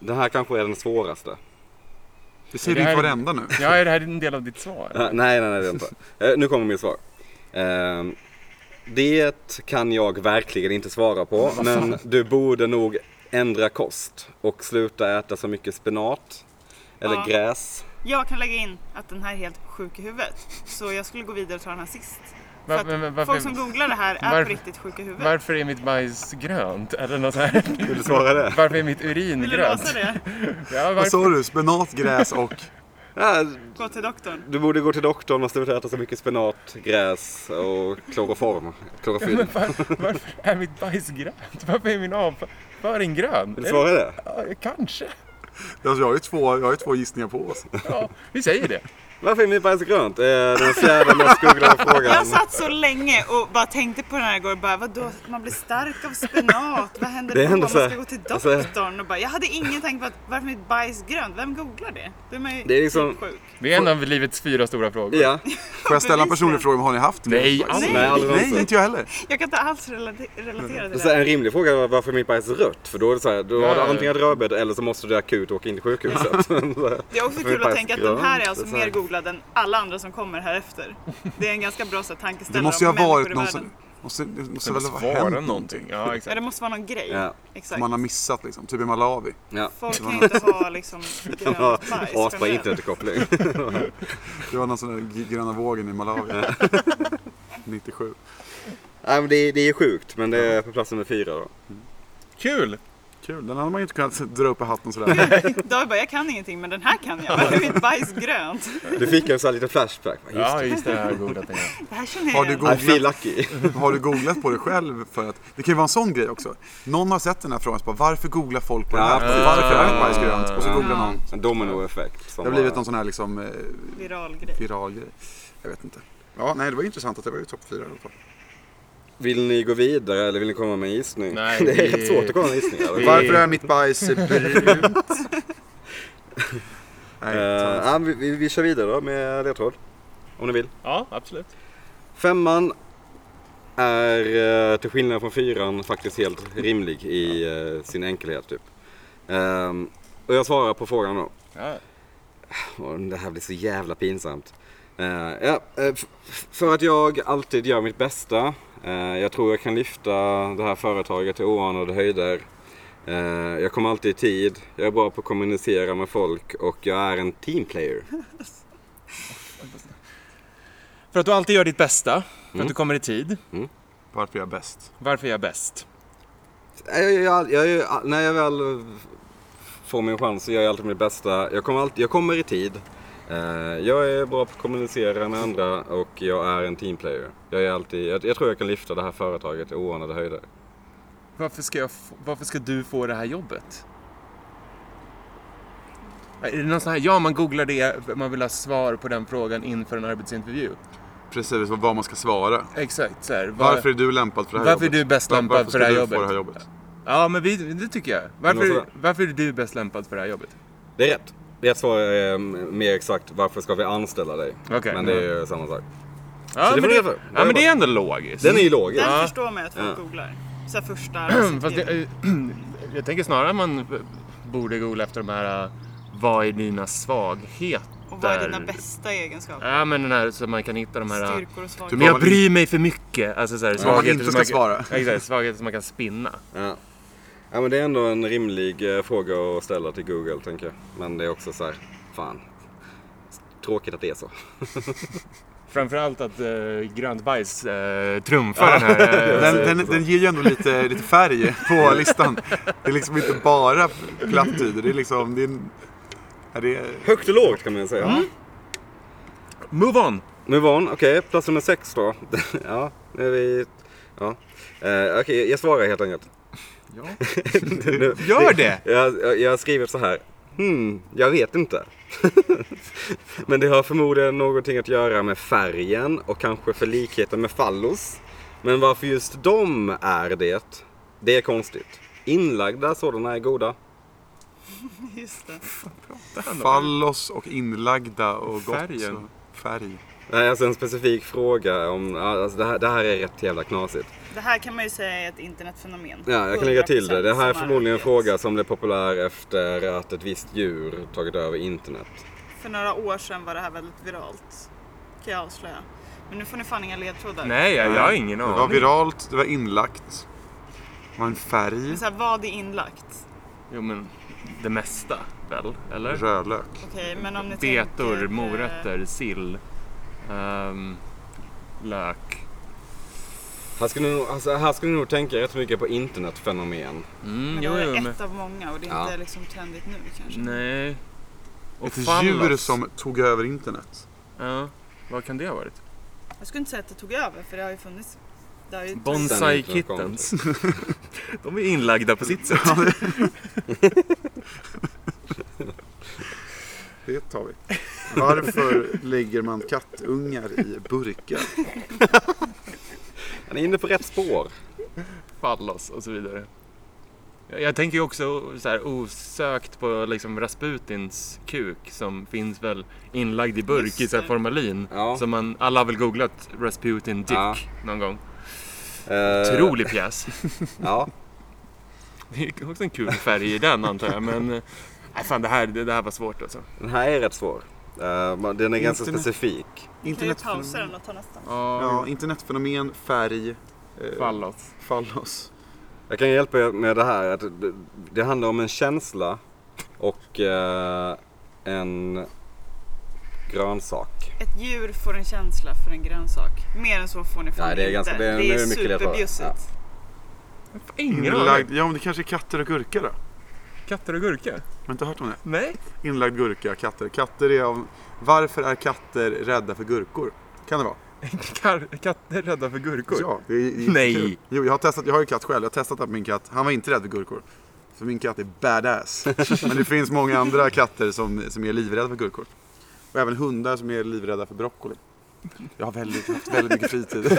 Speaker 1: Det här kanske är den svåraste.
Speaker 4: Det säger
Speaker 5: Det
Speaker 4: du inte
Speaker 5: här-
Speaker 4: varenda nu.
Speaker 5: Ja, är det här en del av ditt svar?
Speaker 1: Eh, nej, nej, nej, det är inte. Eh, nu kommer mitt svar. Ehm, det kan jag verkligen inte svara på, men du borde nog ändra kost och sluta äta så mycket spenat eller
Speaker 2: Ja.
Speaker 1: gräs.
Speaker 2: Jag kan lägga in att den här är helt sjuk i huvudet. Så jag skulle gå vidare och ta den här sist. För
Speaker 5: Va-
Speaker 2: att
Speaker 5: men- men varför-
Speaker 2: folk som googlar det här är
Speaker 5: Varför-
Speaker 2: på riktigt sjuka i huvudet.
Speaker 5: Varför är mitt bajs grönt? Eller något här.
Speaker 1: Vill du svara det?
Speaker 5: Varför är mitt urin
Speaker 2: Vill du
Speaker 5: grönt?
Speaker 2: låsa det?
Speaker 5: Ja,
Speaker 4: Vad
Speaker 5: varför?
Speaker 4: sa du? Spenat, gräs och...
Speaker 1: Ja,
Speaker 2: Gå till doktorn.
Speaker 1: du borde gå till doktorn och sluta äta så mycket spenat, gräs och kloroform. Klorofyll. Vill
Speaker 5: Var, varför är mitt bajs grönt? Varför är min avföring grön?
Speaker 1: du svara det?
Speaker 5: Ja, kanske.
Speaker 4: Alltså, jag, har ju två, jag har ju två gissningar på oss.
Speaker 5: Ja, vi säger det.
Speaker 1: Varför är mitt bajs grönt? Eh, Den fjärde mest googlade frågan.
Speaker 2: Jag satt så länge och bara tänkte på den här igår. Bara, vadå, man blir stark av spenat. Vad händer
Speaker 1: Det
Speaker 2: då?
Speaker 1: händer
Speaker 2: Man
Speaker 1: så här.
Speaker 2: ska gå till
Speaker 1: Alltså-
Speaker 2: doktorn. Och bara, jag hade ingen tanke på att, varför är mitt bajs grönt? Vem googlar det? Då är man ju
Speaker 1: Det är liksom-
Speaker 2: typ sjuk.
Speaker 5: Det är en av livets fyra stora frågor.
Speaker 1: Ja.
Speaker 4: Får jag ställa en personlig fråga? om Har ni haft
Speaker 5: Nej,
Speaker 4: bajs?
Speaker 5: aldrig.
Speaker 1: Nej, aldrig
Speaker 4: Nej,
Speaker 1: någonsin.
Speaker 4: inte jag heller.
Speaker 2: Jag kan inte alls relate- relatera till
Speaker 1: Mm. Så
Speaker 2: det.
Speaker 1: en rimlig fråga var varför är mitt bajs rött? För då är det så här, då har du
Speaker 5: Ja.
Speaker 1: antingen ett rödbett eller så måste du akut åka in till sjukhuset. Så här,
Speaker 2: Det är också
Speaker 1: varför är mitt
Speaker 2: kul att
Speaker 1: bajs
Speaker 2: tänka att den här
Speaker 1: grönt?
Speaker 2: är alltså
Speaker 1: Det så här,
Speaker 2: mer solgolad än alla andra som kommer här efter. Det är en ganska bra så, här tankeställare
Speaker 8: Det måste ju
Speaker 2: om
Speaker 8: ha varit
Speaker 2: människor i
Speaker 8: någon
Speaker 2: världen.
Speaker 8: som... Måste, det måste
Speaker 5: Det
Speaker 8: väl
Speaker 5: måste
Speaker 8: ha
Speaker 5: vara
Speaker 8: hänt någonting
Speaker 5: någonting. Ja,
Speaker 2: Ja,
Speaker 5: exakt.
Speaker 2: det måste vara någon grej.
Speaker 1: Ja.
Speaker 2: Exakt.
Speaker 8: som man har missat liksom. Typ i Malawi.
Speaker 1: Ja.
Speaker 2: Folk kan ju inte ha liksom
Speaker 1: Ja,
Speaker 2: grönt bajs.
Speaker 1: Asbra
Speaker 2: generellt.
Speaker 1: internetuppkoppling.
Speaker 8: Det var någon sån där g- gröna vågen i Malawi. 97.
Speaker 1: Nej, men det, det är sjukt, men det är på plats nummer fyra då.
Speaker 5: Kul!
Speaker 8: Kul, den hade man ju inte kunnat dra upp i hatten sådär.
Speaker 2: David bara, jag kan ingenting men den här kan jag. Varför är mitt bajs grönt?
Speaker 1: Du fick en sån här liten flashback. Just
Speaker 5: Ja, just det. Jag har googlat det.
Speaker 2: Det här känner
Speaker 8: Har
Speaker 2: jag
Speaker 8: du
Speaker 2: igen.
Speaker 8: go-
Speaker 1: I feel lucky.
Speaker 8: Har du googlat på det själv? För att, det kan ju vara en sån grej också. Någon har sett den här frågan och så bara, varför googlar folk på den här?
Speaker 1: Ja.
Speaker 8: appen? Varför är det bajs grönt? Och så googlar någon.
Speaker 1: En dominoeffekt. som
Speaker 8: Det har blivit
Speaker 1: bara-
Speaker 8: någon sån här liksom eh,
Speaker 2: Viral grej.
Speaker 8: viral grej. Jag vet inte. Ja, nej det var ju intressant att det var ju topp fyra i alla fall.
Speaker 1: Vill ni gå vidare eller vill ni komma med en gissning?
Speaker 5: Nej,
Speaker 1: det är
Speaker 5: vi-
Speaker 1: rätt svårt att komma med gissningar.
Speaker 5: Vi-
Speaker 1: Var-
Speaker 8: Varför är mitt bajs brunt? nej,
Speaker 1: Eh,
Speaker 8: uh,
Speaker 1: ja, vi, vi, vi kör vidare då med ledtråd. Om ni vill.
Speaker 5: Ja, absolut.
Speaker 1: Femman är eh, till skillnad från fyran faktiskt helt rimlig i eh, sin enkelhet. Typ. Ehm, och jag svarar på frågan då.
Speaker 5: Ja.
Speaker 1: Och det här blir så jävla pinsamt. Eh, ja, eh, f- f- för att jag alltid gör mitt bästa. Eh, jag tror jag kan lyfta det här företaget till oanade höjder. Eh, jag kommer alltid i tid. Jag är bra på att kommunicera med folk och jag är en teamplayer.
Speaker 5: För att du alltid gör ditt bästa, för
Speaker 1: Mm.
Speaker 5: att du kommer i tid.
Speaker 4: Varför är jag bäst?
Speaker 5: Varför är jag bäst?
Speaker 1: Jag, jag, jag, jag, jag, när jag väl får min chans så gör jag alltid mitt bästa. Jag kommer, alltid, jag kommer i tid. Eh, jag är bra på att kommunicera med andra och jag är en teamplayer. Jag, är alltid, jag, jag tror jag kan lyfta det här företaget till oanade höjder.
Speaker 5: Varför ska, jag få, varför ska du få det här jobbet? Är det någon sån här, ja man googlar det, man vill ha svar på den frågan inför en arbetsintervju.
Speaker 4: Precis, vad man ska svara.
Speaker 5: Exakt så här. var-
Speaker 4: Varför är du lämpad för det här
Speaker 5: Varför är
Speaker 4: jobbet?
Speaker 5: du bäst
Speaker 4: Var-
Speaker 5: lämpad för det här
Speaker 4: Varför ska
Speaker 5: jobbet?
Speaker 4: du få det här jobbet?
Speaker 5: Ja, men vi, det tycker jag. Varför,
Speaker 1: Något
Speaker 5: varför är du bäst lämpad för det här jobbet?
Speaker 1: Det är rätt. Rätt svar är mm, mer exakt varför ska vi anställa dig?
Speaker 5: Okej.
Speaker 1: Men det är ju samma sak.
Speaker 5: Ja,
Speaker 1: Så det
Speaker 5: men,
Speaker 1: får
Speaker 5: det,
Speaker 1: du göra.
Speaker 5: ja men det är ändå logiskt.
Speaker 1: Den är ju logisk.
Speaker 2: Den
Speaker 5: Ja.
Speaker 2: förstår man ju att folk
Speaker 1: Ja.
Speaker 2: googlar. Så här första
Speaker 5: Fast
Speaker 2: arbetsuppgiften.
Speaker 5: det, jag tänker snarare att man borde googla efter de här, äh, vad är dina svagheter?
Speaker 2: Och vad är dina bästa egenskaper?
Speaker 5: Ja, men den här så man kan hitta de här... äh,
Speaker 2: Styrkor och
Speaker 8: Du
Speaker 2: svagheter.
Speaker 5: Men jag bryr mig för mycket. Alltså så här,
Speaker 8: man
Speaker 5: svagheter
Speaker 8: inte
Speaker 5: som
Speaker 8: ska
Speaker 5: man,
Speaker 8: svara.
Speaker 5: Ja, Exakt, svagheter som man kan spinna.
Speaker 1: Ja. ja men det är ändå en rimlig eh, fråga att ställa till Google tänker jag. Men det är också så här, fan. Tråkigt att det är så.
Speaker 5: Framförallt att eh, grönt bajs eh, trumfar den här. eh,
Speaker 8: den, den, den ger ju ändå lite, lite färg på listan. Det är liksom inte bara plattityder. Det är liksom... Det är, en- ja, det är,
Speaker 1: Högt och lågt Mm. kan man ju säga.
Speaker 5: Move on!
Speaker 1: Nu var hon, okej, plats nummer sex då. ja, nu är vi... Ja. Eh, okej, jag svarar helt enkelt. nu,
Speaker 5: Gör det!
Speaker 1: Jag, jag, jag har skrivit så här. Hmm, jag vet inte. Men det har förmodligen någonting att göra med färgen och kanske för likheten med fallos. Men varför just de är det, det är konstigt. Inlagda sådana är goda.
Speaker 2: Just det.
Speaker 8: Fallos och inlagda och gott.
Speaker 5: Färgen.
Speaker 8: så- Färg.
Speaker 1: Nej, alltså en specifik fråga om, ja, alltså det, här, det här är rätt jävla knasigt.
Speaker 2: Det här kan man ju säga är ett internetfenomen.
Speaker 1: Ja, jag kan lägga till det. Det här är
Speaker 2: 100%
Speaker 1: förmodligen en
Speaker 2: som har
Speaker 1: fråga som blev populär efter att ett visst djur tagit över internet.
Speaker 2: uppgetts. För några år sedan var det här väldigt viralt. Kan jag avslöja. Men nu får ni fan inga ledtrådar.
Speaker 5: Nej, jag, jag har ingen
Speaker 8: Det var
Speaker 5: aning.
Speaker 8: viralt, det var inlagt. Det var en färg.
Speaker 2: Men så här, vad är inlagt?
Speaker 5: Jo, men det mesta väl? Eller?
Speaker 8: Rödlök.
Speaker 2: Okej, men om ni tänker,
Speaker 5: Betor,
Speaker 2: eh,
Speaker 5: morötter, sill, ehm, lök.
Speaker 1: Här skulle, ni nog, alltså, här skulle ni nog tänka rätt mycket på internetfenomen.
Speaker 5: Mm,
Speaker 2: Men
Speaker 5: jo,
Speaker 2: det
Speaker 5: jo,
Speaker 2: är
Speaker 5: men,
Speaker 2: ett av många och det är
Speaker 1: Ja.
Speaker 2: inte liksom trendigt nu kanske.
Speaker 5: nej. Och
Speaker 8: Ett
Speaker 5: fallos.
Speaker 8: djur som tog över internet.
Speaker 5: Ja, vad kan det ha varit?
Speaker 2: Jag skulle inte säga att det tog över för det har ju funnits. Det har ju
Speaker 5: Bonsai
Speaker 1: Sen gick de kom.
Speaker 5: kittens. De är inlagda på sitt sätt.
Speaker 8: Det tar vi. Varför lägger man kattungar i burkar?
Speaker 1: Han är inne på rätt spår.
Speaker 5: Fallos och så vidare. Jag, jag tänker ju också så här osökt på liksom Rasputins kuk som finns väl inlagd i burk i
Speaker 2: Just
Speaker 5: så här
Speaker 2: det.
Speaker 5: formalin.
Speaker 1: Ja.
Speaker 5: Som man, alla har väl googlat Rasputin Dick
Speaker 1: Ja.
Speaker 5: någon gång.
Speaker 1: Eh,
Speaker 5: Otrolig pjäs.
Speaker 1: Ja.
Speaker 5: Det är också en kul färg i den antar jag, men... eh, Nej, fan, det här, det, det här var svårt alltså.
Speaker 1: Den här är rätt svår. Eh, men den är ganska
Speaker 4: Internet-
Speaker 1: specifik.
Speaker 2: Kan vi
Speaker 4: Internetfenomen.
Speaker 2: pausa den och ta nästa?
Speaker 4: Ja, internetfenomen, färg, eh,
Speaker 3: Fallos.
Speaker 4: fallos.
Speaker 1: Jag kan hjälpa er med det här. Att det, det handlar om en känsla och eh, en grönsak.
Speaker 2: Ett djur får en känsla för en grönsak. Mer än så får ni fan
Speaker 1: Nej, det är
Speaker 2: inte.
Speaker 1: ganska- det
Speaker 2: det
Speaker 1: är-
Speaker 2: är,
Speaker 1: nu är det mycket ledtrådar.
Speaker 2: superbjussigt.
Speaker 3: Ingen aning.
Speaker 4: Inlagd, ja men det kanske är katter och gurka då? Har
Speaker 3: Katter och gurka?
Speaker 4: du inte hört om det?
Speaker 3: Nej.
Speaker 4: Inlagd gurka, katter. Katter är av... Varför är katter rädda för gurkor? Kan det vara?
Speaker 3: Kar- katter rädda för gurkor?
Speaker 4: Ja, det är jättekul.
Speaker 3: Nej.
Speaker 4: Jo, jag har testat, jag har ju katt själv. Jag har testat det här med min katt. Han var inte rädd för gurkor. För min katt är badass. Men det finns många andra katter som, som är livrädda för gurkor. Och även hundar som är livrädda för broccoli. Jag har väldigt, haft väldigt mycket fritid.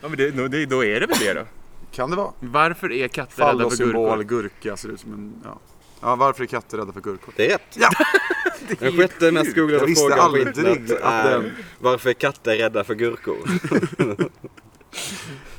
Speaker 3: Ja, men det, då- det, då är det väl det då.
Speaker 4: Kan det vara?
Speaker 3: Varför är katter rädda för
Speaker 4: Fallosymbol,
Speaker 3: gurkor?
Speaker 4: gurka ser ut som en... Ja. ja, varför är katter rädda för gurkor?
Speaker 1: Det är rätt. den sjätte mest
Speaker 4: Jag
Speaker 1: googlade
Speaker 4: visste
Speaker 1: frågan på
Speaker 4: aldrig
Speaker 1: internet
Speaker 4: att
Speaker 1: är
Speaker 4: den-
Speaker 1: varför är katter rädda för gurkor?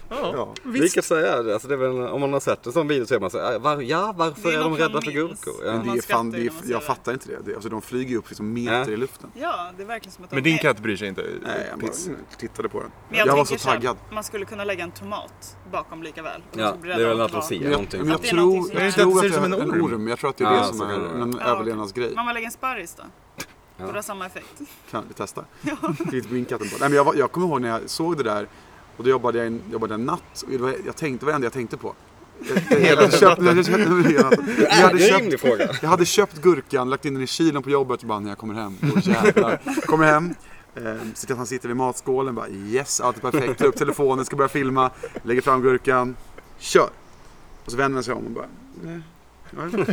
Speaker 3: Ja.
Speaker 4: Ja.
Speaker 1: Vi kan säga det. Alltså det är väl, om man har sett en sån video så är man så här, var, ja varför
Speaker 2: Det är
Speaker 1: är, de
Speaker 2: något
Speaker 1: rädda
Speaker 2: man
Speaker 1: för
Speaker 2: minns.
Speaker 1: gurkor?
Speaker 4: Men
Speaker 1: Ja.
Speaker 4: det
Speaker 2: Man
Speaker 4: är fan,
Speaker 2: skrattar
Speaker 4: det är,
Speaker 2: ju när man ser
Speaker 4: jag
Speaker 2: det.
Speaker 4: fattar inte det. det alltså, de flyger ju upp liksom meter
Speaker 1: Ja.
Speaker 4: i luften.
Speaker 2: Ja, det är verkligen som att de
Speaker 3: Men din
Speaker 2: är-
Speaker 3: katt bryr sig inte? eh,
Speaker 4: Nej, jag bara
Speaker 3: Piss.
Speaker 4: tittade på den.
Speaker 2: Men jag,
Speaker 4: jag var så
Speaker 2: tänker här,
Speaker 4: taggad.
Speaker 2: man skulle kunna lägga en tomat bakom lika väl. Och de
Speaker 1: Ja,
Speaker 2: skulle bli
Speaker 1: det är
Speaker 2: rädda
Speaker 1: väl
Speaker 2: om det var-
Speaker 1: afasi
Speaker 4: Men
Speaker 1: eller
Speaker 4: jag,
Speaker 1: någonting.
Speaker 4: men jag
Speaker 2: det är
Speaker 4: tror,
Speaker 2: någonting som
Speaker 4: jag
Speaker 2: är-
Speaker 4: tror
Speaker 3: Det
Speaker 4: att det
Speaker 3: ser
Speaker 4: är
Speaker 3: ut
Speaker 4: en
Speaker 3: som en orm.
Speaker 4: orm. Jag tror att det är
Speaker 1: Ja,
Speaker 4: det som
Speaker 1: så
Speaker 4: är
Speaker 1: kan det vara.
Speaker 4: en
Speaker 2: Ja.
Speaker 4: överlevnadsgrej.
Speaker 2: Man bara lägger en sparris då.
Speaker 1: Ja.
Speaker 2: Får det samma effekt.
Speaker 4: Kan vi testa? Det är inte min katt ändå. Nej, men jag, var, jag kommer ihåg när jag såg det där och då jobbade jag en, jobbade en natt och det var, jag tänkte, vad var det enda jag tänkte på? Jag, jag, jag, hade köpt, jag, hade köpt, jag,
Speaker 1: Äh,
Speaker 4: hade
Speaker 1: det är en
Speaker 4: köpt,
Speaker 1: rimlig fråga.
Speaker 4: jag hade köpt gurkan, lagt in den i kylen på jobbet och bara när jag kommer hem, åh jävlar. Kommer hem, eh, ser till att han sitter vid matskålen, bara yes, allt är perfekt. Tar upp telefonen, ska börja filma, lägger fram gurkan, kör. Och så vänder han sig om och bara, nej. nej."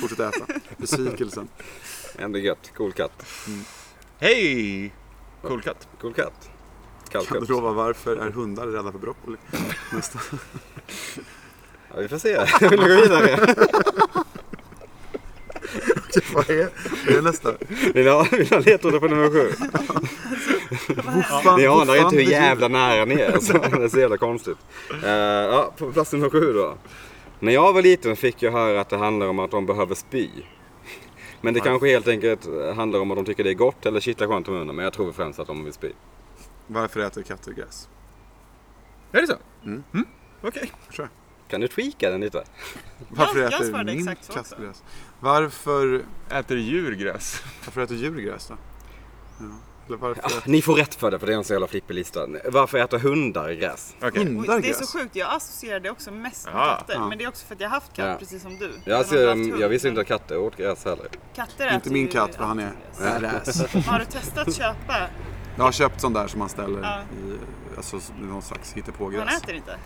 Speaker 4: Fortsätter äta. Besvikelsen.
Speaker 1: Ändå gött. Cool katt.
Speaker 3: Hej! Cool katt.
Speaker 1: Cool katt. Kall
Speaker 4: Kan
Speaker 1: katt.
Speaker 4: du lova varför är hundar rädda för broccoli? Nästa.
Speaker 1: Ja, vi får se. Jag vill gå vidare.
Speaker 4: Vad är, vad är nästa?
Speaker 1: Vill ni ha, vill ni ha ledtrådar på nummer sju?
Speaker 4: Fan,
Speaker 1: Ni
Speaker 4: vad
Speaker 1: anar
Speaker 4: fan
Speaker 1: inte hur
Speaker 4: betyder-
Speaker 1: jävla nära ni är. Alltså. Det är så jävla konstigt. Eh, ja, på plats nummer sju då. När jag var liten fick jag höra att det handlar om att de behöver spy. Men det kanske helt enkelt handlar om att de tycker det är gott eller kittlar skönt i munnen. Men jag tror främst att de vill spy.
Speaker 4: Varför äter katter gräs?
Speaker 3: Är det så? Mm. Okej.
Speaker 1: Kan du tweaka den lite?
Speaker 4: Varför
Speaker 2: jag
Speaker 4: äter
Speaker 2: svarade
Speaker 4: min
Speaker 2: exakt så
Speaker 4: katt
Speaker 2: också.
Speaker 4: gräs? Varför,
Speaker 3: Äter djur gräs?
Speaker 4: varför äter djur gräs då? Ja. Eller varför äter
Speaker 1: Ni får rätt för det, för det är en så jävla flippig lista. Varför äter hundar gräs?
Speaker 3: Okej.
Speaker 2: Och
Speaker 4: hundar
Speaker 2: det är så
Speaker 4: gräs?
Speaker 2: sjukt, jag associerar det också mest med
Speaker 3: Ah,
Speaker 2: katter.
Speaker 4: ja.
Speaker 2: Men det är också för att jag har haft katt
Speaker 1: Ja.
Speaker 2: precis som du.
Speaker 1: Jag,
Speaker 2: har
Speaker 1: ser,
Speaker 2: haft hund,
Speaker 1: jag visste inte
Speaker 2: men
Speaker 1: att katter åt gräs heller.
Speaker 2: katter
Speaker 4: Inte
Speaker 2: äter
Speaker 4: min
Speaker 2: ju
Speaker 4: katt, för han är
Speaker 2: alltid gräs.
Speaker 4: badass.
Speaker 2: Har du testat att köpa?
Speaker 4: Jag har köpt sån där som man ställer
Speaker 2: Ja.
Speaker 4: i alltså, någon slags
Speaker 2: Han
Speaker 4: hittepågräs.
Speaker 2: äter inte.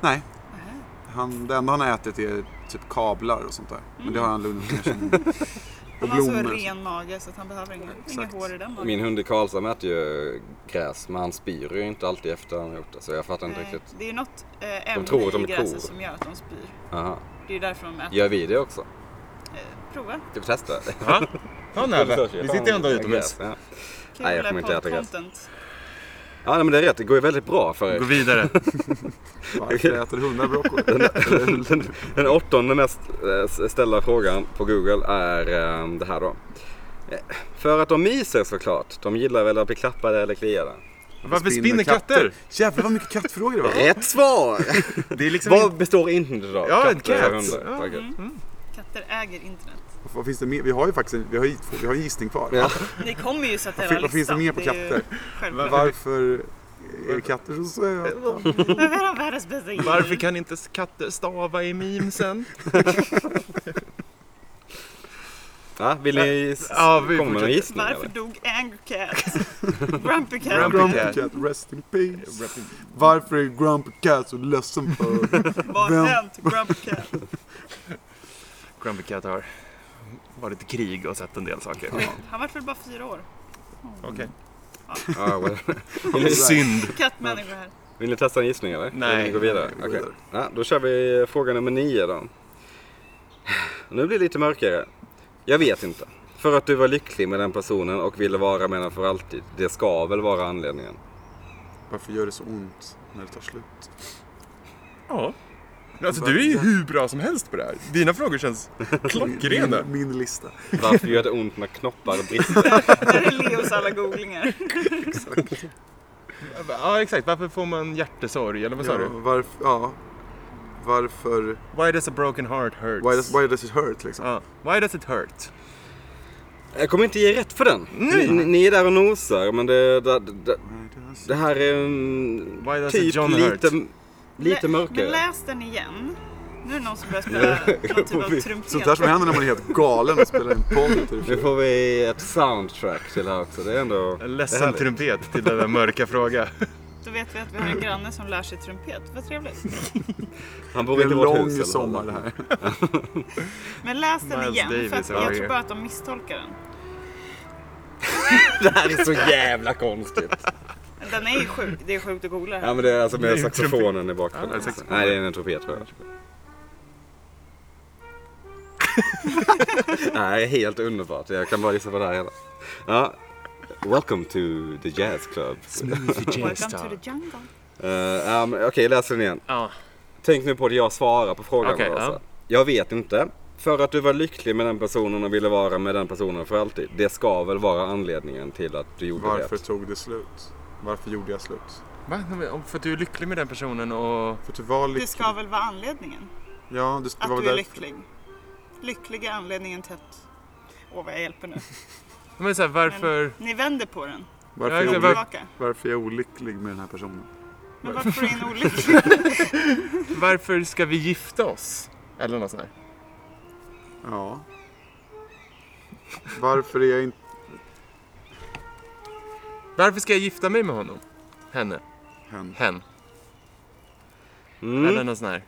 Speaker 4: Nej. Han, det enda han har ätit är typ kablar och sånt där. Men det har han lugnat ner sig med. Och
Speaker 2: Mm. Han har så
Speaker 4: blommor. och sånt.
Speaker 2: ren mage så att han behöver inga, inga
Speaker 4: Exakt.
Speaker 2: hår i den magen.
Speaker 1: Min hund i Karlshamn äter ju gräs, men han spyr ju inte alltid efter han har gjort det. Så jag fattar inte
Speaker 2: Nej,
Speaker 1: riktigt.
Speaker 2: Det är något eh, ämne
Speaker 1: tror att de
Speaker 2: i
Speaker 1: är kor.
Speaker 2: gräset som gör att de spyr.
Speaker 1: Aha.
Speaker 2: Det är därför de äter.
Speaker 1: Gör vi det också?
Speaker 2: Eh, prova.
Speaker 1: Ska vi testa?
Speaker 3: Ja. Ta en näve. Vi sitter ju ändå utomhus.
Speaker 1: Ja.
Speaker 2: Kul
Speaker 1: Nej, jag kommer inte äta gräs.
Speaker 2: content.
Speaker 1: Ja, nej, men det är rätt. Det går ju väldigt bra för
Speaker 3: Gå
Speaker 1: er.
Speaker 3: vidare.
Speaker 4: Varför äter hundar broccoli?
Speaker 1: den, den åttonde mest eh, ställda frågan på Google är eh, det här då. Eh, För att de myser såklart. De gillar väl att bli klappade eller kliade.
Speaker 3: Varför spinner katter?
Speaker 4: Jävlar vad mycket kattfrågor det var.
Speaker 1: Rätt svar!
Speaker 3: Det är liksom inte-
Speaker 1: Vad består internet av?
Speaker 3: Ja, en
Speaker 1: Katter,
Speaker 3: cat.
Speaker 1: hundar.
Speaker 3: Ja.
Speaker 1: Okej.
Speaker 2: Katter äger internet.
Speaker 4: Vad finns det mer? Vi har ju faktiskt en, vi har ju, två- vi har en gissning kvar.
Speaker 1: Ja.
Speaker 2: Ni kommer ju sätta
Speaker 4: Vad
Speaker 2: hela
Speaker 4: fin-
Speaker 2: listan.
Speaker 4: vad finns det mer på
Speaker 2: är ju
Speaker 4: katter?
Speaker 2: självklart.
Speaker 4: Varför är katter så söta?
Speaker 2: Men vi har världens bästa djur.
Speaker 3: Varför kan inte katter stava i memesen?
Speaker 1: Ja, vill ni s-
Speaker 3: Ja, vi
Speaker 1: komma med
Speaker 3: fortsätter.
Speaker 1: en gissning?
Speaker 2: Varför
Speaker 1: Eller?
Speaker 2: dog Angry Cat? Grumpy Cat?
Speaker 3: Grumpy
Speaker 4: Grumpy
Speaker 3: Cat.
Speaker 4: Cat, rest in peace. Varför är Grumpy Cat så ledsen för?
Speaker 2: Vad har
Speaker 4: Vem-
Speaker 2: hänt Grumpy Cat?
Speaker 3: Grumpy Cat har varit i krig och sett en del saker.
Speaker 2: Han var väl bara fyra år?
Speaker 3: Okej.
Speaker 1: Ja, well.
Speaker 3: Det är Synd.
Speaker 2: Kattmänniska här.
Speaker 1: Vill ni testa en gissning eller?
Speaker 3: Nej.
Speaker 1: Vill ni gå vidare?
Speaker 4: Nej, vi går vidare.
Speaker 1: Okej. Ja, då kör vi fråga nummer nio då. Nu blir det lite mörkare. Jag vet inte. För att du var lycklig med den personen och ville vara med den för alltid. Det ska väl vara anledningen?
Speaker 4: Varför gör det så ont när det tar slut?
Speaker 3: Ja.
Speaker 5: Men alltså du är ju hur bra som helst på det här. Dina frågor känns klockrena.
Speaker 4: Min, min lista.
Speaker 1: Varför gör det ont när knoppar brister?
Speaker 2: Där är Leos alla googlingar.
Speaker 5: Ja exakt, varför får man hjärtesorg? Eller vad sa
Speaker 4: Ja,
Speaker 5: du?
Speaker 4: varf- ja. Varför...
Speaker 5: Why does a broken heart hurt?
Speaker 4: Why does, why does it hurt liksom?
Speaker 5: Ja. Why does it hurt?
Speaker 1: Jag kommer inte ge rätt för den. Ni, ni är där och nosar, men det, det, det, det här är mm,
Speaker 5: Why does
Speaker 1: typ
Speaker 5: it John hurt?
Speaker 1: lite, lite
Speaker 2: Lä- Men
Speaker 1: mörkare.
Speaker 2: läs den igen. Nu är det någon som börjar spela någon typ av trumpet.
Speaker 4: Sånt där som händer när man är helt galen och spelar in podd. Typ.
Speaker 1: Nu får vi ett soundtrack till det här också. Det är ändå...
Speaker 5: En
Speaker 1: det är
Speaker 5: ledsen
Speaker 1: härligt.
Speaker 5: trumpet till denna mörka fråga.
Speaker 2: Då vet vi att vi har en granne som lär sig trumpet. Vad trevligt.
Speaker 1: Han
Speaker 4: Det
Speaker 1: bor
Speaker 4: är
Speaker 1: inte
Speaker 4: en
Speaker 1: i vårt hus.
Speaker 4: lång
Speaker 1: i alla fall.
Speaker 4: sommar det här.
Speaker 2: Men läs den
Speaker 5: Miles
Speaker 2: igen.
Speaker 5: Davis
Speaker 2: för att
Speaker 5: är
Speaker 2: jag
Speaker 5: arg.
Speaker 2: tror bara att de misstolkar den.
Speaker 1: Det här är så jävla konstigt.
Speaker 2: Den är ju sjuk. Det är sjukt att googla det
Speaker 1: Ja
Speaker 2: här.
Speaker 1: men det är alltså
Speaker 5: Det
Speaker 1: med
Speaker 5: är en
Speaker 1: saxofonen i bakgrunden. Nej det är en trumpet tror jag. Nej, helt underbart. Jag kan bara gissa på det här hela. Ja. Welcome to the jazz club.
Speaker 2: Welcome to the jungle.
Speaker 1: Eh, um, Okej, läs den igen.
Speaker 5: Ja.
Speaker 1: Tänk nu på det jag svarar på frågan.
Speaker 5: Okej,
Speaker 1: alltså.
Speaker 5: ja.
Speaker 1: Jag vet inte. För att du var lycklig med den personen och ville vara med den personen för alltid. Det ska väl vara anledningen till att du gjorde
Speaker 4: Varför
Speaker 1: det.
Speaker 4: tog det slut? Varför gjorde jag slut?
Speaker 5: Va? Om- För att du är lycklig med den personen och...
Speaker 4: För att du var
Speaker 2: Det
Speaker 4: lycklig.
Speaker 2: ska väl vara anledningen.
Speaker 4: Ja, du ska
Speaker 2: Att
Speaker 4: vara
Speaker 2: du är
Speaker 4: där.
Speaker 2: lycklig. Lycklig är anledningen till att... Åh vad jag hjälper nu.
Speaker 5: Men så här, varför...
Speaker 2: Ni vänder på den.
Speaker 4: Varför,
Speaker 5: Ja, exakt.
Speaker 4: jag
Speaker 5: Var-
Speaker 4: är olyck...
Speaker 2: Tillbaka.
Speaker 4: varför jag är olycklig med den här personen?
Speaker 2: Men varför är en olycklig?
Speaker 5: Varför ska vi gifta oss? Eller något sånt där.
Speaker 4: Ja. Varför är jag inte...
Speaker 5: Varför ska jag gifta mig med honom? Henne.
Speaker 4: Hen.
Speaker 5: Hen.
Speaker 1: Mm.
Speaker 5: Eller något sånt där.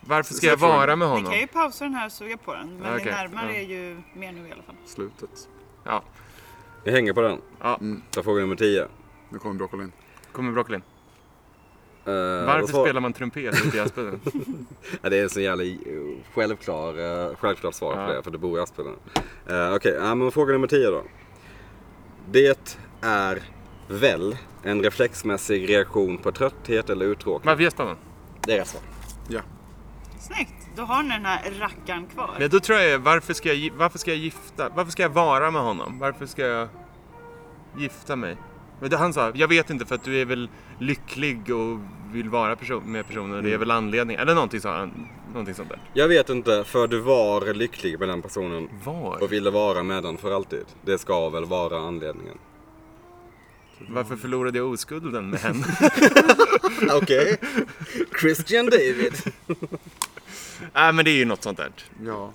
Speaker 5: Varför
Speaker 4: Så- så
Speaker 5: ska Mm. jag
Speaker 4: jag frågar-
Speaker 5: vara med
Speaker 2: Ni kan
Speaker 5: honom?
Speaker 2: ju pausa den här och suga på den. Men
Speaker 5: Ja, okej.
Speaker 2: ni närmar
Speaker 5: Ja.
Speaker 2: er ju mer nu i alla fall.
Speaker 4: Slutet.
Speaker 5: Ja,
Speaker 1: Vi hänger på den.
Speaker 5: Ja.
Speaker 1: Mm. Då fråga nummer 10. Eh,
Speaker 4: Nu kommer broccolin.
Speaker 5: kommer broccolin.
Speaker 1: då
Speaker 5: Varför
Speaker 1: svar-
Speaker 5: spelar man trumpet ute i Aspudden?
Speaker 1: Ja, det är en så jävla eh, självklar, eh, självklart svar på
Speaker 5: Ja.
Speaker 1: det, för det bor i Aspudden. Eh, Okej, ja, men fråga nummer 10 då. Det är väl en reflexmässig reaktion på trötthet eller uttråkning?
Speaker 5: Varför gäspar man?
Speaker 1: Det är rätt svar.
Speaker 2: Snyggt! Då har ni den här rackaren kvar.
Speaker 5: Men då tror jag, varför ska jag, gi- varför ska jag gifta, varför ska jag vara med honom? Varför ska jag gifta mig? Men det han sa, jag vet inte för att du är väl lycklig och vill vara person, med personen, det är väl anledningen. Eller någonting sa han, någonting sånt där.
Speaker 1: Jag vet inte, för du var lycklig med den personen
Speaker 5: Var?
Speaker 1: och ville vara med den för alltid. Det ska väl vara anledningen.
Speaker 5: Varför förlorade jag oskulden med henne?
Speaker 1: Okej. Christian David.
Speaker 5: Nej men det är ju något sånt där.
Speaker 4: Ja.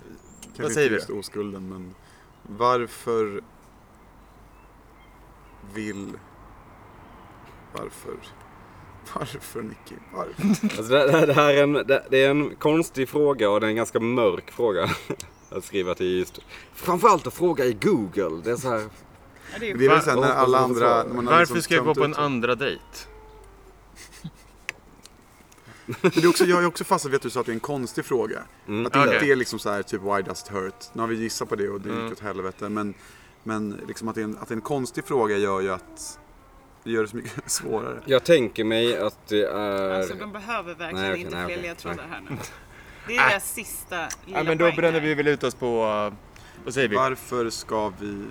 Speaker 4: Kanske
Speaker 5: säger vi
Speaker 4: inte just oskulden, men varför vill... Varför? Varför, Nicky?
Speaker 5: Typ.
Speaker 4: Varför?
Speaker 1: Alltså det, det, det här är en, det, det är en konstig fråga och det är en ganska mörk fråga. Att skriva till just... Framförallt att fråga i Google. Det är så här...
Speaker 2: Ja, det är ju
Speaker 4: Det är väl sen när
Speaker 1: Hoppas
Speaker 4: alla
Speaker 1: jag får
Speaker 4: andra...
Speaker 1: svar.
Speaker 4: När man har
Speaker 5: Varför
Speaker 4: liksom
Speaker 5: ska jag gå
Speaker 4: tömt
Speaker 5: på en
Speaker 4: ut-
Speaker 5: andra dejt?
Speaker 4: Men det är också, jag är också fast vid att du sa att det är en konstig fråga. Att det inte
Speaker 5: Okej. Mm.
Speaker 4: är liksom så här typ why does it hurt? Nu har vi gissat på det och det gick åt helvete. Men, men liksom att, det är en, att det är en konstig fråga gör ju att det gör det så mycket svårare.
Speaker 1: Jag tänker mig att det är...
Speaker 2: Alltså de behöver verkligen
Speaker 1: Nej, okej,
Speaker 2: inte
Speaker 1: nej, Ah.
Speaker 2: fler
Speaker 1: okej.
Speaker 2: ledtrådar här nu. Det är deras sista lilla
Speaker 5: Ja men då
Speaker 2: poäng
Speaker 5: bränner
Speaker 2: där.
Speaker 5: vi väl ut oss på, eh, vad säger vi?
Speaker 4: Varför ska vi...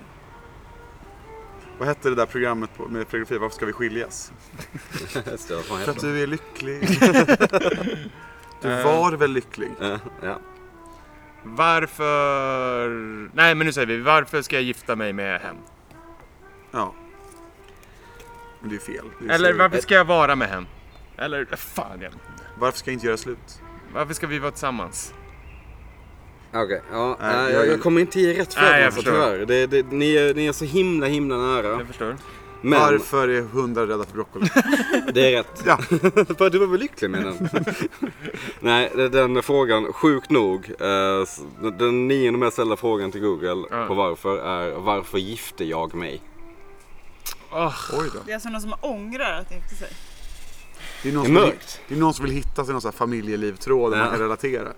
Speaker 4: Vad hette det där programmet på, med prerogativ? Varför ska vi skiljas?
Speaker 1: Just det, vad fan
Speaker 4: För
Speaker 1: heter
Speaker 4: att
Speaker 1: de?
Speaker 4: du är lycklig. du var väl lycklig?
Speaker 1: Ja, ja.
Speaker 5: Varför... Nej men nu säger vi, varför ska jag gifta mig med hen?
Speaker 4: Ja. Men det är fel. Det är
Speaker 5: Eller
Speaker 4: så-
Speaker 5: varför ska jag vara med hen? Eller fan igen.
Speaker 4: varför ska jag inte göra slut?
Speaker 5: Varför ska vi vara tillsammans?
Speaker 1: Okej, ja.
Speaker 4: Nej,
Speaker 1: Nej,
Speaker 4: jag-
Speaker 1: jag, jag kommer inte ge rätt för
Speaker 5: Nej,
Speaker 1: den,
Speaker 5: jag
Speaker 1: så
Speaker 5: förstår.
Speaker 1: tyvärr. Det, det, ni, är, ni är så himla, himla nära.
Speaker 5: Jag förstår.
Speaker 1: Men
Speaker 4: Varför är hundar rädda för broccoli?
Speaker 1: det är rätt.
Speaker 4: Ja.
Speaker 1: för att du var väl lycklig med den? Nej, det- den frågan, sjukt nog. eh, s- Den nionde mest ställda frågan till Google
Speaker 5: Ja.
Speaker 1: på varför är varför gifte jag mig?
Speaker 5: Åh,
Speaker 4: Oj då.
Speaker 2: Det är alltså någon som ångrar att det inte sig.
Speaker 4: Det är någon,
Speaker 1: Det är
Speaker 4: som vill,
Speaker 1: mörkt.
Speaker 4: det är någon som vill hitta till någon sån här familjelivtråd där
Speaker 1: Ja.
Speaker 4: man kan relatera.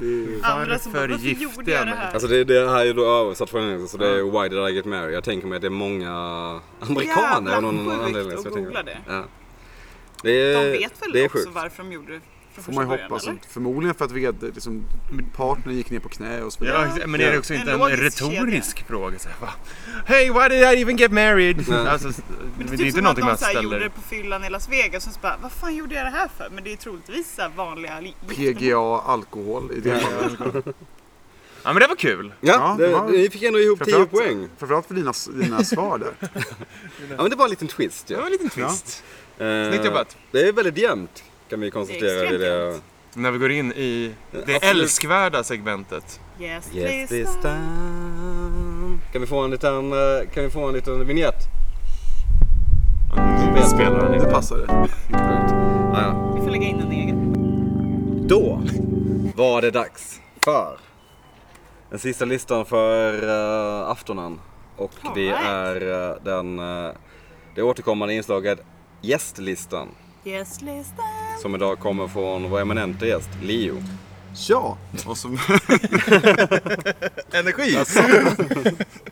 Speaker 4: Det är,
Speaker 2: Andra som bara,
Speaker 5: Varför
Speaker 2: varför
Speaker 5: gifte
Speaker 2: gjorde
Speaker 5: jag
Speaker 2: jag det
Speaker 5: mig?"
Speaker 2: här?
Speaker 1: Alltså det, det här är ju då översatt från engelska så det är Why did I get married? Jag tänker mig att det är många amerikaner
Speaker 2: Jävla
Speaker 1: av någon
Speaker 2: sjukt
Speaker 1: anledning.
Speaker 2: att
Speaker 1: så jag tänker-
Speaker 2: googla det.
Speaker 1: Ja. Det är,
Speaker 2: De vet väl
Speaker 1: det är
Speaker 2: också
Speaker 1: sjukt.
Speaker 2: varför de gjorde det från
Speaker 4: Får
Speaker 2: första
Speaker 4: man ju
Speaker 2: början?
Speaker 4: hoppas.
Speaker 2: eller?
Speaker 4: Förmodligen för att vi hade, liksom, partnern gick ner på knä och så vidare.
Speaker 5: Ja, exakt. men är det också
Speaker 2: En
Speaker 5: inte en,
Speaker 2: logisk
Speaker 5: retorisk fråga? Så här, va? Hey, why did I even get married? Alltså, det,
Speaker 2: Men
Speaker 5: det
Speaker 2: det,
Speaker 5: är
Speaker 2: typ
Speaker 5: inte
Speaker 2: som att
Speaker 5: någonting
Speaker 2: de
Speaker 5: man
Speaker 2: så här gjorde det
Speaker 5: ställer...
Speaker 2: på fyllan i Las Vegas och så bara, vad fan gjorde jag det här för? Men det är troligtvis så här vanliga
Speaker 4: PGA, alkohol i det fallet.
Speaker 5: Ja, men det var kul.
Speaker 1: Ja,
Speaker 4: Ja, det var-
Speaker 1: det, ni fick ändå ihop 10
Speaker 4: Framförallt-
Speaker 1: poäng.
Speaker 4: Framförallt för dina, dina svar där.
Speaker 1: Ja, men det var en liten twist ju.
Speaker 5: Det var en liten twist.
Speaker 1: Eh,
Speaker 5: Snyggt jobbat.
Speaker 1: Det är väldigt jämnt kan vi konstatera. i
Speaker 2: extremt
Speaker 1: det.
Speaker 5: När vi går in i det
Speaker 1: Absolut.
Speaker 5: älskvärda segmentet.
Speaker 2: Yes,
Speaker 1: Yes,
Speaker 2: please.
Speaker 1: this time. Kan vi få en liten, eh, kan vi få en liten vignett?
Speaker 5: Nu spelar han
Speaker 4: Det
Speaker 5: inte.
Speaker 4: passade.
Speaker 1: Ja, ja.
Speaker 2: Vi får lägga in en egen.
Speaker 1: Då var det dags för den sista listan för uh, aftonen. Och det
Speaker 2: Alright.
Speaker 1: är eh, den, eh, det återkommande inslaget Gästlistan.
Speaker 2: Yes, listan.
Speaker 1: Som idag kommer från vår eminente gäst, Leo.
Speaker 4: Ja, och så...
Speaker 5: Energi!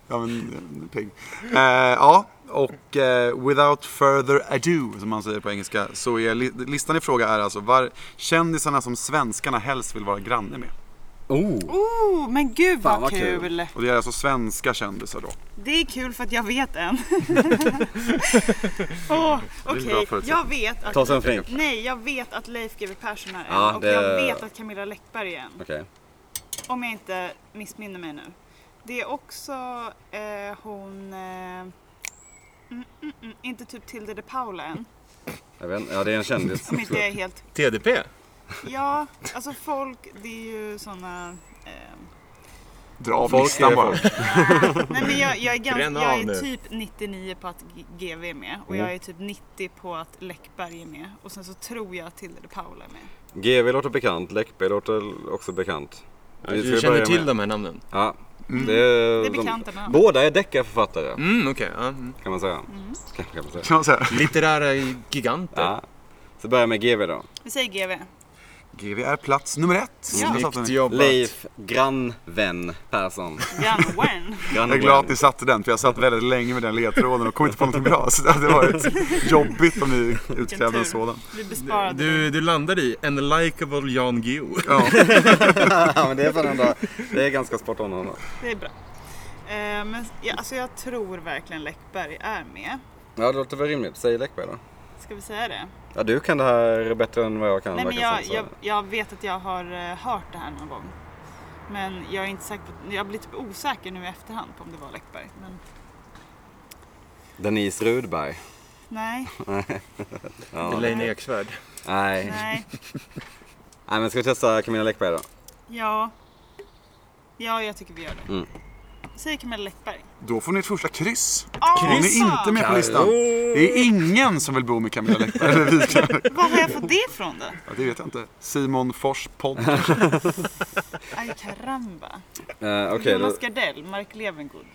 Speaker 4: ja, men, eh, pigg. Eh, ja, och eh, without further ado, som man säger på engelska, så är li- listan i fråga är alltså var kändisarna som svenskarna helst vill vara granne med.
Speaker 1: Oh.
Speaker 2: Oh, men gud
Speaker 1: Fan,
Speaker 2: vad,
Speaker 1: vad kul.
Speaker 2: kul.
Speaker 4: Och det är alltså svenska kändisar då.
Speaker 2: Det är kul för att jag vet en. Åh, Okej,
Speaker 4: förutsättning.
Speaker 2: jag vet att...
Speaker 1: Ta sen Flink.
Speaker 2: Nej, jag vet att Leif GW Persson är en
Speaker 1: Ja,
Speaker 2: och
Speaker 1: det-
Speaker 2: jag vet att Camilla Läckberg är en.
Speaker 1: Okej.
Speaker 2: Om jag inte missminner mig nu. Det är också eh, hon... Eh, mm, mm, mm, inte typ Tilde de Paula än.
Speaker 1: Jag vet inte, Ja, det är en kändis.
Speaker 2: Om inte jag är helt...
Speaker 5: TDP?
Speaker 2: Ja, alltså folk, det är ju sådana... Eh,
Speaker 4: Dra av
Speaker 5: Folk
Speaker 4: listan
Speaker 5: är
Speaker 4: bara.
Speaker 2: nej men jag, jag är, ganska,
Speaker 5: Bränn av
Speaker 2: jag är
Speaker 5: nu. Mm.
Speaker 2: typ 99 på att G- GV är med och jag är typ 90 på att Läckberg är med och sen så tror jag att Tilde de Paula är med.
Speaker 1: GV låter bekant, Läckberg låter också bekant. Vi ska
Speaker 5: Du känner
Speaker 1: börja
Speaker 5: till
Speaker 1: med-
Speaker 5: de här namnen?
Speaker 1: Ja. Det är,
Speaker 2: Mm. Det är bekanta namn.
Speaker 1: Båda är deckarförfattare
Speaker 5: Mm, okej. ja, mm.
Speaker 1: kan man säga. Kan, kan man säga.
Speaker 4: Kan man säga.
Speaker 5: Litterära giganter.
Speaker 1: Ja. Så börjar jag med GV då.
Speaker 2: Vi säger GV.
Speaker 4: GV är plats nummer ett.
Speaker 2: Ja.
Speaker 4: Jag satte
Speaker 5: Snyggt
Speaker 4: den.
Speaker 5: jobbat.
Speaker 1: Leif grannvän Persson.
Speaker 2: Jan Wen.
Speaker 1: Grannvän.
Speaker 4: Jag är glad att ni satte den, för jag satt väldigt länge med den ledtråden och kom inte på något bra. Så det hade varit jobbigt om ni utkrävde en
Speaker 2: tur.
Speaker 4: sådan.
Speaker 2: Vi besparade
Speaker 5: Du, du landar i en likable Jan Guillou.
Speaker 1: ja, men det är fan ändå, det är ganska spot on ändå.
Speaker 2: Det är bra. Eh, men ja, alltså jag tror verkligen Läckberg är med.
Speaker 1: Ja, det låter väl rimligt. Säg Läckberg då.
Speaker 2: Ska vi säga det?
Speaker 1: Ja, du kan det här bättre än vad jag kan.
Speaker 2: Nej, men
Speaker 1: verkar
Speaker 2: jag,
Speaker 1: som, så.
Speaker 2: jag, jag vet att jag har eh, hört det här någon gång. Men jag är inte säker på, jag blir typ osäker nu i efterhand på om det var Läckberg. Men
Speaker 1: Denise Rudberg.
Speaker 2: nej,
Speaker 5: Elaine Eksvärd.
Speaker 1: Nej. Nej.
Speaker 2: nej,
Speaker 1: men ska vi testa Camilla Läckberg då?
Speaker 2: ja. Ja, jag tycker vi gör det.
Speaker 1: Mm.
Speaker 2: Säg Camilla Läckberg.
Speaker 4: Då får ni ett första kryss.
Speaker 2: Åh,
Speaker 4: Hon är inte med på listan. Det är ingen som vill bo med Camilla Läckberg. Eller vi kan-
Speaker 2: Var har jag fått det ifrån då?
Speaker 4: ja, det vet jag inte. Simon Fors podd.
Speaker 2: Aj karamba.
Speaker 1: Eh, Okej, då
Speaker 2: Jonas Gardell, Mark Levengood.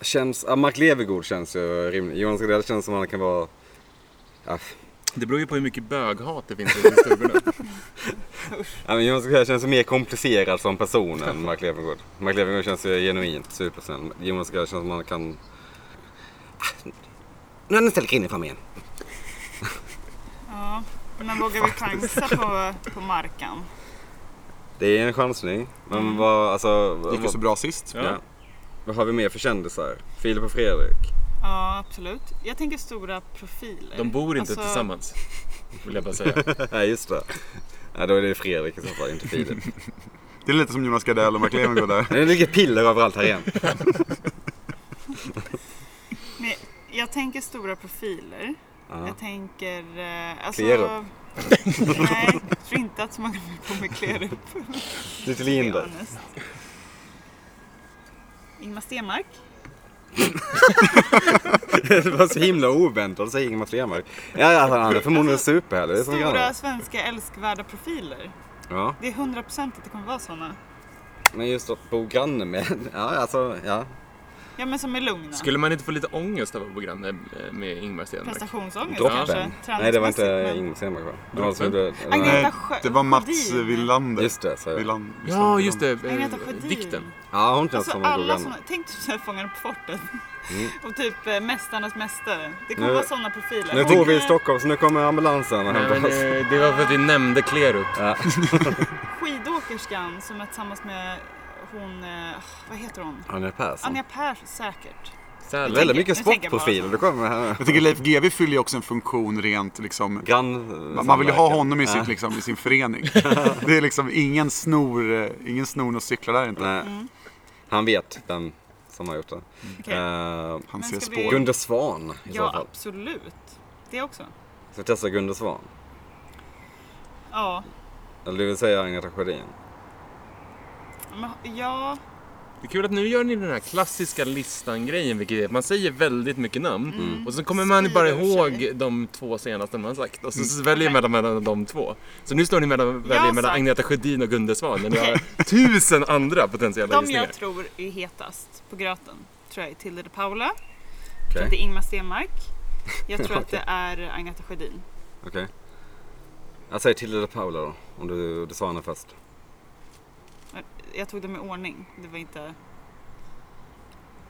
Speaker 1: känns... Ja, Mark Levengood känns ju rimligt. Johan Gardell känns som han kan vara... Ja,
Speaker 5: Det beror ju på hur mycket böghat det finns i stugorna.
Speaker 1: Ja, men Jonas Gardell känns ju mer komplicerad som person än Mark Levengood. Mark Levengood känns ju genuint supersnäll. Jonas Gardell känns som han kan... Ah, Nu har ni ställt kvinnor fram igen.
Speaker 2: Ja, men vågar vi chansa på, på Markan?
Speaker 1: Det är en chansning. Men vad, alltså,
Speaker 4: Det Mm. gick ju så
Speaker 1: vad,
Speaker 4: bra sist.
Speaker 1: ja. vad har vi mer för kändisar? Filip och Fredrik.
Speaker 2: Ja, absolut. Jag tänker stora profiler.
Speaker 5: De bor inte
Speaker 2: Alltså,
Speaker 5: tillsammans. Vill jag bara säga.
Speaker 1: Nej, just det. Nej, då är det Fredrik i så fall, inte Filip.
Speaker 4: Det är lite som Jonas Gardell och Mark Levengood där.
Speaker 1: Men Det ligger piller överallt här igen.
Speaker 2: Men jag tänker stora profiler.
Speaker 1: Ja.
Speaker 2: Jag tänker... eh, Alltså,
Speaker 1: Klerup.
Speaker 2: nej, jag tror inte att så många vill på med Klerup.
Speaker 1: Lite
Speaker 2: to be
Speaker 1: Linder.
Speaker 2: honest. Ingmar Stenmark.
Speaker 1: Det var så himla oväntat, säger Ingemar Stenmark. Ja, ja, han är förmodligen superhärlig. Det är som
Speaker 2: Stora
Speaker 1: grannar.
Speaker 2: svenska älskvärda profiler.
Speaker 1: Ja,
Speaker 2: Det är 100% att det kommer vara sådana.
Speaker 1: men just att bo granne med. Ja, alltså, ja.
Speaker 2: Ja men som är lugna.
Speaker 5: Skulle man inte få lite ångest av att vara på program med, med Ingmar Stenmark?
Speaker 2: Prestationsångest kanske?
Speaker 1: Droppen. Nej, det var inte
Speaker 2: träningsmässigt, men-
Speaker 1: Ingmar Stenmark va? Det var någon som gjorde...
Speaker 2: Agneta
Speaker 1: Nej,
Speaker 2: Sjö...
Speaker 8: Det var Mats
Speaker 2: Sjödin.
Speaker 8: Wilander.
Speaker 1: Just det, så.
Speaker 8: Wilan- Wislander,
Speaker 5: Ja, just det. eh,
Speaker 2: Agneta Sjödin.
Speaker 5: Dikten.
Speaker 1: Ja, hon känns
Speaker 2: Alltså
Speaker 1: som en god
Speaker 2: alla
Speaker 1: vän.
Speaker 2: såna, tänk typ såhär Fångarna på fortet. Och typ eh, Mästarnas mästare. Det kommer
Speaker 1: Nu-
Speaker 2: vara sådana profiler.
Speaker 1: Nu
Speaker 2: Och,
Speaker 1: bor vi i
Speaker 2: eh,
Speaker 1: Stockholm så nu kommer ambulansen och
Speaker 5: Nej, men,
Speaker 1: hämtar oss.
Speaker 5: eh, det var för att vi nämnde Klerup.
Speaker 2: Skidåkerskan som är tillsammans med hon, eh, vad heter hon?
Speaker 1: Anja Persson.
Speaker 2: Anja Persson säkert.
Speaker 5: Sälen.
Speaker 1: Väldigt mycket
Speaker 2: Jag tänker bara
Speaker 1: sportprofiler. Du kommer här.
Speaker 8: Jag tycker Leif GW fyller ju också en funktion rent liksom...
Speaker 1: Grann...
Speaker 8: Man vill ju ha honom i, sitt, liksom, i sin förening. Det är liksom ingen snor, eh, ingen snor och cyklar där inte.
Speaker 1: Nej. Han vet vem som har gjort det.
Speaker 2: Mm. Okej.
Speaker 1: Eh,
Speaker 8: Han
Speaker 2: Men
Speaker 8: ser
Speaker 2: ska
Speaker 8: spår.
Speaker 2: vi-
Speaker 1: Gunde Svan i så
Speaker 2: Ja
Speaker 1: fall.
Speaker 2: absolut. Det också.
Speaker 1: Ska vi testa Gunde Svan?
Speaker 2: Ja.
Speaker 1: Eller du vill säga Agneta Sjödin?
Speaker 2: Men- Ja,
Speaker 5: Det är kul att nu gör ni den här klassiska listan-grejen, vilket är att man säger väldigt mycket namn
Speaker 1: Mm.
Speaker 5: och så kommer man bara
Speaker 2: Mm. Skriver för sig. Mm.
Speaker 5: ihåg de två senaste man har sagt och så, så väljer man mellan de två. Så nu står ni mellan, väljer
Speaker 2: har
Speaker 5: mellan
Speaker 2: sagt-
Speaker 5: Agneta Sjödin och Gunde Svan när ni har tusen andra potentiella
Speaker 2: de
Speaker 5: gissningar.
Speaker 2: jag tror är hetast på gröten tror jag är Tilde de Paula. Jag tror
Speaker 1: Okej.
Speaker 2: att det är Ingmar Stenmark. Jag tror att det är Agneta Sjödin.
Speaker 1: Okej. Jag säger Tilde de Paula då, om du, du sa henne först.
Speaker 2: Jag tog dem i ordning. Det var inte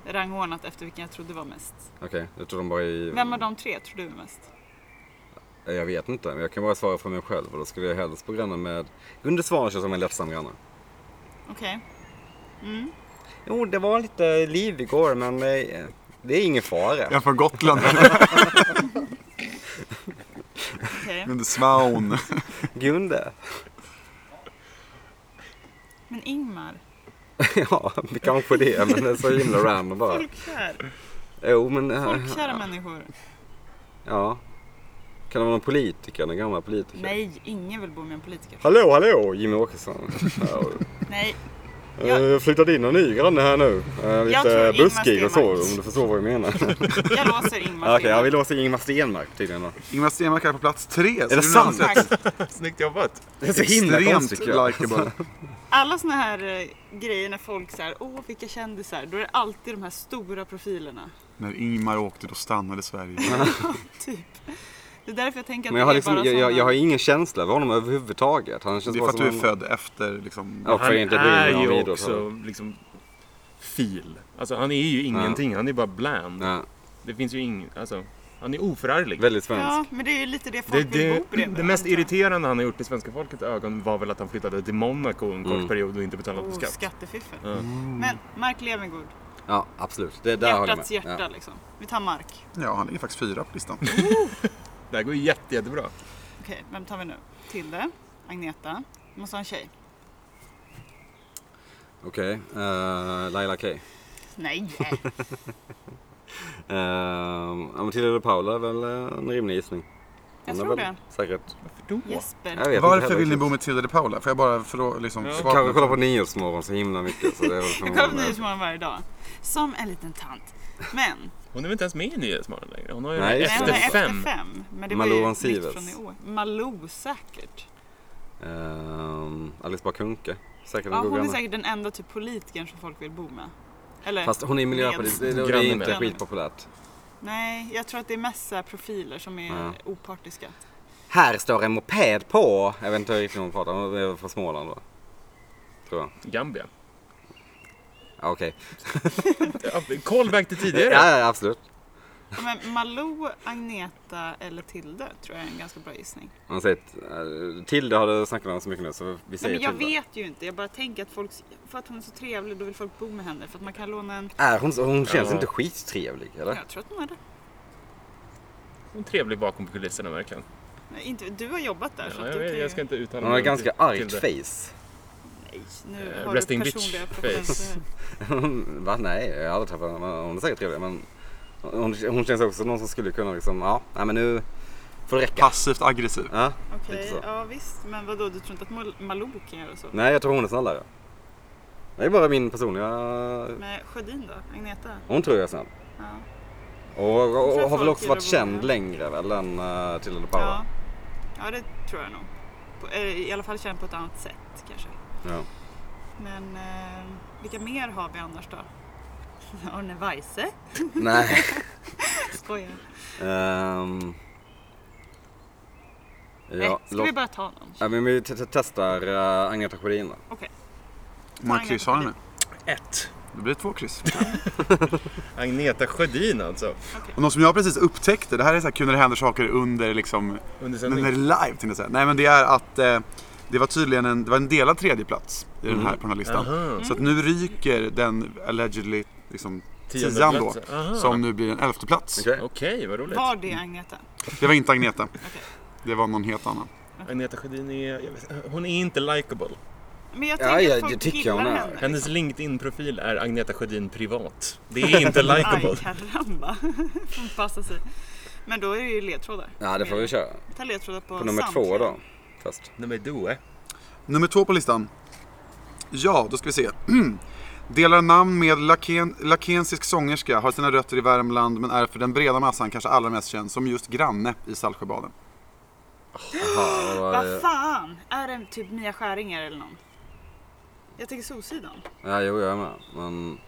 Speaker 2: rangordnat efter vilken jag trodde var mest.
Speaker 1: Okej, jag tror de bara i...
Speaker 2: Vem av de tre tror du är mest?
Speaker 1: Eh, Jag vet inte, men jag kan bara svara för mig själv och då skulle jag helst på grannen med... Gunde Svan känns som en lättsam granne.
Speaker 2: Okej. Mm,
Speaker 1: Jo, det var lite liv igår men eh, det är ingen fara.
Speaker 8: Jag är från Gotland.
Speaker 2: okej.
Speaker 8: Under Svaun.
Speaker 1: Gunde.
Speaker 2: Men Ingmar,
Speaker 1: ja, kanske det, men det är så himla random bara.
Speaker 2: folkkär.
Speaker 1: Jo, men... eh,
Speaker 2: Folkkära människor.
Speaker 1: Ja. Kan det vara någon politiker? Någon gammal politiker?
Speaker 2: Nej, ingen vill bo med en politiker.
Speaker 1: Hallå, hallå! Jimmy Åkesson.
Speaker 2: Nej,
Speaker 1: Eh,
Speaker 2: Jag-
Speaker 1: Jag flyttade in en ny granne här nu. Eh, Lite
Speaker 2: tror Ingmar
Speaker 1: buskig och så,
Speaker 2: Stenmark.
Speaker 1: om du förstår vad jag menar.
Speaker 2: jag låser Ingmar.
Speaker 1: Okej,
Speaker 2: till.
Speaker 1: ja, vi låser Ingemar Stenmark tydligen då.
Speaker 8: Ingmar Stenmark är på plats tre. så
Speaker 1: Är det
Speaker 8: nu
Speaker 1: sant?
Speaker 8: har han sett
Speaker 2: Tack.
Speaker 5: Snyggt jobbat!
Speaker 1: Det är så
Speaker 8: Extremt
Speaker 1: tycker jag.
Speaker 8: likeable.
Speaker 2: Alla såna här eh, grejer när folk säger åh vilka kändisar, då är det alltid de här stora profilerna.
Speaker 8: När Ingmar åkte då stannade Sverige.
Speaker 2: Typ. Det är därför jag tänker att
Speaker 1: Men jag har,
Speaker 2: det är
Speaker 1: liksom,
Speaker 2: bara
Speaker 1: jag, jag,
Speaker 2: såna-
Speaker 1: jag har ingen känsla för honom överhuvudtaget. Han känns
Speaker 8: Det är för
Speaker 1: bara
Speaker 8: att
Speaker 1: som
Speaker 8: du är
Speaker 1: en-
Speaker 8: född efter liksom...
Speaker 1: Ja, för
Speaker 5: Han
Speaker 1: jag inte bryr mig
Speaker 5: är
Speaker 1: om
Speaker 5: ju
Speaker 1: idrott.
Speaker 5: också liksom fil. Alltså han är ju ingenting, han är bara bland.
Speaker 1: Ja,
Speaker 5: Det finns ju ingen, alltså han är oförarglig.
Speaker 1: väldigt svensk.
Speaker 2: Ja, men det är ju lite det
Speaker 5: Det,
Speaker 2: folk vill
Speaker 5: det,
Speaker 2: bo bredvid.
Speaker 5: det mest
Speaker 2: antar jag.
Speaker 5: irriterande han har gjort i svenska folkets ögon var väl att han flyttade till Monaco en kort
Speaker 1: Mm.
Speaker 5: period och inte betalade
Speaker 2: Oh,
Speaker 5: på skatt.
Speaker 2: skattefiffel.
Speaker 5: Ja.
Speaker 2: Men Mark Levengood,
Speaker 1: Ja, absolut. Det där håller jag
Speaker 2: hjärtats
Speaker 1: med.
Speaker 2: hjärta
Speaker 1: Ja.
Speaker 2: liksom. Vi tar Mark.
Speaker 8: Ja, han ligger faktiskt fyra på listan.
Speaker 5: Det här går ju jätte, jättebra.
Speaker 2: Okej, vem tar vi nu? Tilde, Agneta. Vi måste ha en tjej.
Speaker 1: Okej, eh, Laila K.
Speaker 2: Nej!
Speaker 1: Uh, ja, men Tilde de Paula är väl eh, en rimlig gissning.
Speaker 2: Jag
Speaker 1: Hon är
Speaker 2: tror
Speaker 1: väl
Speaker 2: det.
Speaker 1: Säkert.
Speaker 5: Varför då?
Speaker 1: Jag
Speaker 2: Jesper.
Speaker 1: vet inte
Speaker 8: Varför
Speaker 1: heller
Speaker 8: vill ni
Speaker 1: riktigt.
Speaker 8: bo med Tilde de Paula? Får jag bara frå- liksom,
Speaker 5: Ja.
Speaker 8: svara på
Speaker 1: Kanske
Speaker 8: den
Speaker 1: kolla på
Speaker 8: frågan?
Speaker 1: Nyhetsmorgon så himla mycket. Så det är väl
Speaker 2: Jag kollar på
Speaker 1: förmodligen-
Speaker 2: Nyhetsmorgon varje dag. Som en liten tant. Men,
Speaker 5: Hon är väl inte ens med i Nyhetsmorgon längre? Hon har ju
Speaker 1: Nej,
Speaker 5: Nej,
Speaker 1: just
Speaker 2: nej,
Speaker 5: efter
Speaker 2: hon är efter
Speaker 5: fem.
Speaker 2: fem. Men det
Speaker 1: Malou
Speaker 2: var ju
Speaker 1: von
Speaker 2: nytt
Speaker 1: Sivers.
Speaker 2: från i år. Malou säkert.
Speaker 1: Ehm, Alice Bah Kuhnke. Säkert en
Speaker 2: Ja,
Speaker 1: god
Speaker 2: hon är
Speaker 1: granne.
Speaker 2: säkert den enda typ politikern som folk vill bo med. Eller?
Speaker 1: Fast hon är miljöpartist. Det, det är
Speaker 5: Granne
Speaker 1: inte
Speaker 5: med.
Speaker 1: skitpopulärt.
Speaker 2: Nej, jag tror att det är mest så här profiler som är
Speaker 1: Ja.
Speaker 2: opartiska.
Speaker 1: Här står en moped på. Jag vet inte riktigt vad hon pratar om. Hon är från Småland då. Tror jag.
Speaker 5: Gambia.
Speaker 1: Ja, okej.
Speaker 5: Ja, Callback till tidigare.
Speaker 1: Ja, ja, absolut.
Speaker 2: Ja, Men Malou, Agneta eller Tilde tror jag är en ganska bra gissning.
Speaker 1: Man säger, eh, Tilde har du snackat om så mycket nu så vi
Speaker 2: Nej,
Speaker 1: säger
Speaker 2: men jag
Speaker 1: Tilde.
Speaker 2: vet ju inte. Jag bara tänker att folk, för att hon är så trevlig då vill folk bo med henne. För att man kan låna en...
Speaker 1: Är hon, så- hon känns
Speaker 5: Ja.
Speaker 1: inte skittrevlig eller?
Speaker 2: Jag tror att hon är det.
Speaker 5: Hon är trevlig bakom kulisserna verkligen.
Speaker 2: Nej, inte, du har jobbat där så
Speaker 5: Ja, jag,
Speaker 2: att du kan
Speaker 5: vet,
Speaker 2: ju...
Speaker 5: jag ska inte uttala
Speaker 1: Hon har
Speaker 5: mig
Speaker 1: ett ganska
Speaker 5: till-
Speaker 1: argt
Speaker 5: till det.
Speaker 1: face.
Speaker 2: Nej, nu
Speaker 5: Eh,
Speaker 2: har du
Speaker 5: resting bitch
Speaker 2: personliga
Speaker 5: face.
Speaker 2: preferenser.
Speaker 1: Va? Nej, jag har aldrig träffat henne. Hon är säkert trevlig men hon, hon känns också som någon som skulle kunna liksom, ja, nej men nu får det räcka.
Speaker 8: Passivt aggressiv.
Speaker 1: Ja.
Speaker 2: Okej,
Speaker 1: Lite så.
Speaker 2: ja visst. Men vadå, du tror inte att Mal- Malou kan göra så?
Speaker 1: Nej, jag tror hon är snällare. Det är bara min personliga...
Speaker 2: Men Sjödin då? Agneta?
Speaker 1: Hon tror jag är snäll.
Speaker 2: Ja.
Speaker 1: Och, och,
Speaker 2: tror
Speaker 1: och har
Speaker 2: folk
Speaker 1: väl också
Speaker 2: gillar
Speaker 1: varit
Speaker 2: att bo
Speaker 1: känd
Speaker 2: med.
Speaker 1: längre väl än uh, Tilde de
Speaker 2: Ja.
Speaker 1: Paula.
Speaker 2: ja, det tror jag nog. På, eh, I alla fall känna på ett annat sätt kanske.
Speaker 1: Ja.
Speaker 2: Men eh, vilka mer har vi annars då? Arne Weise.
Speaker 1: Nej.
Speaker 2: Skojar.
Speaker 1: Ehm.
Speaker 2: Nej,
Speaker 1: ja,
Speaker 2: ska
Speaker 1: låt,
Speaker 2: vi bara ta någon?
Speaker 1: ja, men vi t- t- testar uh, Agneta Sjödin då.
Speaker 2: Okej.
Speaker 4: Hur många kryss har ni nu?
Speaker 3: Ett.
Speaker 4: Det blir två kryss.
Speaker 5: Agneta Sjödin alltså.
Speaker 4: Och något som jag precis upptäckte, det här är så här kul när det händer saker under liksom,
Speaker 5: Under
Speaker 4: när
Speaker 5: sändning.
Speaker 4: det är live tänkte jag säga. Nej men det är att eh, det var tydligen en, det var en delad tredjeplats i den
Speaker 1: Mm.
Speaker 4: här, på den här listan. Så att nu ryker den allegedly liksom,
Speaker 5: Tionde
Speaker 4: tian då,
Speaker 5: plats. Aha.
Speaker 4: som nu blir en elfte plats.
Speaker 1: Okej.
Speaker 5: Okej, vad roligt.
Speaker 2: Var det Agneta?
Speaker 4: Det var inte Agneta. Det var någon helt annan.
Speaker 5: Agneta Sjödin är, jag vet, hon är inte likable.
Speaker 2: Men jag
Speaker 1: Ja,
Speaker 2: tänker
Speaker 1: ja,
Speaker 2: att folk
Speaker 1: det tycker jag hon
Speaker 2: gillar
Speaker 1: är.
Speaker 2: henne.
Speaker 5: Hennes LinkedIn-profil är Agneta Sjödin privat. Det är inte likable.
Speaker 2: Aj, karamba. Hon passar sig. Men då är det ju ledtrådar.
Speaker 1: Ja, det får vi köra.
Speaker 2: Ta ledtrådar på,
Speaker 1: På nummer
Speaker 2: samtliga.
Speaker 1: två då. Först.
Speaker 5: Nummer två. eh.
Speaker 4: Nummer två på listan. Ja, då ska vi se. Delar namn med laken, lakensisk sångerska, har sina rötter i Värmland men är för den breda massan kanske allra mest känd som just granne i Saltsjöbaden.
Speaker 1: Aha, vad var
Speaker 2: Vad
Speaker 1: det?
Speaker 2: fan! Är det typ Mia Skäringer eller någon? Jag tänker Solsidan.
Speaker 1: Ja, jo, jag är med. Men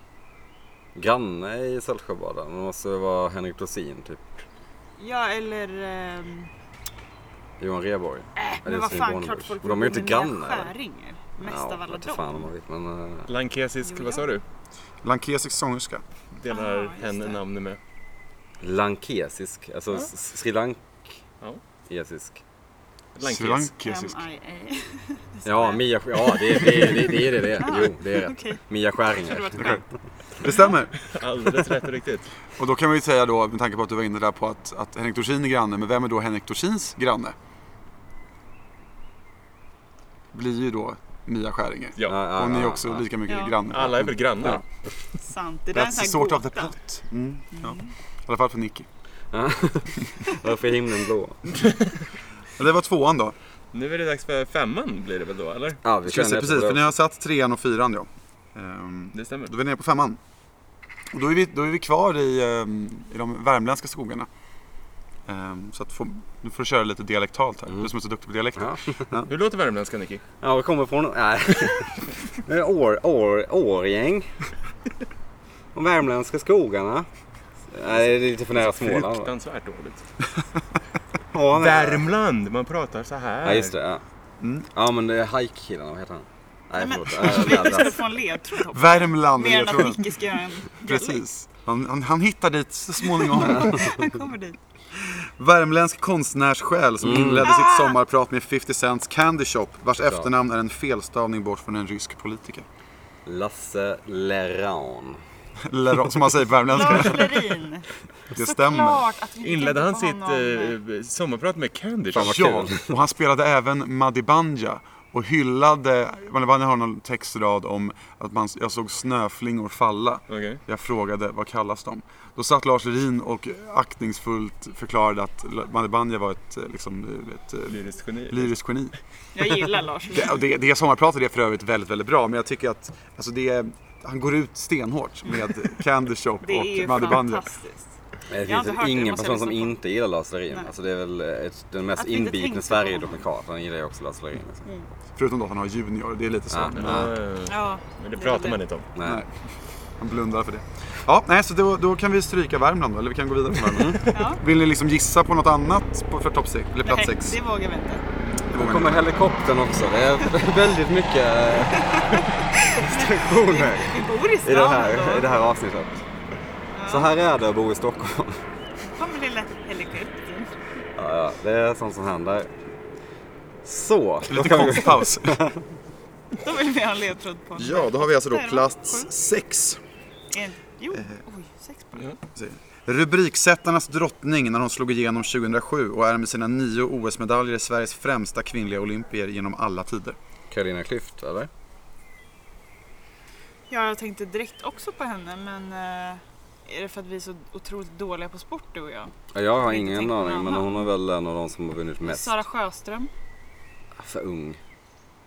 Speaker 1: granne i Saltsjöbaden. Det måste vara Henrik Dorsin typ.
Speaker 2: Ja, eller... ehm,
Speaker 1: Johan Rheborg.
Speaker 2: Äh, men vad fan, klart folk
Speaker 1: Och de är ju inte
Speaker 2: vill gå med Mia
Speaker 1: grannar. eller?
Speaker 2: Skäringer. Mest
Speaker 1: Ja,
Speaker 2: av alla
Speaker 1: vete fan om
Speaker 2: dem.
Speaker 1: man vet. Men, eh,
Speaker 5: Lankesisk, vad sa du?
Speaker 4: Lankesisk sångerska.
Speaker 5: Delar
Speaker 2: Ah, just
Speaker 5: hen
Speaker 2: det.
Speaker 5: namn med.
Speaker 1: lankesisk. Alltså s- Sri
Speaker 5: Ja.
Speaker 1: Lankesisk.
Speaker 5: Lankes.
Speaker 4: Lankesisk.
Speaker 2: MIA.
Speaker 1: Ja, Mia, ja det, det, det, det är det det. Jo, det är rätt.
Speaker 2: Okej.
Speaker 1: Mia
Speaker 2: Det var
Speaker 1: Skäringer.
Speaker 2: ett skämt.
Speaker 4: Det stämmer.
Speaker 5: Alldeles rätt och riktigt.
Speaker 4: Och då kan vi ju säga då, med tanke på att du var inne där på att, att Henrik Dorsin är granne, men vem är då Henrik Dorsins granne? Blir ju då Mia Skäringer.
Speaker 5: Ja.
Speaker 1: Ja, ja,
Speaker 4: Hon är
Speaker 1: ja,
Speaker 4: ju också
Speaker 1: ja.
Speaker 4: lika mycket
Speaker 2: Ja.
Speaker 4: granne.
Speaker 5: Alla är väl grannar?
Speaker 2: Sant. Det där är en
Speaker 4: That's
Speaker 2: sån
Speaker 4: sort
Speaker 2: här
Speaker 4: of the
Speaker 2: gåta.
Speaker 4: plot. Mm. Ja. I alla fall för Nicky.
Speaker 1: Varför är himlen blå?
Speaker 4: Men Det var tvåan då.
Speaker 5: Nu är det dags för femman blir det väl då, eller?
Speaker 1: Ja, vi
Speaker 4: Ska vi
Speaker 1: kör
Speaker 4: se,
Speaker 1: en
Speaker 4: precis,
Speaker 1: efter
Speaker 4: för
Speaker 1: det
Speaker 4: ni har satt trean och fyran ja. Ehm,
Speaker 5: Det stämmer.
Speaker 4: då är vi nere på femman. Och då är vi, då är vi kvar i, ehm, i de värmländska skogarna. Ehm, så att få, nu får du köra lite dialektalt här, du som är så duktig på dialekter.
Speaker 1: Mm. Ja.
Speaker 5: Hur låter värmländska, Nicky?
Speaker 1: Ja, vi kommer från... Nej. Det är År, år, Årgäng. De värmländska skogarna. Nej, det är lite för nära Småland. va?
Speaker 5: Fruktansvärt dåligt.
Speaker 1: Ja, men-
Speaker 5: Värmland, man pratar så här.
Speaker 1: Ja, just det. Ja,
Speaker 4: Mm.
Speaker 1: ja men det är Hike-killarna, vad heter han? Nej,
Speaker 2: Men,
Speaker 1: förlåt.
Speaker 2: vi
Speaker 1: Äh,
Speaker 2: skulle få en ledtråd hoppas jag.
Speaker 4: Värmland
Speaker 2: Mer
Speaker 4: är
Speaker 2: än att
Speaker 4: ledtråden.
Speaker 2: Micke ska göra en dialekt.
Speaker 4: Precis. Han, han, han hittar dit så småningom.
Speaker 2: Han kommer dit.
Speaker 4: Värmländsk konstnärssjäl som
Speaker 1: Mm.
Speaker 4: inledde
Speaker 2: Ah!
Speaker 4: sitt sommarprat med 50 Cents Candy Shop vars efternamn är en felstavning bort från en rysk politiker.
Speaker 1: Lasse Leran.
Speaker 4: Eller som man säger på värmländska.
Speaker 2: Lars Lerin.
Speaker 4: Det stämmer.
Speaker 2: Såklart att vi inte
Speaker 5: Inledde han
Speaker 2: tänkte
Speaker 5: sitt
Speaker 2: på honom.
Speaker 5: eh, sommarprat med Candy?
Speaker 1: Fan, vad
Speaker 4: Ja,
Speaker 1: kul.
Speaker 4: och han spelade även Madi Banja och hyllade, Madi Banja har någon textrad om att man, jag såg snöflingor falla.
Speaker 5: Okej.
Speaker 4: Jag frågade vad kallas de? Då satt Lars Lerin och aktningsfullt förklarade att Madi Banja var ett, eh, liksom, ett eh,
Speaker 5: Lyriskt geni.
Speaker 4: lyriskt geni.
Speaker 2: Jag gillar Lars Lerin.
Speaker 4: Det, och det, det sommarpratet är för övrigt väldigt, väldigt bra men jag tycker att alltså det, han går ut stenhårt med Candy Shop
Speaker 2: Det är ju
Speaker 4: och Madi Banja.
Speaker 2: fantastiskt.
Speaker 1: Det
Speaker 2: Jag har
Speaker 1: finns väl
Speaker 2: inte hört det, det
Speaker 1: ingen
Speaker 2: måste jag
Speaker 1: person som
Speaker 2: lyssna på.
Speaker 1: inte gillar Lasse Lerin.
Speaker 2: Nej.
Speaker 1: Alltså, det är väl eh, ett, den mest
Speaker 2: Att vi inte
Speaker 1: inbitne
Speaker 2: tänkte på
Speaker 1: Sverigedemokraten gillar ju också Lasse Lerin. Liksom.
Speaker 4: Förutom då att han har Junior, det är lite så.
Speaker 1: Ja.
Speaker 4: men-
Speaker 5: Ja, ja, ja.
Speaker 2: Ja,
Speaker 5: Men det pratar man inte om.
Speaker 1: Nej.
Speaker 4: Nej. Han blundar för det. Ja, nej, så då, då kan vi stryka Värmland då, eller vi kan gå vidare från Värmland.
Speaker 2: Ja.
Speaker 4: Vill ni liksom gissa på något annat på, för topp sex, eller plats
Speaker 2: Nej,
Speaker 4: sex?
Speaker 2: det vågar vi inte.
Speaker 1: Då kommer helikoptern också. Det är väldigt mycket eh, stationer
Speaker 2: Vi bor i
Speaker 1: i det
Speaker 2: stan
Speaker 1: här, i det
Speaker 2: ändå.
Speaker 1: här avsnittet. Så här är det att bo i Stockholm.
Speaker 2: Kommer lilla helikoptern.
Speaker 1: Ja, ja, det är sånt som händer. Så, då
Speaker 4: Lite
Speaker 1: kan vi...
Speaker 4: konstig paus.
Speaker 2: Då vill vi ha en ledtråd på honom.
Speaker 4: ja, då har vi alltså då
Speaker 2: Där, va?
Speaker 4: plats
Speaker 2: Sju.
Speaker 4: sex.
Speaker 2: En, jo, oj, sex bara.
Speaker 4: Rubriksättarnas drottning när hon slog igenom 2007 och är med sina nio OS-medaljer Sveriges främsta kvinnliga olympier genom alla tider.
Speaker 1: Carolina Klüft, eller?
Speaker 2: Ja, jag tänkte direkt också på henne, men eh, är det för att vi är så otroligt dåliga på sport du och jag?
Speaker 1: Ja, Jag har
Speaker 2: Jag inte
Speaker 1: ingen
Speaker 2: tänkt på
Speaker 1: aning, men
Speaker 2: någon
Speaker 1: hon är väl en av de som har vunnit mest.
Speaker 2: Sara Sjöström
Speaker 1: För ung.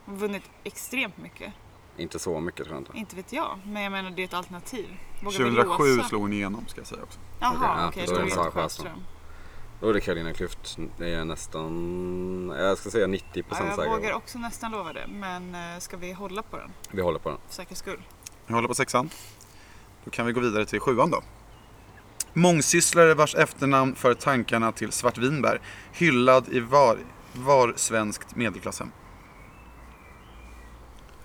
Speaker 2: har vunnit extremt mycket.
Speaker 1: Inte så mycket tror jag inte.
Speaker 2: Inte vet jag, men jag menar det är ett alternativ. Vågar vi
Speaker 4: 2007
Speaker 2: låsa?
Speaker 4: slog hon igenom ska jag säga också.
Speaker 1: Okej, ja,
Speaker 2: Jaha, okej,
Speaker 1: då är
Speaker 2: då
Speaker 1: det
Speaker 2: är det
Speaker 1: Sara
Speaker 2: Sara
Speaker 1: Sjöström.
Speaker 2: Sjöström.
Speaker 1: Då är det Carolina Klüft. Det är nästan, jag ska säga 90
Speaker 2: Ja,
Speaker 1: procent
Speaker 2: jag vågar
Speaker 1: säker.
Speaker 2: också nästan lova det, men eh, ska vi hålla på den
Speaker 1: Vi håller på den.
Speaker 2: för säkerhets skull?
Speaker 4: Jag håller på sexan. Då kan vi gå vidare till sjuan då. Mångsysslare vars efternamn för tankarna till svartvinbär. Hyllad i var, var svenskt medelklasshem.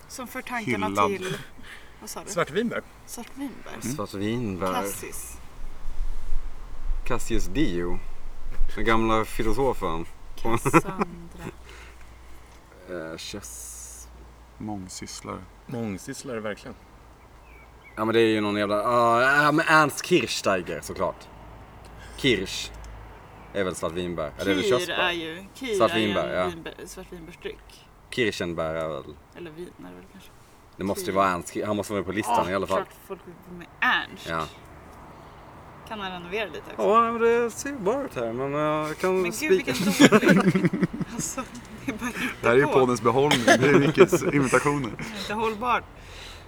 Speaker 2: Som för tankarna
Speaker 4: Hyllad.
Speaker 2: till... Vad sa du?
Speaker 5: Svartvinbär.
Speaker 2: Svartvinbär.
Speaker 1: Svartvinbär.
Speaker 2: Kassis.
Speaker 1: Cassius Dio. Den gamla filosofen.
Speaker 2: Cassandra.
Speaker 1: Eh, Chess.
Speaker 4: Mångsysslare.
Speaker 5: Mångsysslare, verkligen.
Speaker 1: Ja men det är ju någon jävla... ah, Ja men Ernst Kirchsteiger såklart. Kirsch. Är väl svartvinbär? Eller är det
Speaker 2: Kir är
Speaker 1: körsbär?
Speaker 2: ju... Kir
Speaker 1: Svartvinbär,
Speaker 2: är ju
Speaker 1: ja.
Speaker 2: en vinbär, svartvinbärsdryck.
Speaker 1: Kirchenbär är väl...
Speaker 2: Eller vin är det väl kanske.
Speaker 1: Det måste ju vara Ernst Kir- Han måste vara med på listan
Speaker 2: Ja,
Speaker 1: i alla fall.
Speaker 2: Ah, Klart folk vill vara med Ernst.
Speaker 1: Ja.
Speaker 2: Kan han renovera lite också?
Speaker 1: Ja, men det ser bara ut här men eh, jag kan
Speaker 2: Men gud
Speaker 1: spika.
Speaker 2: vilken dålig... Alltså, det är bara
Speaker 4: Det här är ju
Speaker 2: på.
Speaker 4: poddens behållning. Det är Rickes imitationer.
Speaker 2: inte hållbart.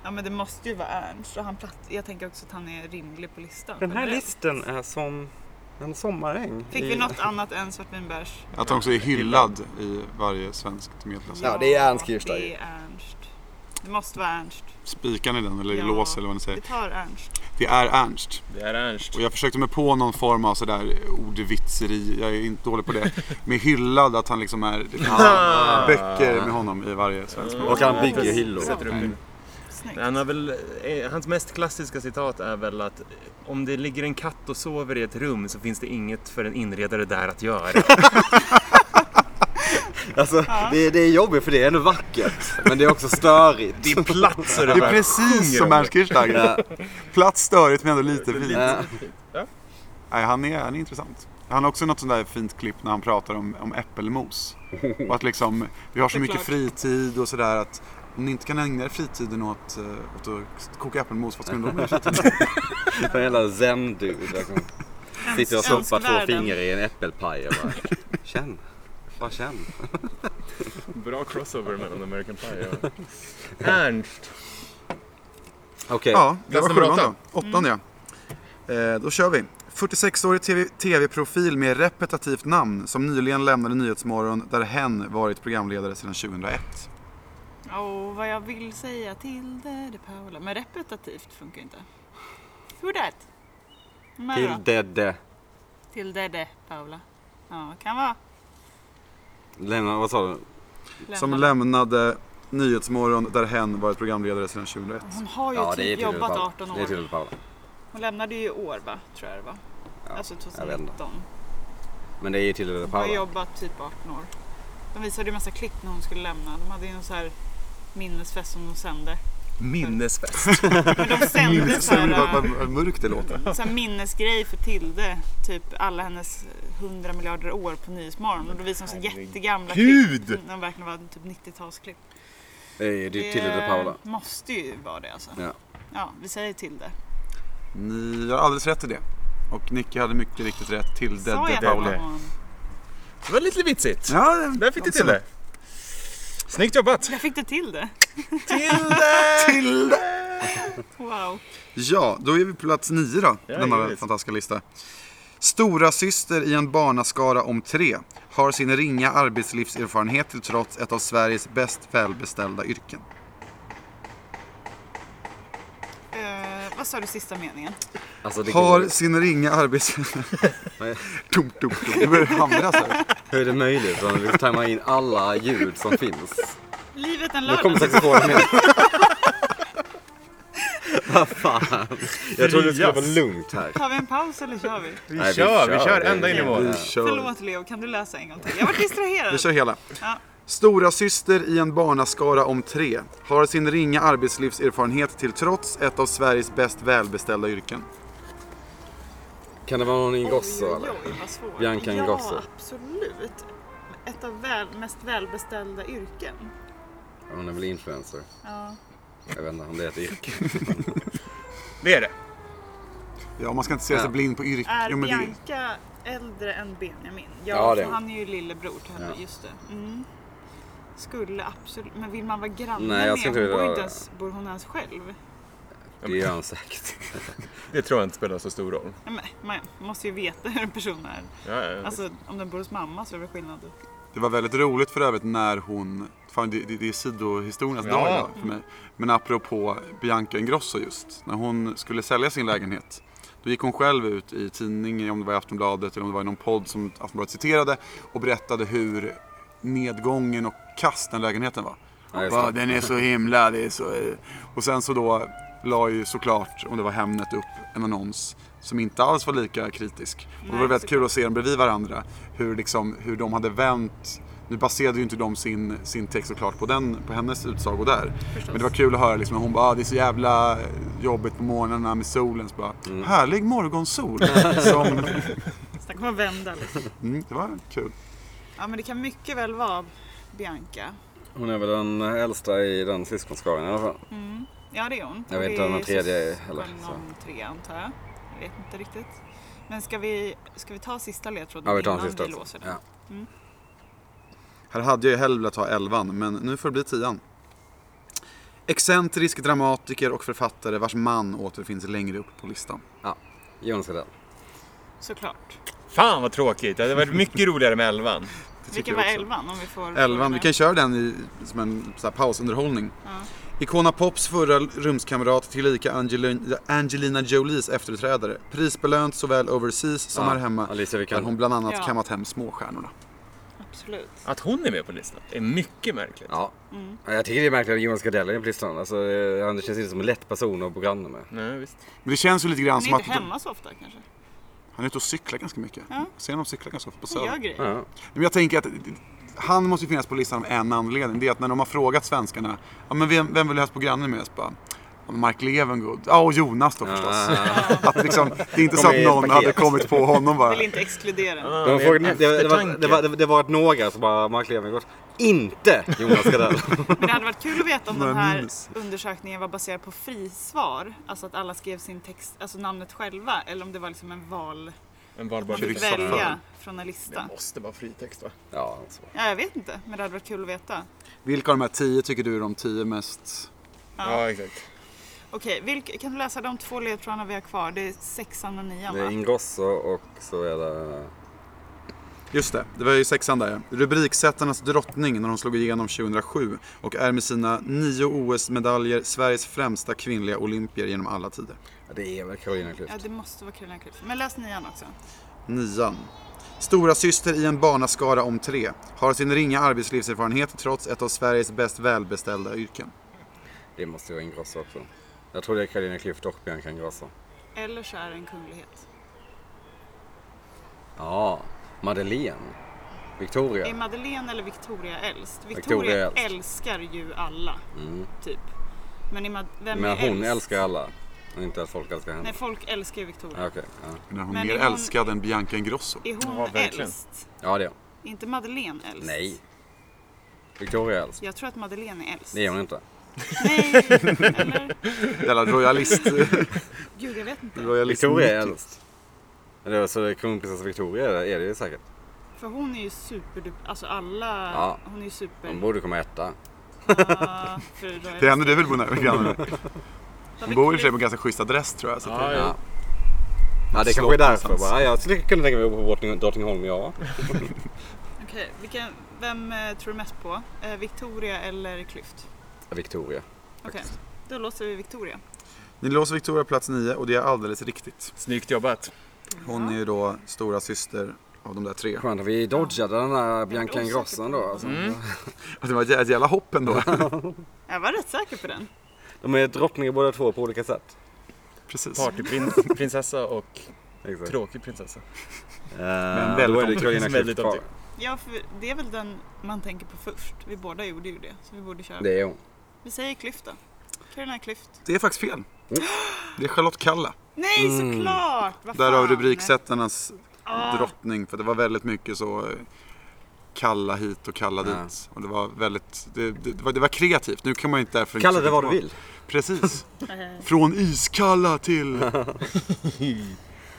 Speaker 2: Ja men det måste ju vara Ernst och han platt... jag tänker också att han är rimlig på listan.
Speaker 1: Den här
Speaker 2: Men det-
Speaker 1: listen är som en sommaräng.
Speaker 2: Fick
Speaker 1: i-
Speaker 2: vi något annat än svartvinbärs?
Speaker 4: Att de också är hyllad i varje svenskt medelklasshem.
Speaker 1: Ja, det är Ernst Kirchsteiger.
Speaker 2: Det är Ernst. Det måste vara Ernst.
Speaker 4: Spikar ni den eller
Speaker 2: Ja.
Speaker 4: lås eller vad ni säger?
Speaker 2: Vi tar Ernst.
Speaker 4: Det är Ernst.
Speaker 5: Det är Ernst.
Speaker 4: Och jag försökte mig på någon form av sådär ordvitseri. Jag är inte dålig på det. Med hyllad att han liksom är... Det finns böcker med honom i varje svensk
Speaker 1: Och han bygger hyllor. Mm.
Speaker 2: Sätter
Speaker 5: upp det.
Speaker 2: Snyggt.
Speaker 5: Han har väl, eh, hans mest klassiska citat är väl att eh, om det ligger en katt och sover i ett rum så finns det inget för en inredare där att göra.
Speaker 1: Alltså, det, det är jobbigt för det är ändå vackert. Men det är också störigt.
Speaker 5: Det är plats och det
Speaker 4: Det är
Speaker 5: bara
Speaker 4: precis
Speaker 5: sjunger
Speaker 4: som
Speaker 5: om
Speaker 4: Ernst Kirchsteiger. Plats störigt men ändå lite fint.
Speaker 1: Ja.
Speaker 4: Nej, han, är, han är intressant. Han har också något sånt där fint klipp när han pratar om, om äppelmos. Och att liksom, vi har så mycket
Speaker 2: klart.
Speaker 4: fritid och sådär att om ni inte kan ägna er fritiden åt, eh, åt att koka äppelmos, vad ska ni då med er fritid till?
Speaker 1: Den Typ jävla zen-dude. liksom. Sitter och stoppar två
Speaker 2: Önskvärlden.
Speaker 1: fingrar i en äppelpaj och bara känn. Bara känn.
Speaker 5: Bra crossover mellan American Pie och Ernst.
Speaker 1: Okej,
Speaker 4: Ja, det
Speaker 5: Plats
Speaker 4: var
Speaker 5: nummer
Speaker 4: sjuan
Speaker 5: åtta.
Speaker 4: då. Åttan ja. Eh, då kör vi. 46-årig TV tv-profil med repetitivt namn som nyligen lämnade Nyhetsmorgon där hen varit programledare sedan 2001.
Speaker 2: Åh, vad jag vill säga till det, det Paula. Men repetitivt funkar ju inte. Who that? Men då?
Speaker 1: till Dedde.
Speaker 2: Till det, det Paula. Ja, kan vara.
Speaker 1: Lämna, vad sa du?
Speaker 2: Lämna.
Speaker 4: Som lämnade Nyhetsmorgon där hen varit programledare sedan 2001.
Speaker 2: Hon har ju
Speaker 1: Ja, det är
Speaker 2: typ
Speaker 1: till
Speaker 2: jobbat
Speaker 1: Paula.
Speaker 2: 18 år.
Speaker 1: Det är till Paula.
Speaker 2: Hon lämnade ju i år, va? tror jag det var. alltså
Speaker 1: jag vet inte.
Speaker 2: 2019.
Speaker 1: Men det är ju till
Speaker 2: Hon har
Speaker 1: Paula.
Speaker 2: jobbat typ 18 år. De visade ju massa klipp när hon skulle lämna. De hade ju en så här minnesfest som de sände.
Speaker 5: Minnesfest.
Speaker 2: Men de sände så här,
Speaker 4: Vad, vad mörkt det låter.
Speaker 2: äh, så här minnesgrej för Tilde. Typ alla hennes 100 miljarder år på Nyhetsmorgon. Och då visade de så jättegamla
Speaker 5: Herregud!
Speaker 2: klipp. De verkligen var typ 90-talsklipp.
Speaker 1: Det är ju till
Speaker 2: Eh,
Speaker 1: Paula.
Speaker 2: måste ju vara det alltså.
Speaker 1: Ja.
Speaker 2: Ja, vi säger Tilde.
Speaker 4: Ni har alldeles rätt i det. Och Nicky hade mycket riktigt rätt till Dedde
Speaker 2: Sa jag att
Speaker 4: Paula.
Speaker 2: det var hon?
Speaker 5: Det var lite vitsigt.
Speaker 4: Ja,
Speaker 5: Där fick du till det. Snyggt jobbat!
Speaker 2: Jag fick det till det.
Speaker 4: Tilde!
Speaker 2: Wow.
Speaker 4: Ja, då är vi på plats nio då.
Speaker 5: Ja,
Speaker 4: denna
Speaker 5: givetvis.
Speaker 4: fantastiska lista. Stora syster i en barnaskara om tre. Har sin ringa arbetslivserfarenhet till trots ett av Sveriges bäst välbeställda yrken.
Speaker 2: Eh, vad sa du sista meningen?
Speaker 1: Alltså, det
Speaker 4: Har
Speaker 1: går-
Speaker 4: sin ringa arbets...
Speaker 1: Nej.
Speaker 4: tum, tum, tum. Det börjar hamra så här.
Speaker 1: Hur är det möjligt? Om vi tajmar in alla ljud som finns.
Speaker 2: Livet en
Speaker 1: Nu kommer
Speaker 2: lördag.
Speaker 1: saxofonen med. Vad fan. Jag trodde det skulle vara
Speaker 5: Frias.
Speaker 1: lugnt här.
Speaker 2: Tar vi en paus eller kör vi?
Speaker 5: Vi
Speaker 1: Nej, vi
Speaker 5: kör, vi
Speaker 1: kör.
Speaker 5: kör
Speaker 1: Det är
Speaker 5: ända in i
Speaker 1: jävligt.
Speaker 5: mål.
Speaker 4: Vi kör.
Speaker 2: Förlåt Leo, kan du läsa en gång till? Jag var distraherad.
Speaker 4: Vi kör hela.
Speaker 2: Ja.
Speaker 4: Stora syster i en barnaskara om tre. Har sin ringa arbetslivserfarenhet till trots ett av Sveriges bäst välbeställda yrken.
Speaker 1: Kan det vara någon
Speaker 2: Oj,
Speaker 1: Ingrosso eller?
Speaker 2: oj, oj, vad svårt.
Speaker 1: Bianca Ingrosso.
Speaker 2: Ja, absolut. Ett av väl, mest välbeställda yrken.
Speaker 1: Hon är väl influencer.
Speaker 2: Ja.
Speaker 1: Jag vet inte om det är ett yrke.
Speaker 5: Det är det.
Speaker 4: Ja, man ska inte se sig
Speaker 1: Ja.
Speaker 4: blind på yrken.
Speaker 2: Är
Speaker 4: Jo, men det...
Speaker 2: Bianca äldre än Benjamin? Ja,
Speaker 1: Ja, det
Speaker 2: för
Speaker 1: är hon.
Speaker 2: han är ju lillebror till henne,
Speaker 1: Ja.
Speaker 2: just det. Mm. Skulle absolut, men vill man vara granne
Speaker 1: Nej, jag
Speaker 2: med
Speaker 1: skulle inte vilja
Speaker 2: bor,
Speaker 1: vara-
Speaker 2: inte ens, bor hon ens själv?
Speaker 1: Det gör han säkert.
Speaker 5: Det tror jag inte spelar så stor roll.
Speaker 2: Nej, men man måste ju veta hur en person är.
Speaker 5: Ja, ja, ja.
Speaker 2: Alltså om den bor hos mamma så är det väl skillnad.
Speaker 4: Det var väldigt roligt för övrigt när hon, fan det, det, det är sidohistoriens
Speaker 5: Ja.
Speaker 4: dag idag för mig. Men apropå Bianca Ingrosso just, när hon skulle sälja sin lägenhet. Då gick hon själv ut i tidningen, om det var i Aftonbladet eller om det var i någon podd som Aftonbladet citerade och berättade hur nedgången och kast den lägenheten var.
Speaker 1: Ja, just
Speaker 4: Bara,
Speaker 1: det.
Speaker 4: den är så himla, det är så... eh." Och sen så då la ju såklart, om det var Hemnet, upp en annons som inte alls var lika kritisk. Och det var
Speaker 2: Nej,
Speaker 4: väldigt kul att se dem bredvid varandra. Hur, liksom, hur de hade vänt. Nu baserade ju inte de sin, sin text såklart på, den, på hennes utsago där. Men det var kul att höra liksom, hon bara, "Ah, det är så jävla jobbigt på morgnarna med solen. Så bara, härlig morgonsol. som,
Speaker 2: Snacka om att vända liksom.
Speaker 4: mm, det var kul.
Speaker 2: Ja men det kan mycket väl vara Bianca.
Speaker 1: Hon är väl den äldsta i den syskonskaran i alla fall.
Speaker 2: Mm. Ja det är hon.
Speaker 1: Jag vet
Speaker 2: Det
Speaker 1: inte vem den tredje är
Speaker 2: syskon
Speaker 1: heller, så.
Speaker 2: om tre antar jag. Jag vet inte riktigt. Men ska vi, ska vi ta sista ledtråden
Speaker 1: Ja, vi tar den
Speaker 2: innan
Speaker 1: sista.
Speaker 2: vi låser den?
Speaker 1: Ja.
Speaker 4: Här hade jag ju hellre velat ha elvan, men nu får det bli tian. Excentrisk dramatiker och författare vars man återfinns längre upp på listan.
Speaker 1: Jonas Gardell.
Speaker 2: Såklart.
Speaker 5: Fan vad tråkigt, det hade varit mycket roligare med elvan.
Speaker 2: Vilken var elvan om vi får...
Speaker 4: Elvan, vi kan köra den i, som en så här, pausunderhållning.
Speaker 2: Ja.
Speaker 4: Icona Pops förra rumskamrat tillika Angelina, Angelina Jolies efterträdare. Prisbelönt såväl overseas som
Speaker 1: Ja,
Speaker 4: här hemma.
Speaker 1: Alicia vi
Speaker 4: Där
Speaker 1: kan...
Speaker 4: hon bland annat
Speaker 2: Ja.
Speaker 4: kammat hem småstjärnorna.
Speaker 2: Absolut.
Speaker 5: Att hon är med på listan är mycket märkligt.
Speaker 1: Ja. Ja, Jag tycker det är märkligt att Jonas Gardell är på listan. Alltså, eh, han känns inte som en lätt person att bo granne med.
Speaker 5: Nej, visst.
Speaker 4: Men det känns ju lite grann
Speaker 2: Han
Speaker 4: som
Speaker 2: är
Speaker 4: att
Speaker 2: inte hemma så ofta kanske.
Speaker 4: han är ute och cyklar ganska mycket.
Speaker 2: Ja.
Speaker 4: Ser honom cykla ganska ofta på Söder.
Speaker 2: Hon gör grejer.
Speaker 1: Ja.
Speaker 4: Men jag tänker att han måste ju finnas på listan av en anledning. Det är att när de har frågat svenskarna, ja men vem, vem vill du helst på grannen med? Så bara, "Ja, men Mark Levengood. Ja, och Jonas då förstås. Att liksom, det är inte så
Speaker 1: Kom i
Speaker 4: att
Speaker 1: ett
Speaker 4: någon
Speaker 1: paket.
Speaker 4: hade kommit på honom bara.
Speaker 2: Vill inte exkludera.
Speaker 1: Det var,
Speaker 5: med
Speaker 1: frågan, det, det, var,
Speaker 5: eftertanke.
Speaker 1: det, var, det var att några som bara, Mark Levengood, INTE Jonas Gardell.
Speaker 2: Men det hade varit kul att veta om den
Speaker 4: Några
Speaker 2: här
Speaker 4: minus.
Speaker 2: undersökningen var baserad på frisvar. Alltså att alla skrev sin text, alltså namnet själva. Eller om det var liksom en val.
Speaker 5: En valbar
Speaker 2: Man fick
Speaker 5: lista.
Speaker 2: välja från en lista.
Speaker 5: Måste vara fritext va?
Speaker 1: ja, alltså.
Speaker 2: Ja, jag vet inte. Men det hade varit kul att veta.
Speaker 4: Vilka av de här tio tycker du är de tio mest?
Speaker 5: Ja, exakt.
Speaker 2: Okej, vilk, kan du läsa de två ledtrådarna vi har kvar? Det är sexan och nian
Speaker 1: Det är
Speaker 2: va?
Speaker 1: Ingrosso och så är det...
Speaker 4: Just det, det var ju sexan där ja. Rubriksättarnas drottning när hon slog igenom 2007 och är med sina nio OS-medaljer Sveriges främsta kvinnliga olympier genom alla tider.
Speaker 1: Ja, Det är väl Carolina Klüft.
Speaker 2: Ja, det måste vara Carolina Klüft. Men läs nian också.
Speaker 4: Nian. Stora syster i en barnaskara om tre. Har sin ringa arbetslivserfarenhet trots ett av Sveriges bäst välbeställda yrken.
Speaker 1: Det måste ju vara Ingrosso också. Jag tror det är Carolina Klüft och Bianca Ingrosso.
Speaker 2: Eller så är det en kunglighet.
Speaker 1: Ja, Madeleine. Victoria.
Speaker 2: Är Madeleine eller Victoria äldst? Victoria,
Speaker 1: Victoria äldst.
Speaker 2: älskar ju alla,
Speaker 1: Mm.
Speaker 2: typ. Men är Mad- vem
Speaker 1: Men
Speaker 2: är
Speaker 1: hon
Speaker 2: äldst?
Speaker 1: älskar alla. Inte att folk älskar henne.
Speaker 2: Nej, folk älskar ju Victoria.
Speaker 1: Ja, Okej. ja.
Speaker 4: När hon
Speaker 2: Men
Speaker 4: mer
Speaker 2: är hon-
Speaker 4: älskad än Bianca Ingrosso.
Speaker 2: Är hon
Speaker 5: Ja, verkligen.
Speaker 2: äldst?
Speaker 1: ja, det är hon.
Speaker 2: Är inte Madeleine äldst?
Speaker 1: Nej. Victoria är äldst.
Speaker 2: Jag tror att Madeleine är äldst.
Speaker 1: Det är hon inte.
Speaker 2: Nej, eller?
Speaker 4: Jävla royalist.
Speaker 2: Gud, jag vet inte.
Speaker 4: royalist
Speaker 1: Victoria är liksom äldst. Eller så är det kronprinsessa Victoria är det ju säkert.
Speaker 2: För hon är ju superduper, alltså alla,
Speaker 1: Ja.
Speaker 2: hon är ju super...
Speaker 1: Hon borde komma etta.
Speaker 2: Ja, för då är
Speaker 4: Det enda du vill bo nära grannen med. Hon bor i och för sig på en ganska schysst adress tror jag. Så att
Speaker 5: Ja,
Speaker 1: Ja.
Speaker 5: ja.
Speaker 1: Ja, det
Speaker 4: Slå
Speaker 1: kanske är därför.
Speaker 4: någonstans.
Speaker 1: Bara, ja, jag skulle kunna tänka mig att bo på Drottning- Drottningholm, ja.
Speaker 2: Okej, vilken, vem eh, tror du mest på? Eh, Victoria eller Klyft?
Speaker 1: Victoria.
Speaker 2: Okej, då låser vi Victoria.
Speaker 4: Ni låser Victoria plats nio och det är alldeles riktigt.
Speaker 5: Snyggt jobbat.
Speaker 4: Hon är ju då stora syster av de där tre.
Speaker 1: Skönt att vi dodgade den där Bianca
Speaker 2: osäker
Speaker 1: Ingrosso då. Alltså.
Speaker 5: Mm.
Speaker 4: Och Det var ett jä- ett jävla hopp ändå.
Speaker 2: Jag var rätt säker på den.
Speaker 1: De är drottningar båda två på olika sätt.
Speaker 4: Precis.
Speaker 5: Partyprinsessa och
Speaker 1: Exakt.
Speaker 5: tråkig prinsessa.
Speaker 1: Eh,
Speaker 4: väldigt
Speaker 1: då är det
Speaker 4: omtyckt.
Speaker 1: Carolina Klüft
Speaker 5: Väldigt
Speaker 1: kvar.
Speaker 5: omtyckt.
Speaker 2: Ja, för det är väl den man tänker på först. Vi båda gjorde ju det, så vi borde köra.
Speaker 1: Det är hon.
Speaker 2: Vi säger Klyft då. Carolina Klyft.
Speaker 4: Det är faktiskt fel.
Speaker 1: Mm.
Speaker 4: Det är Charlotte Kalla.
Speaker 2: Nej, såklart! Vad
Speaker 4: Därav
Speaker 2: fan. Ah.
Speaker 4: rubriksättarnas drottning. För det var väldigt mycket så eh, kalla hit och kalla
Speaker 1: Ja.
Speaker 4: dit. Och det var väldigt, det, det, det, var, det var kreativt. Nu kan man ju inte därför
Speaker 1: Kalla
Speaker 4: inte
Speaker 1: det vad du vill.
Speaker 4: Precis. Från iskalla till...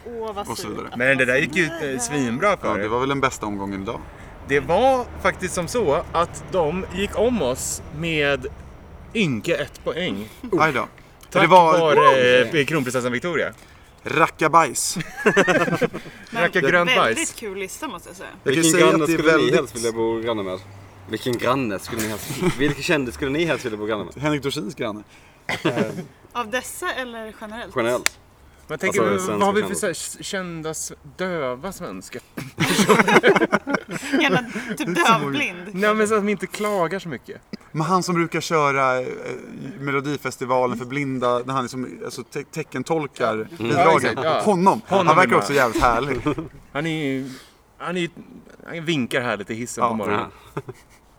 Speaker 2: Åh, vad
Speaker 4: Och så
Speaker 2: synd.
Speaker 4: vidare.
Speaker 5: Men det där gick ju eh, svinbra
Speaker 4: Ja,
Speaker 5: för
Speaker 4: det
Speaker 5: er.
Speaker 4: var väl den bästa omgången idag.
Speaker 5: Det var faktiskt som så att de gick om oss med ynke ett poäng.
Speaker 4: Aj då.
Speaker 5: Tack
Speaker 4: det var,
Speaker 5: vare eh, kronprinsessan Victoria.
Speaker 4: Rackabajs.
Speaker 5: Racka
Speaker 2: Men
Speaker 5: grönt
Speaker 2: Väldigt
Speaker 5: bajs.
Speaker 2: kul lista måste jag säga.
Speaker 4: Jag kan ju
Speaker 1: Vilken
Speaker 4: säga
Speaker 1: granne
Speaker 4: att det är
Speaker 1: skulle
Speaker 4: väldigt-
Speaker 1: ni helst vilja bo granne med? Vilken granne skulle ni helst... Vilken kändis skulle ni helst vilja bo granne med?
Speaker 4: Henrik Dorsins granne.
Speaker 2: Av dessa eller generellt?
Speaker 1: Generellt.
Speaker 5: Men tänker,
Speaker 1: Alltså,
Speaker 5: alltså,
Speaker 1: svenska
Speaker 5: vad har vi för
Speaker 1: kändis.
Speaker 5: så här, s- kända s- döva svenskar?
Speaker 2: Gärna typ dövblind.
Speaker 5: Nej men så att de inte klagar så mycket.
Speaker 4: Men han som brukar köra eh, Melodifestivalen för blinda, när han liksom, alltså, te- teckentolkar
Speaker 5: Ja,
Speaker 4: bidragen.
Speaker 5: exakt, ja.
Speaker 4: Honom. Han
Speaker 5: är
Speaker 4: verkar
Speaker 5: med.
Speaker 4: också jävligt härlig.
Speaker 5: Han är ju... Han, är, ju- han vinkar härligt i hissen
Speaker 4: Ja,
Speaker 5: på
Speaker 1: Ja,
Speaker 5: morgonen.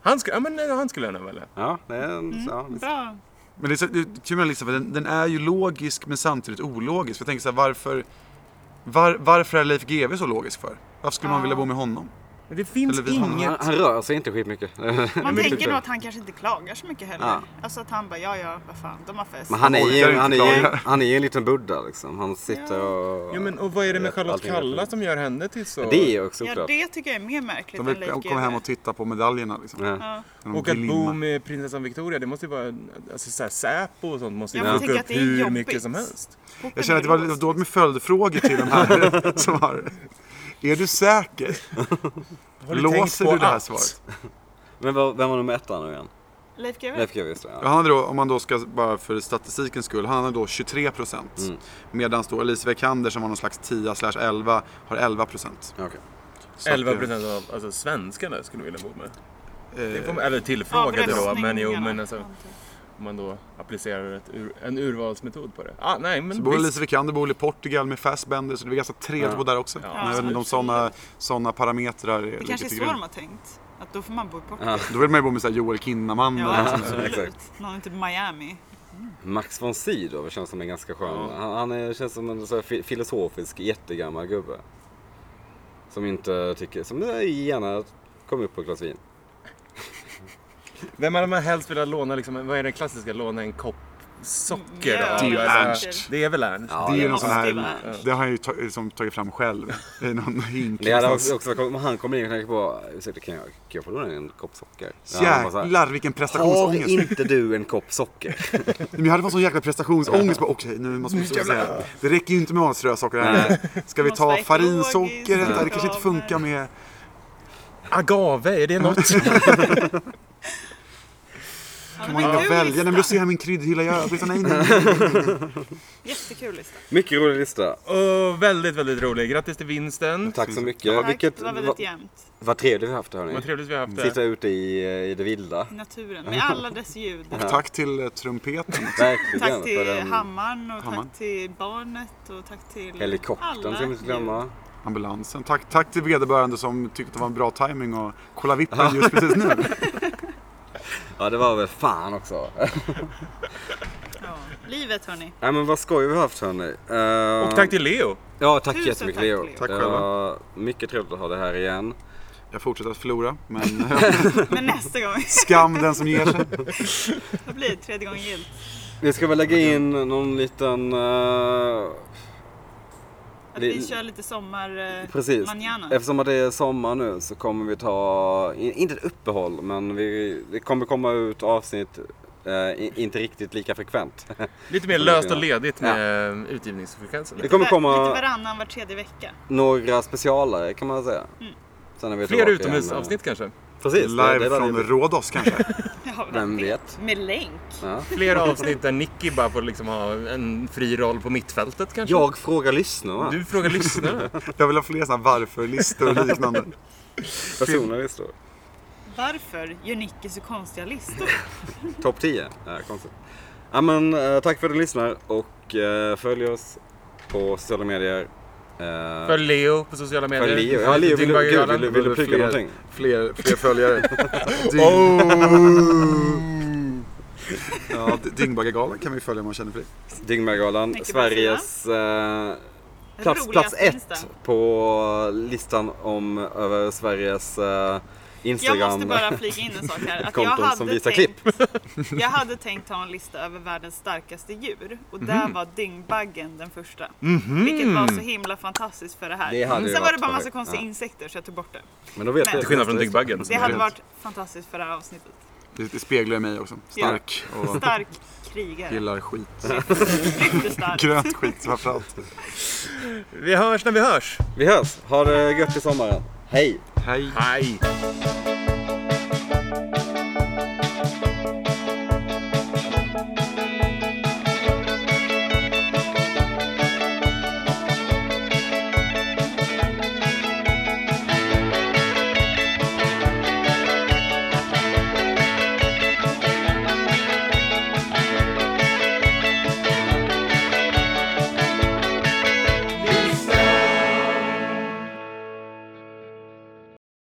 Speaker 5: Han, skulle, ja, men, nej, han skulle jag nog välja.
Speaker 1: ja, det är en,
Speaker 5: Mm.
Speaker 1: ja, visst.
Speaker 2: Bra.
Speaker 4: Men det är, så, det är kul med listan, för den, den är ju logisk men samtidigt ologisk. För jag tänker så här, varför, var, varför är Leif GW så logisk för? Varför skulle man vilja bo med honom?
Speaker 5: Men det finns
Speaker 4: Eller vi- han-
Speaker 5: inget...
Speaker 1: Han, han rör sig inte skitmycket.
Speaker 2: Man tänker
Speaker 1: typ
Speaker 2: nog
Speaker 1: det.
Speaker 2: att han kanske inte klagar så mycket heller.
Speaker 1: Ja.
Speaker 2: Alltså att han bara, ja ja, vad fan, de har fest.
Speaker 1: Men han är,
Speaker 4: orkar
Speaker 1: ju,
Speaker 4: inte
Speaker 1: han, är ju,
Speaker 4: klaga.
Speaker 1: han är ju en liten buddha liksom. Han sitter och...
Speaker 5: Ja, men, och vad är det med
Speaker 1: Vet
Speaker 5: Charlotte
Speaker 1: allting
Speaker 5: Kalla
Speaker 1: vet.
Speaker 5: som gör henne till så...
Speaker 1: Det är ju också
Speaker 2: Ja,
Speaker 1: oklart.
Speaker 2: det tycker jag är mer märkligt
Speaker 4: De
Speaker 2: än Leif
Speaker 4: vill komma hem och titta på medaljerna liksom.
Speaker 1: Ja.
Speaker 4: När de
Speaker 5: Och att
Speaker 4: glimmar.
Speaker 5: bo med prinsessan Victoria, det måste ju vara... Alltså så här, Säpo och sånt måste ju
Speaker 2: Ja, men
Speaker 5: duka
Speaker 2: tänk
Speaker 5: upp
Speaker 2: att det är
Speaker 5: hur
Speaker 2: jobbigt.
Speaker 5: mycket som helst.
Speaker 4: Jag känner att det var lite dåligt med följdfrågor till de här som har... Är du säker?
Speaker 5: Har ni tänkt
Speaker 4: Låser
Speaker 5: på
Speaker 4: du det här
Speaker 5: att-
Speaker 4: svaret?
Speaker 1: Men vad- vem var nummer ett där nu igen?
Speaker 2: Leif GW?
Speaker 1: Leif GW, just det. Ja.
Speaker 4: Ja, Han hade då, om man då ska, bara för statistikens skull, han hade då 23 procent. Medan då Elisabeth Kander som var någon slags 10 slash 11 har 11 procent.
Speaker 1: Ja, okej.
Speaker 5: 11 procent av alltså, svenskarna skulle vilja bo med.
Speaker 4: Eh,
Speaker 5: Det får man, eller tillfrågade då,
Speaker 2: Avröstning
Speaker 5: men jo,
Speaker 2: menar
Speaker 5: men
Speaker 2: jag.
Speaker 5: alltså, om man då applicerar ett ur, en urvalsmetod på det. Ah, nej, men
Speaker 4: Så bor
Speaker 5: visst.
Speaker 4: Elisabeth Kander bor i Portugal med Fassbender så det är ganska trevligt att bo där också. Men jag vet inte om sådana, sådana parametrar är
Speaker 2: Det
Speaker 4: ligger
Speaker 2: kanske är
Speaker 4: till
Speaker 2: så de
Speaker 4: grund.
Speaker 2: har tänkt. Att då får man bo i Portugal.
Speaker 4: Då vill man ju bo med så här Joel Kinnaman eller något
Speaker 2: Ja,
Speaker 4: sånt.
Speaker 2: absolut.
Speaker 1: exakt.
Speaker 2: Någon typ Miami.
Speaker 1: Max von Sydow känns som en ganska skön... Han, han är, känns som en så här, fi- filosofisk jättegammal gubbe. Som inte tycker... Som eh, gärna kommer upp på ett glas vin.
Speaker 5: Vem hade man helst velat låna, liksom, vad är det klassiska, låna en kopp socker
Speaker 2: Ja,
Speaker 5: av?
Speaker 2: det är ju
Speaker 5: Alltså,
Speaker 2: Ernst.
Speaker 5: Det är väl Ernst.
Speaker 1: Ja,
Speaker 4: Det är ju
Speaker 1: det-
Speaker 4: någon sån här,
Speaker 2: Ostbivär.
Speaker 4: det har han ju ta, liksom, tagit fram själv i någon hink.
Speaker 1: Det hade
Speaker 4: någonstans.
Speaker 1: också, också om han kommer in och tänker på, ursäkta kan jag, kan jag få låna en kopp socker? Ja, han bara så här,
Speaker 4: Jävlar vilken
Speaker 1: Har
Speaker 4: prestationsångest.
Speaker 1: inte du en kopp socker?
Speaker 4: Men jag hade fått sån jävla prestationsångest. Bara, Okej, nu måste vi säga. Det räcker ju inte med avslöja saker här. Ska vi
Speaker 2: Måste
Speaker 4: ta
Speaker 2: vara
Speaker 4: farinsocker?
Speaker 2: ekologiskt,
Speaker 4: Det här kanske inte
Speaker 2: ja, men-
Speaker 4: funkar med...
Speaker 5: Agave, är det något?
Speaker 2: Ja,
Speaker 4: Man
Speaker 2: men
Speaker 4: kan
Speaker 2: kul
Speaker 4: välja. Nej, men
Speaker 2: lista.
Speaker 4: då ser jag min kryddhylla i övrigt. Nej, nej.
Speaker 2: Jättekul lista.
Speaker 1: Mycket rolig lista.
Speaker 5: och väldigt, väldigt rolig. Grattis till vinsten.
Speaker 1: Tack så mycket.
Speaker 2: Tack,
Speaker 1: Vilket,
Speaker 2: det var
Speaker 1: vad-
Speaker 2: väldigt jämnt.
Speaker 1: Vad trevligt vi har haft det hörni.
Speaker 5: Vad trevligt vi har haft eh,
Speaker 1: Sitta
Speaker 5: det.
Speaker 1: ute i, eh, i det vilda.
Speaker 2: I naturen, med alla dess ljud.
Speaker 4: Tack till eh, trumpeten.
Speaker 1: Verkligen.
Speaker 2: Tack
Speaker 1: för
Speaker 2: till
Speaker 1: den
Speaker 2: hammaren och
Speaker 4: Hammaren.
Speaker 2: tack till barnet och tack till
Speaker 1: Helikoptern
Speaker 2: alla
Speaker 1: ska vi inte glömma.
Speaker 4: Ambulansen. Tack, tack till vederbörande som tyckte det var en bra timing och kolla vippen just precis nu.
Speaker 1: Ja det var väl fan också.
Speaker 2: ljud. Ja. Livet hörni.
Speaker 1: Nej men vad skoj vi har haft hörni. Eh,
Speaker 5: Och tack till Leo.
Speaker 1: Ja tack
Speaker 2: Tusen
Speaker 1: jättemycket
Speaker 2: tack,
Speaker 1: Leo.
Speaker 2: Leo.
Speaker 4: Tack
Speaker 1: Det
Speaker 4: själva.
Speaker 1: var Mycket trevligt att ha det här igen.
Speaker 4: Jag fortsätter att förlora, men eh,
Speaker 2: Men nästa gång,
Speaker 4: skam den som ger sig.
Speaker 2: det blir det tredje gången gillt.
Speaker 1: Vi ska väl lägga in någon liten... eh, Det-
Speaker 2: Att vi kör lite sommar... eh,
Speaker 1: Precis.
Speaker 2: Manana.
Speaker 1: Eftersom att det är sommar nu så kommer vi ta, i- inte ett uppehåll, men vi, det kommer komma ut avsnitt eh, i- inte riktigt lika frekvent.
Speaker 5: Lite mer löst och ledigt med utgivningsfrekvensen.
Speaker 1: Det kommer
Speaker 2: Lite
Speaker 1: komma
Speaker 2: varannan var tredje vecka.
Speaker 1: några specialare kan man säga.
Speaker 2: Mm.
Speaker 1: Sen är vi
Speaker 5: Fler
Speaker 1: tillbaka igen.
Speaker 5: utomhusavsnitt kanske?
Speaker 1: Precis. det- det
Speaker 4: Live
Speaker 1: är
Speaker 4: från
Speaker 1: väldigt-
Speaker 4: Rhodos kanske.
Speaker 2: Ja,
Speaker 1: Vem vet?
Speaker 2: Med länk.
Speaker 1: Ja.
Speaker 5: Fler avsnitt där Nicky bara får liksom ha en fri roll på mittfältet kanske?
Speaker 1: Jag frågar lyssnarna.
Speaker 5: Du frågar lyssnare.
Speaker 4: Jag vill ha fler såna här varför-listor och liknande.
Speaker 1: Personliga listor.
Speaker 2: Varför gör Nicky så konstiga listor?
Speaker 1: Topp 10. Ja, konstigt. Ja, men, eh, tack för att du lyssnar och eh, följ oss på sociala medier. Eh,
Speaker 5: För Leo på sociala medier.
Speaker 1: Följ Leo. Ja, Leo, vill du, gud, vill, du- vill du plugga
Speaker 4: Fler-
Speaker 1: någonting?
Speaker 4: Fler, fler följare. Dyng... Oh! Ja, D- Dyngbaggegalan kan vi följa om man känner för det.
Speaker 1: Dyngmagalan,
Speaker 2: Mycket
Speaker 1: Sveriges eh, plats,
Speaker 2: Roligast
Speaker 1: plats
Speaker 2: Insta.
Speaker 1: ett på listan om över Sveriges eh, Instagram.
Speaker 2: Jag måste bara flika in en sak här. Att jag
Speaker 1: konton
Speaker 2: hade
Speaker 1: som visar
Speaker 2: tänkt, Jag hade tänkt ta en lista över världens starkaste djur och
Speaker 1: Mhm.
Speaker 2: där var dyngbaggen den första. Vilket var så himla fantastiskt för det här.
Speaker 1: Det hade ju
Speaker 2: Sen var
Speaker 1: varit
Speaker 2: det bara massa
Speaker 1: perfekt.
Speaker 2: konstiga
Speaker 1: Ja.
Speaker 2: insekter så jag tog bort det.
Speaker 1: Men då vet
Speaker 2: Nej.
Speaker 1: jag.
Speaker 2: Till
Speaker 5: Till skillnad från Dyngbaggen.
Speaker 2: Det hade varit fantastiskt för det här avsnittet.
Speaker 4: Det, det speglar mig också. Stark och
Speaker 2: Stark krigare.
Speaker 4: gillar skit.
Speaker 2: Jättestark.
Speaker 4: Grönt skit framförallt.
Speaker 5: Vi hörs när vi hörs.
Speaker 1: Vi hörs. Ha det gött i sommaren. Hej!
Speaker 4: Hej.
Speaker 5: Hej!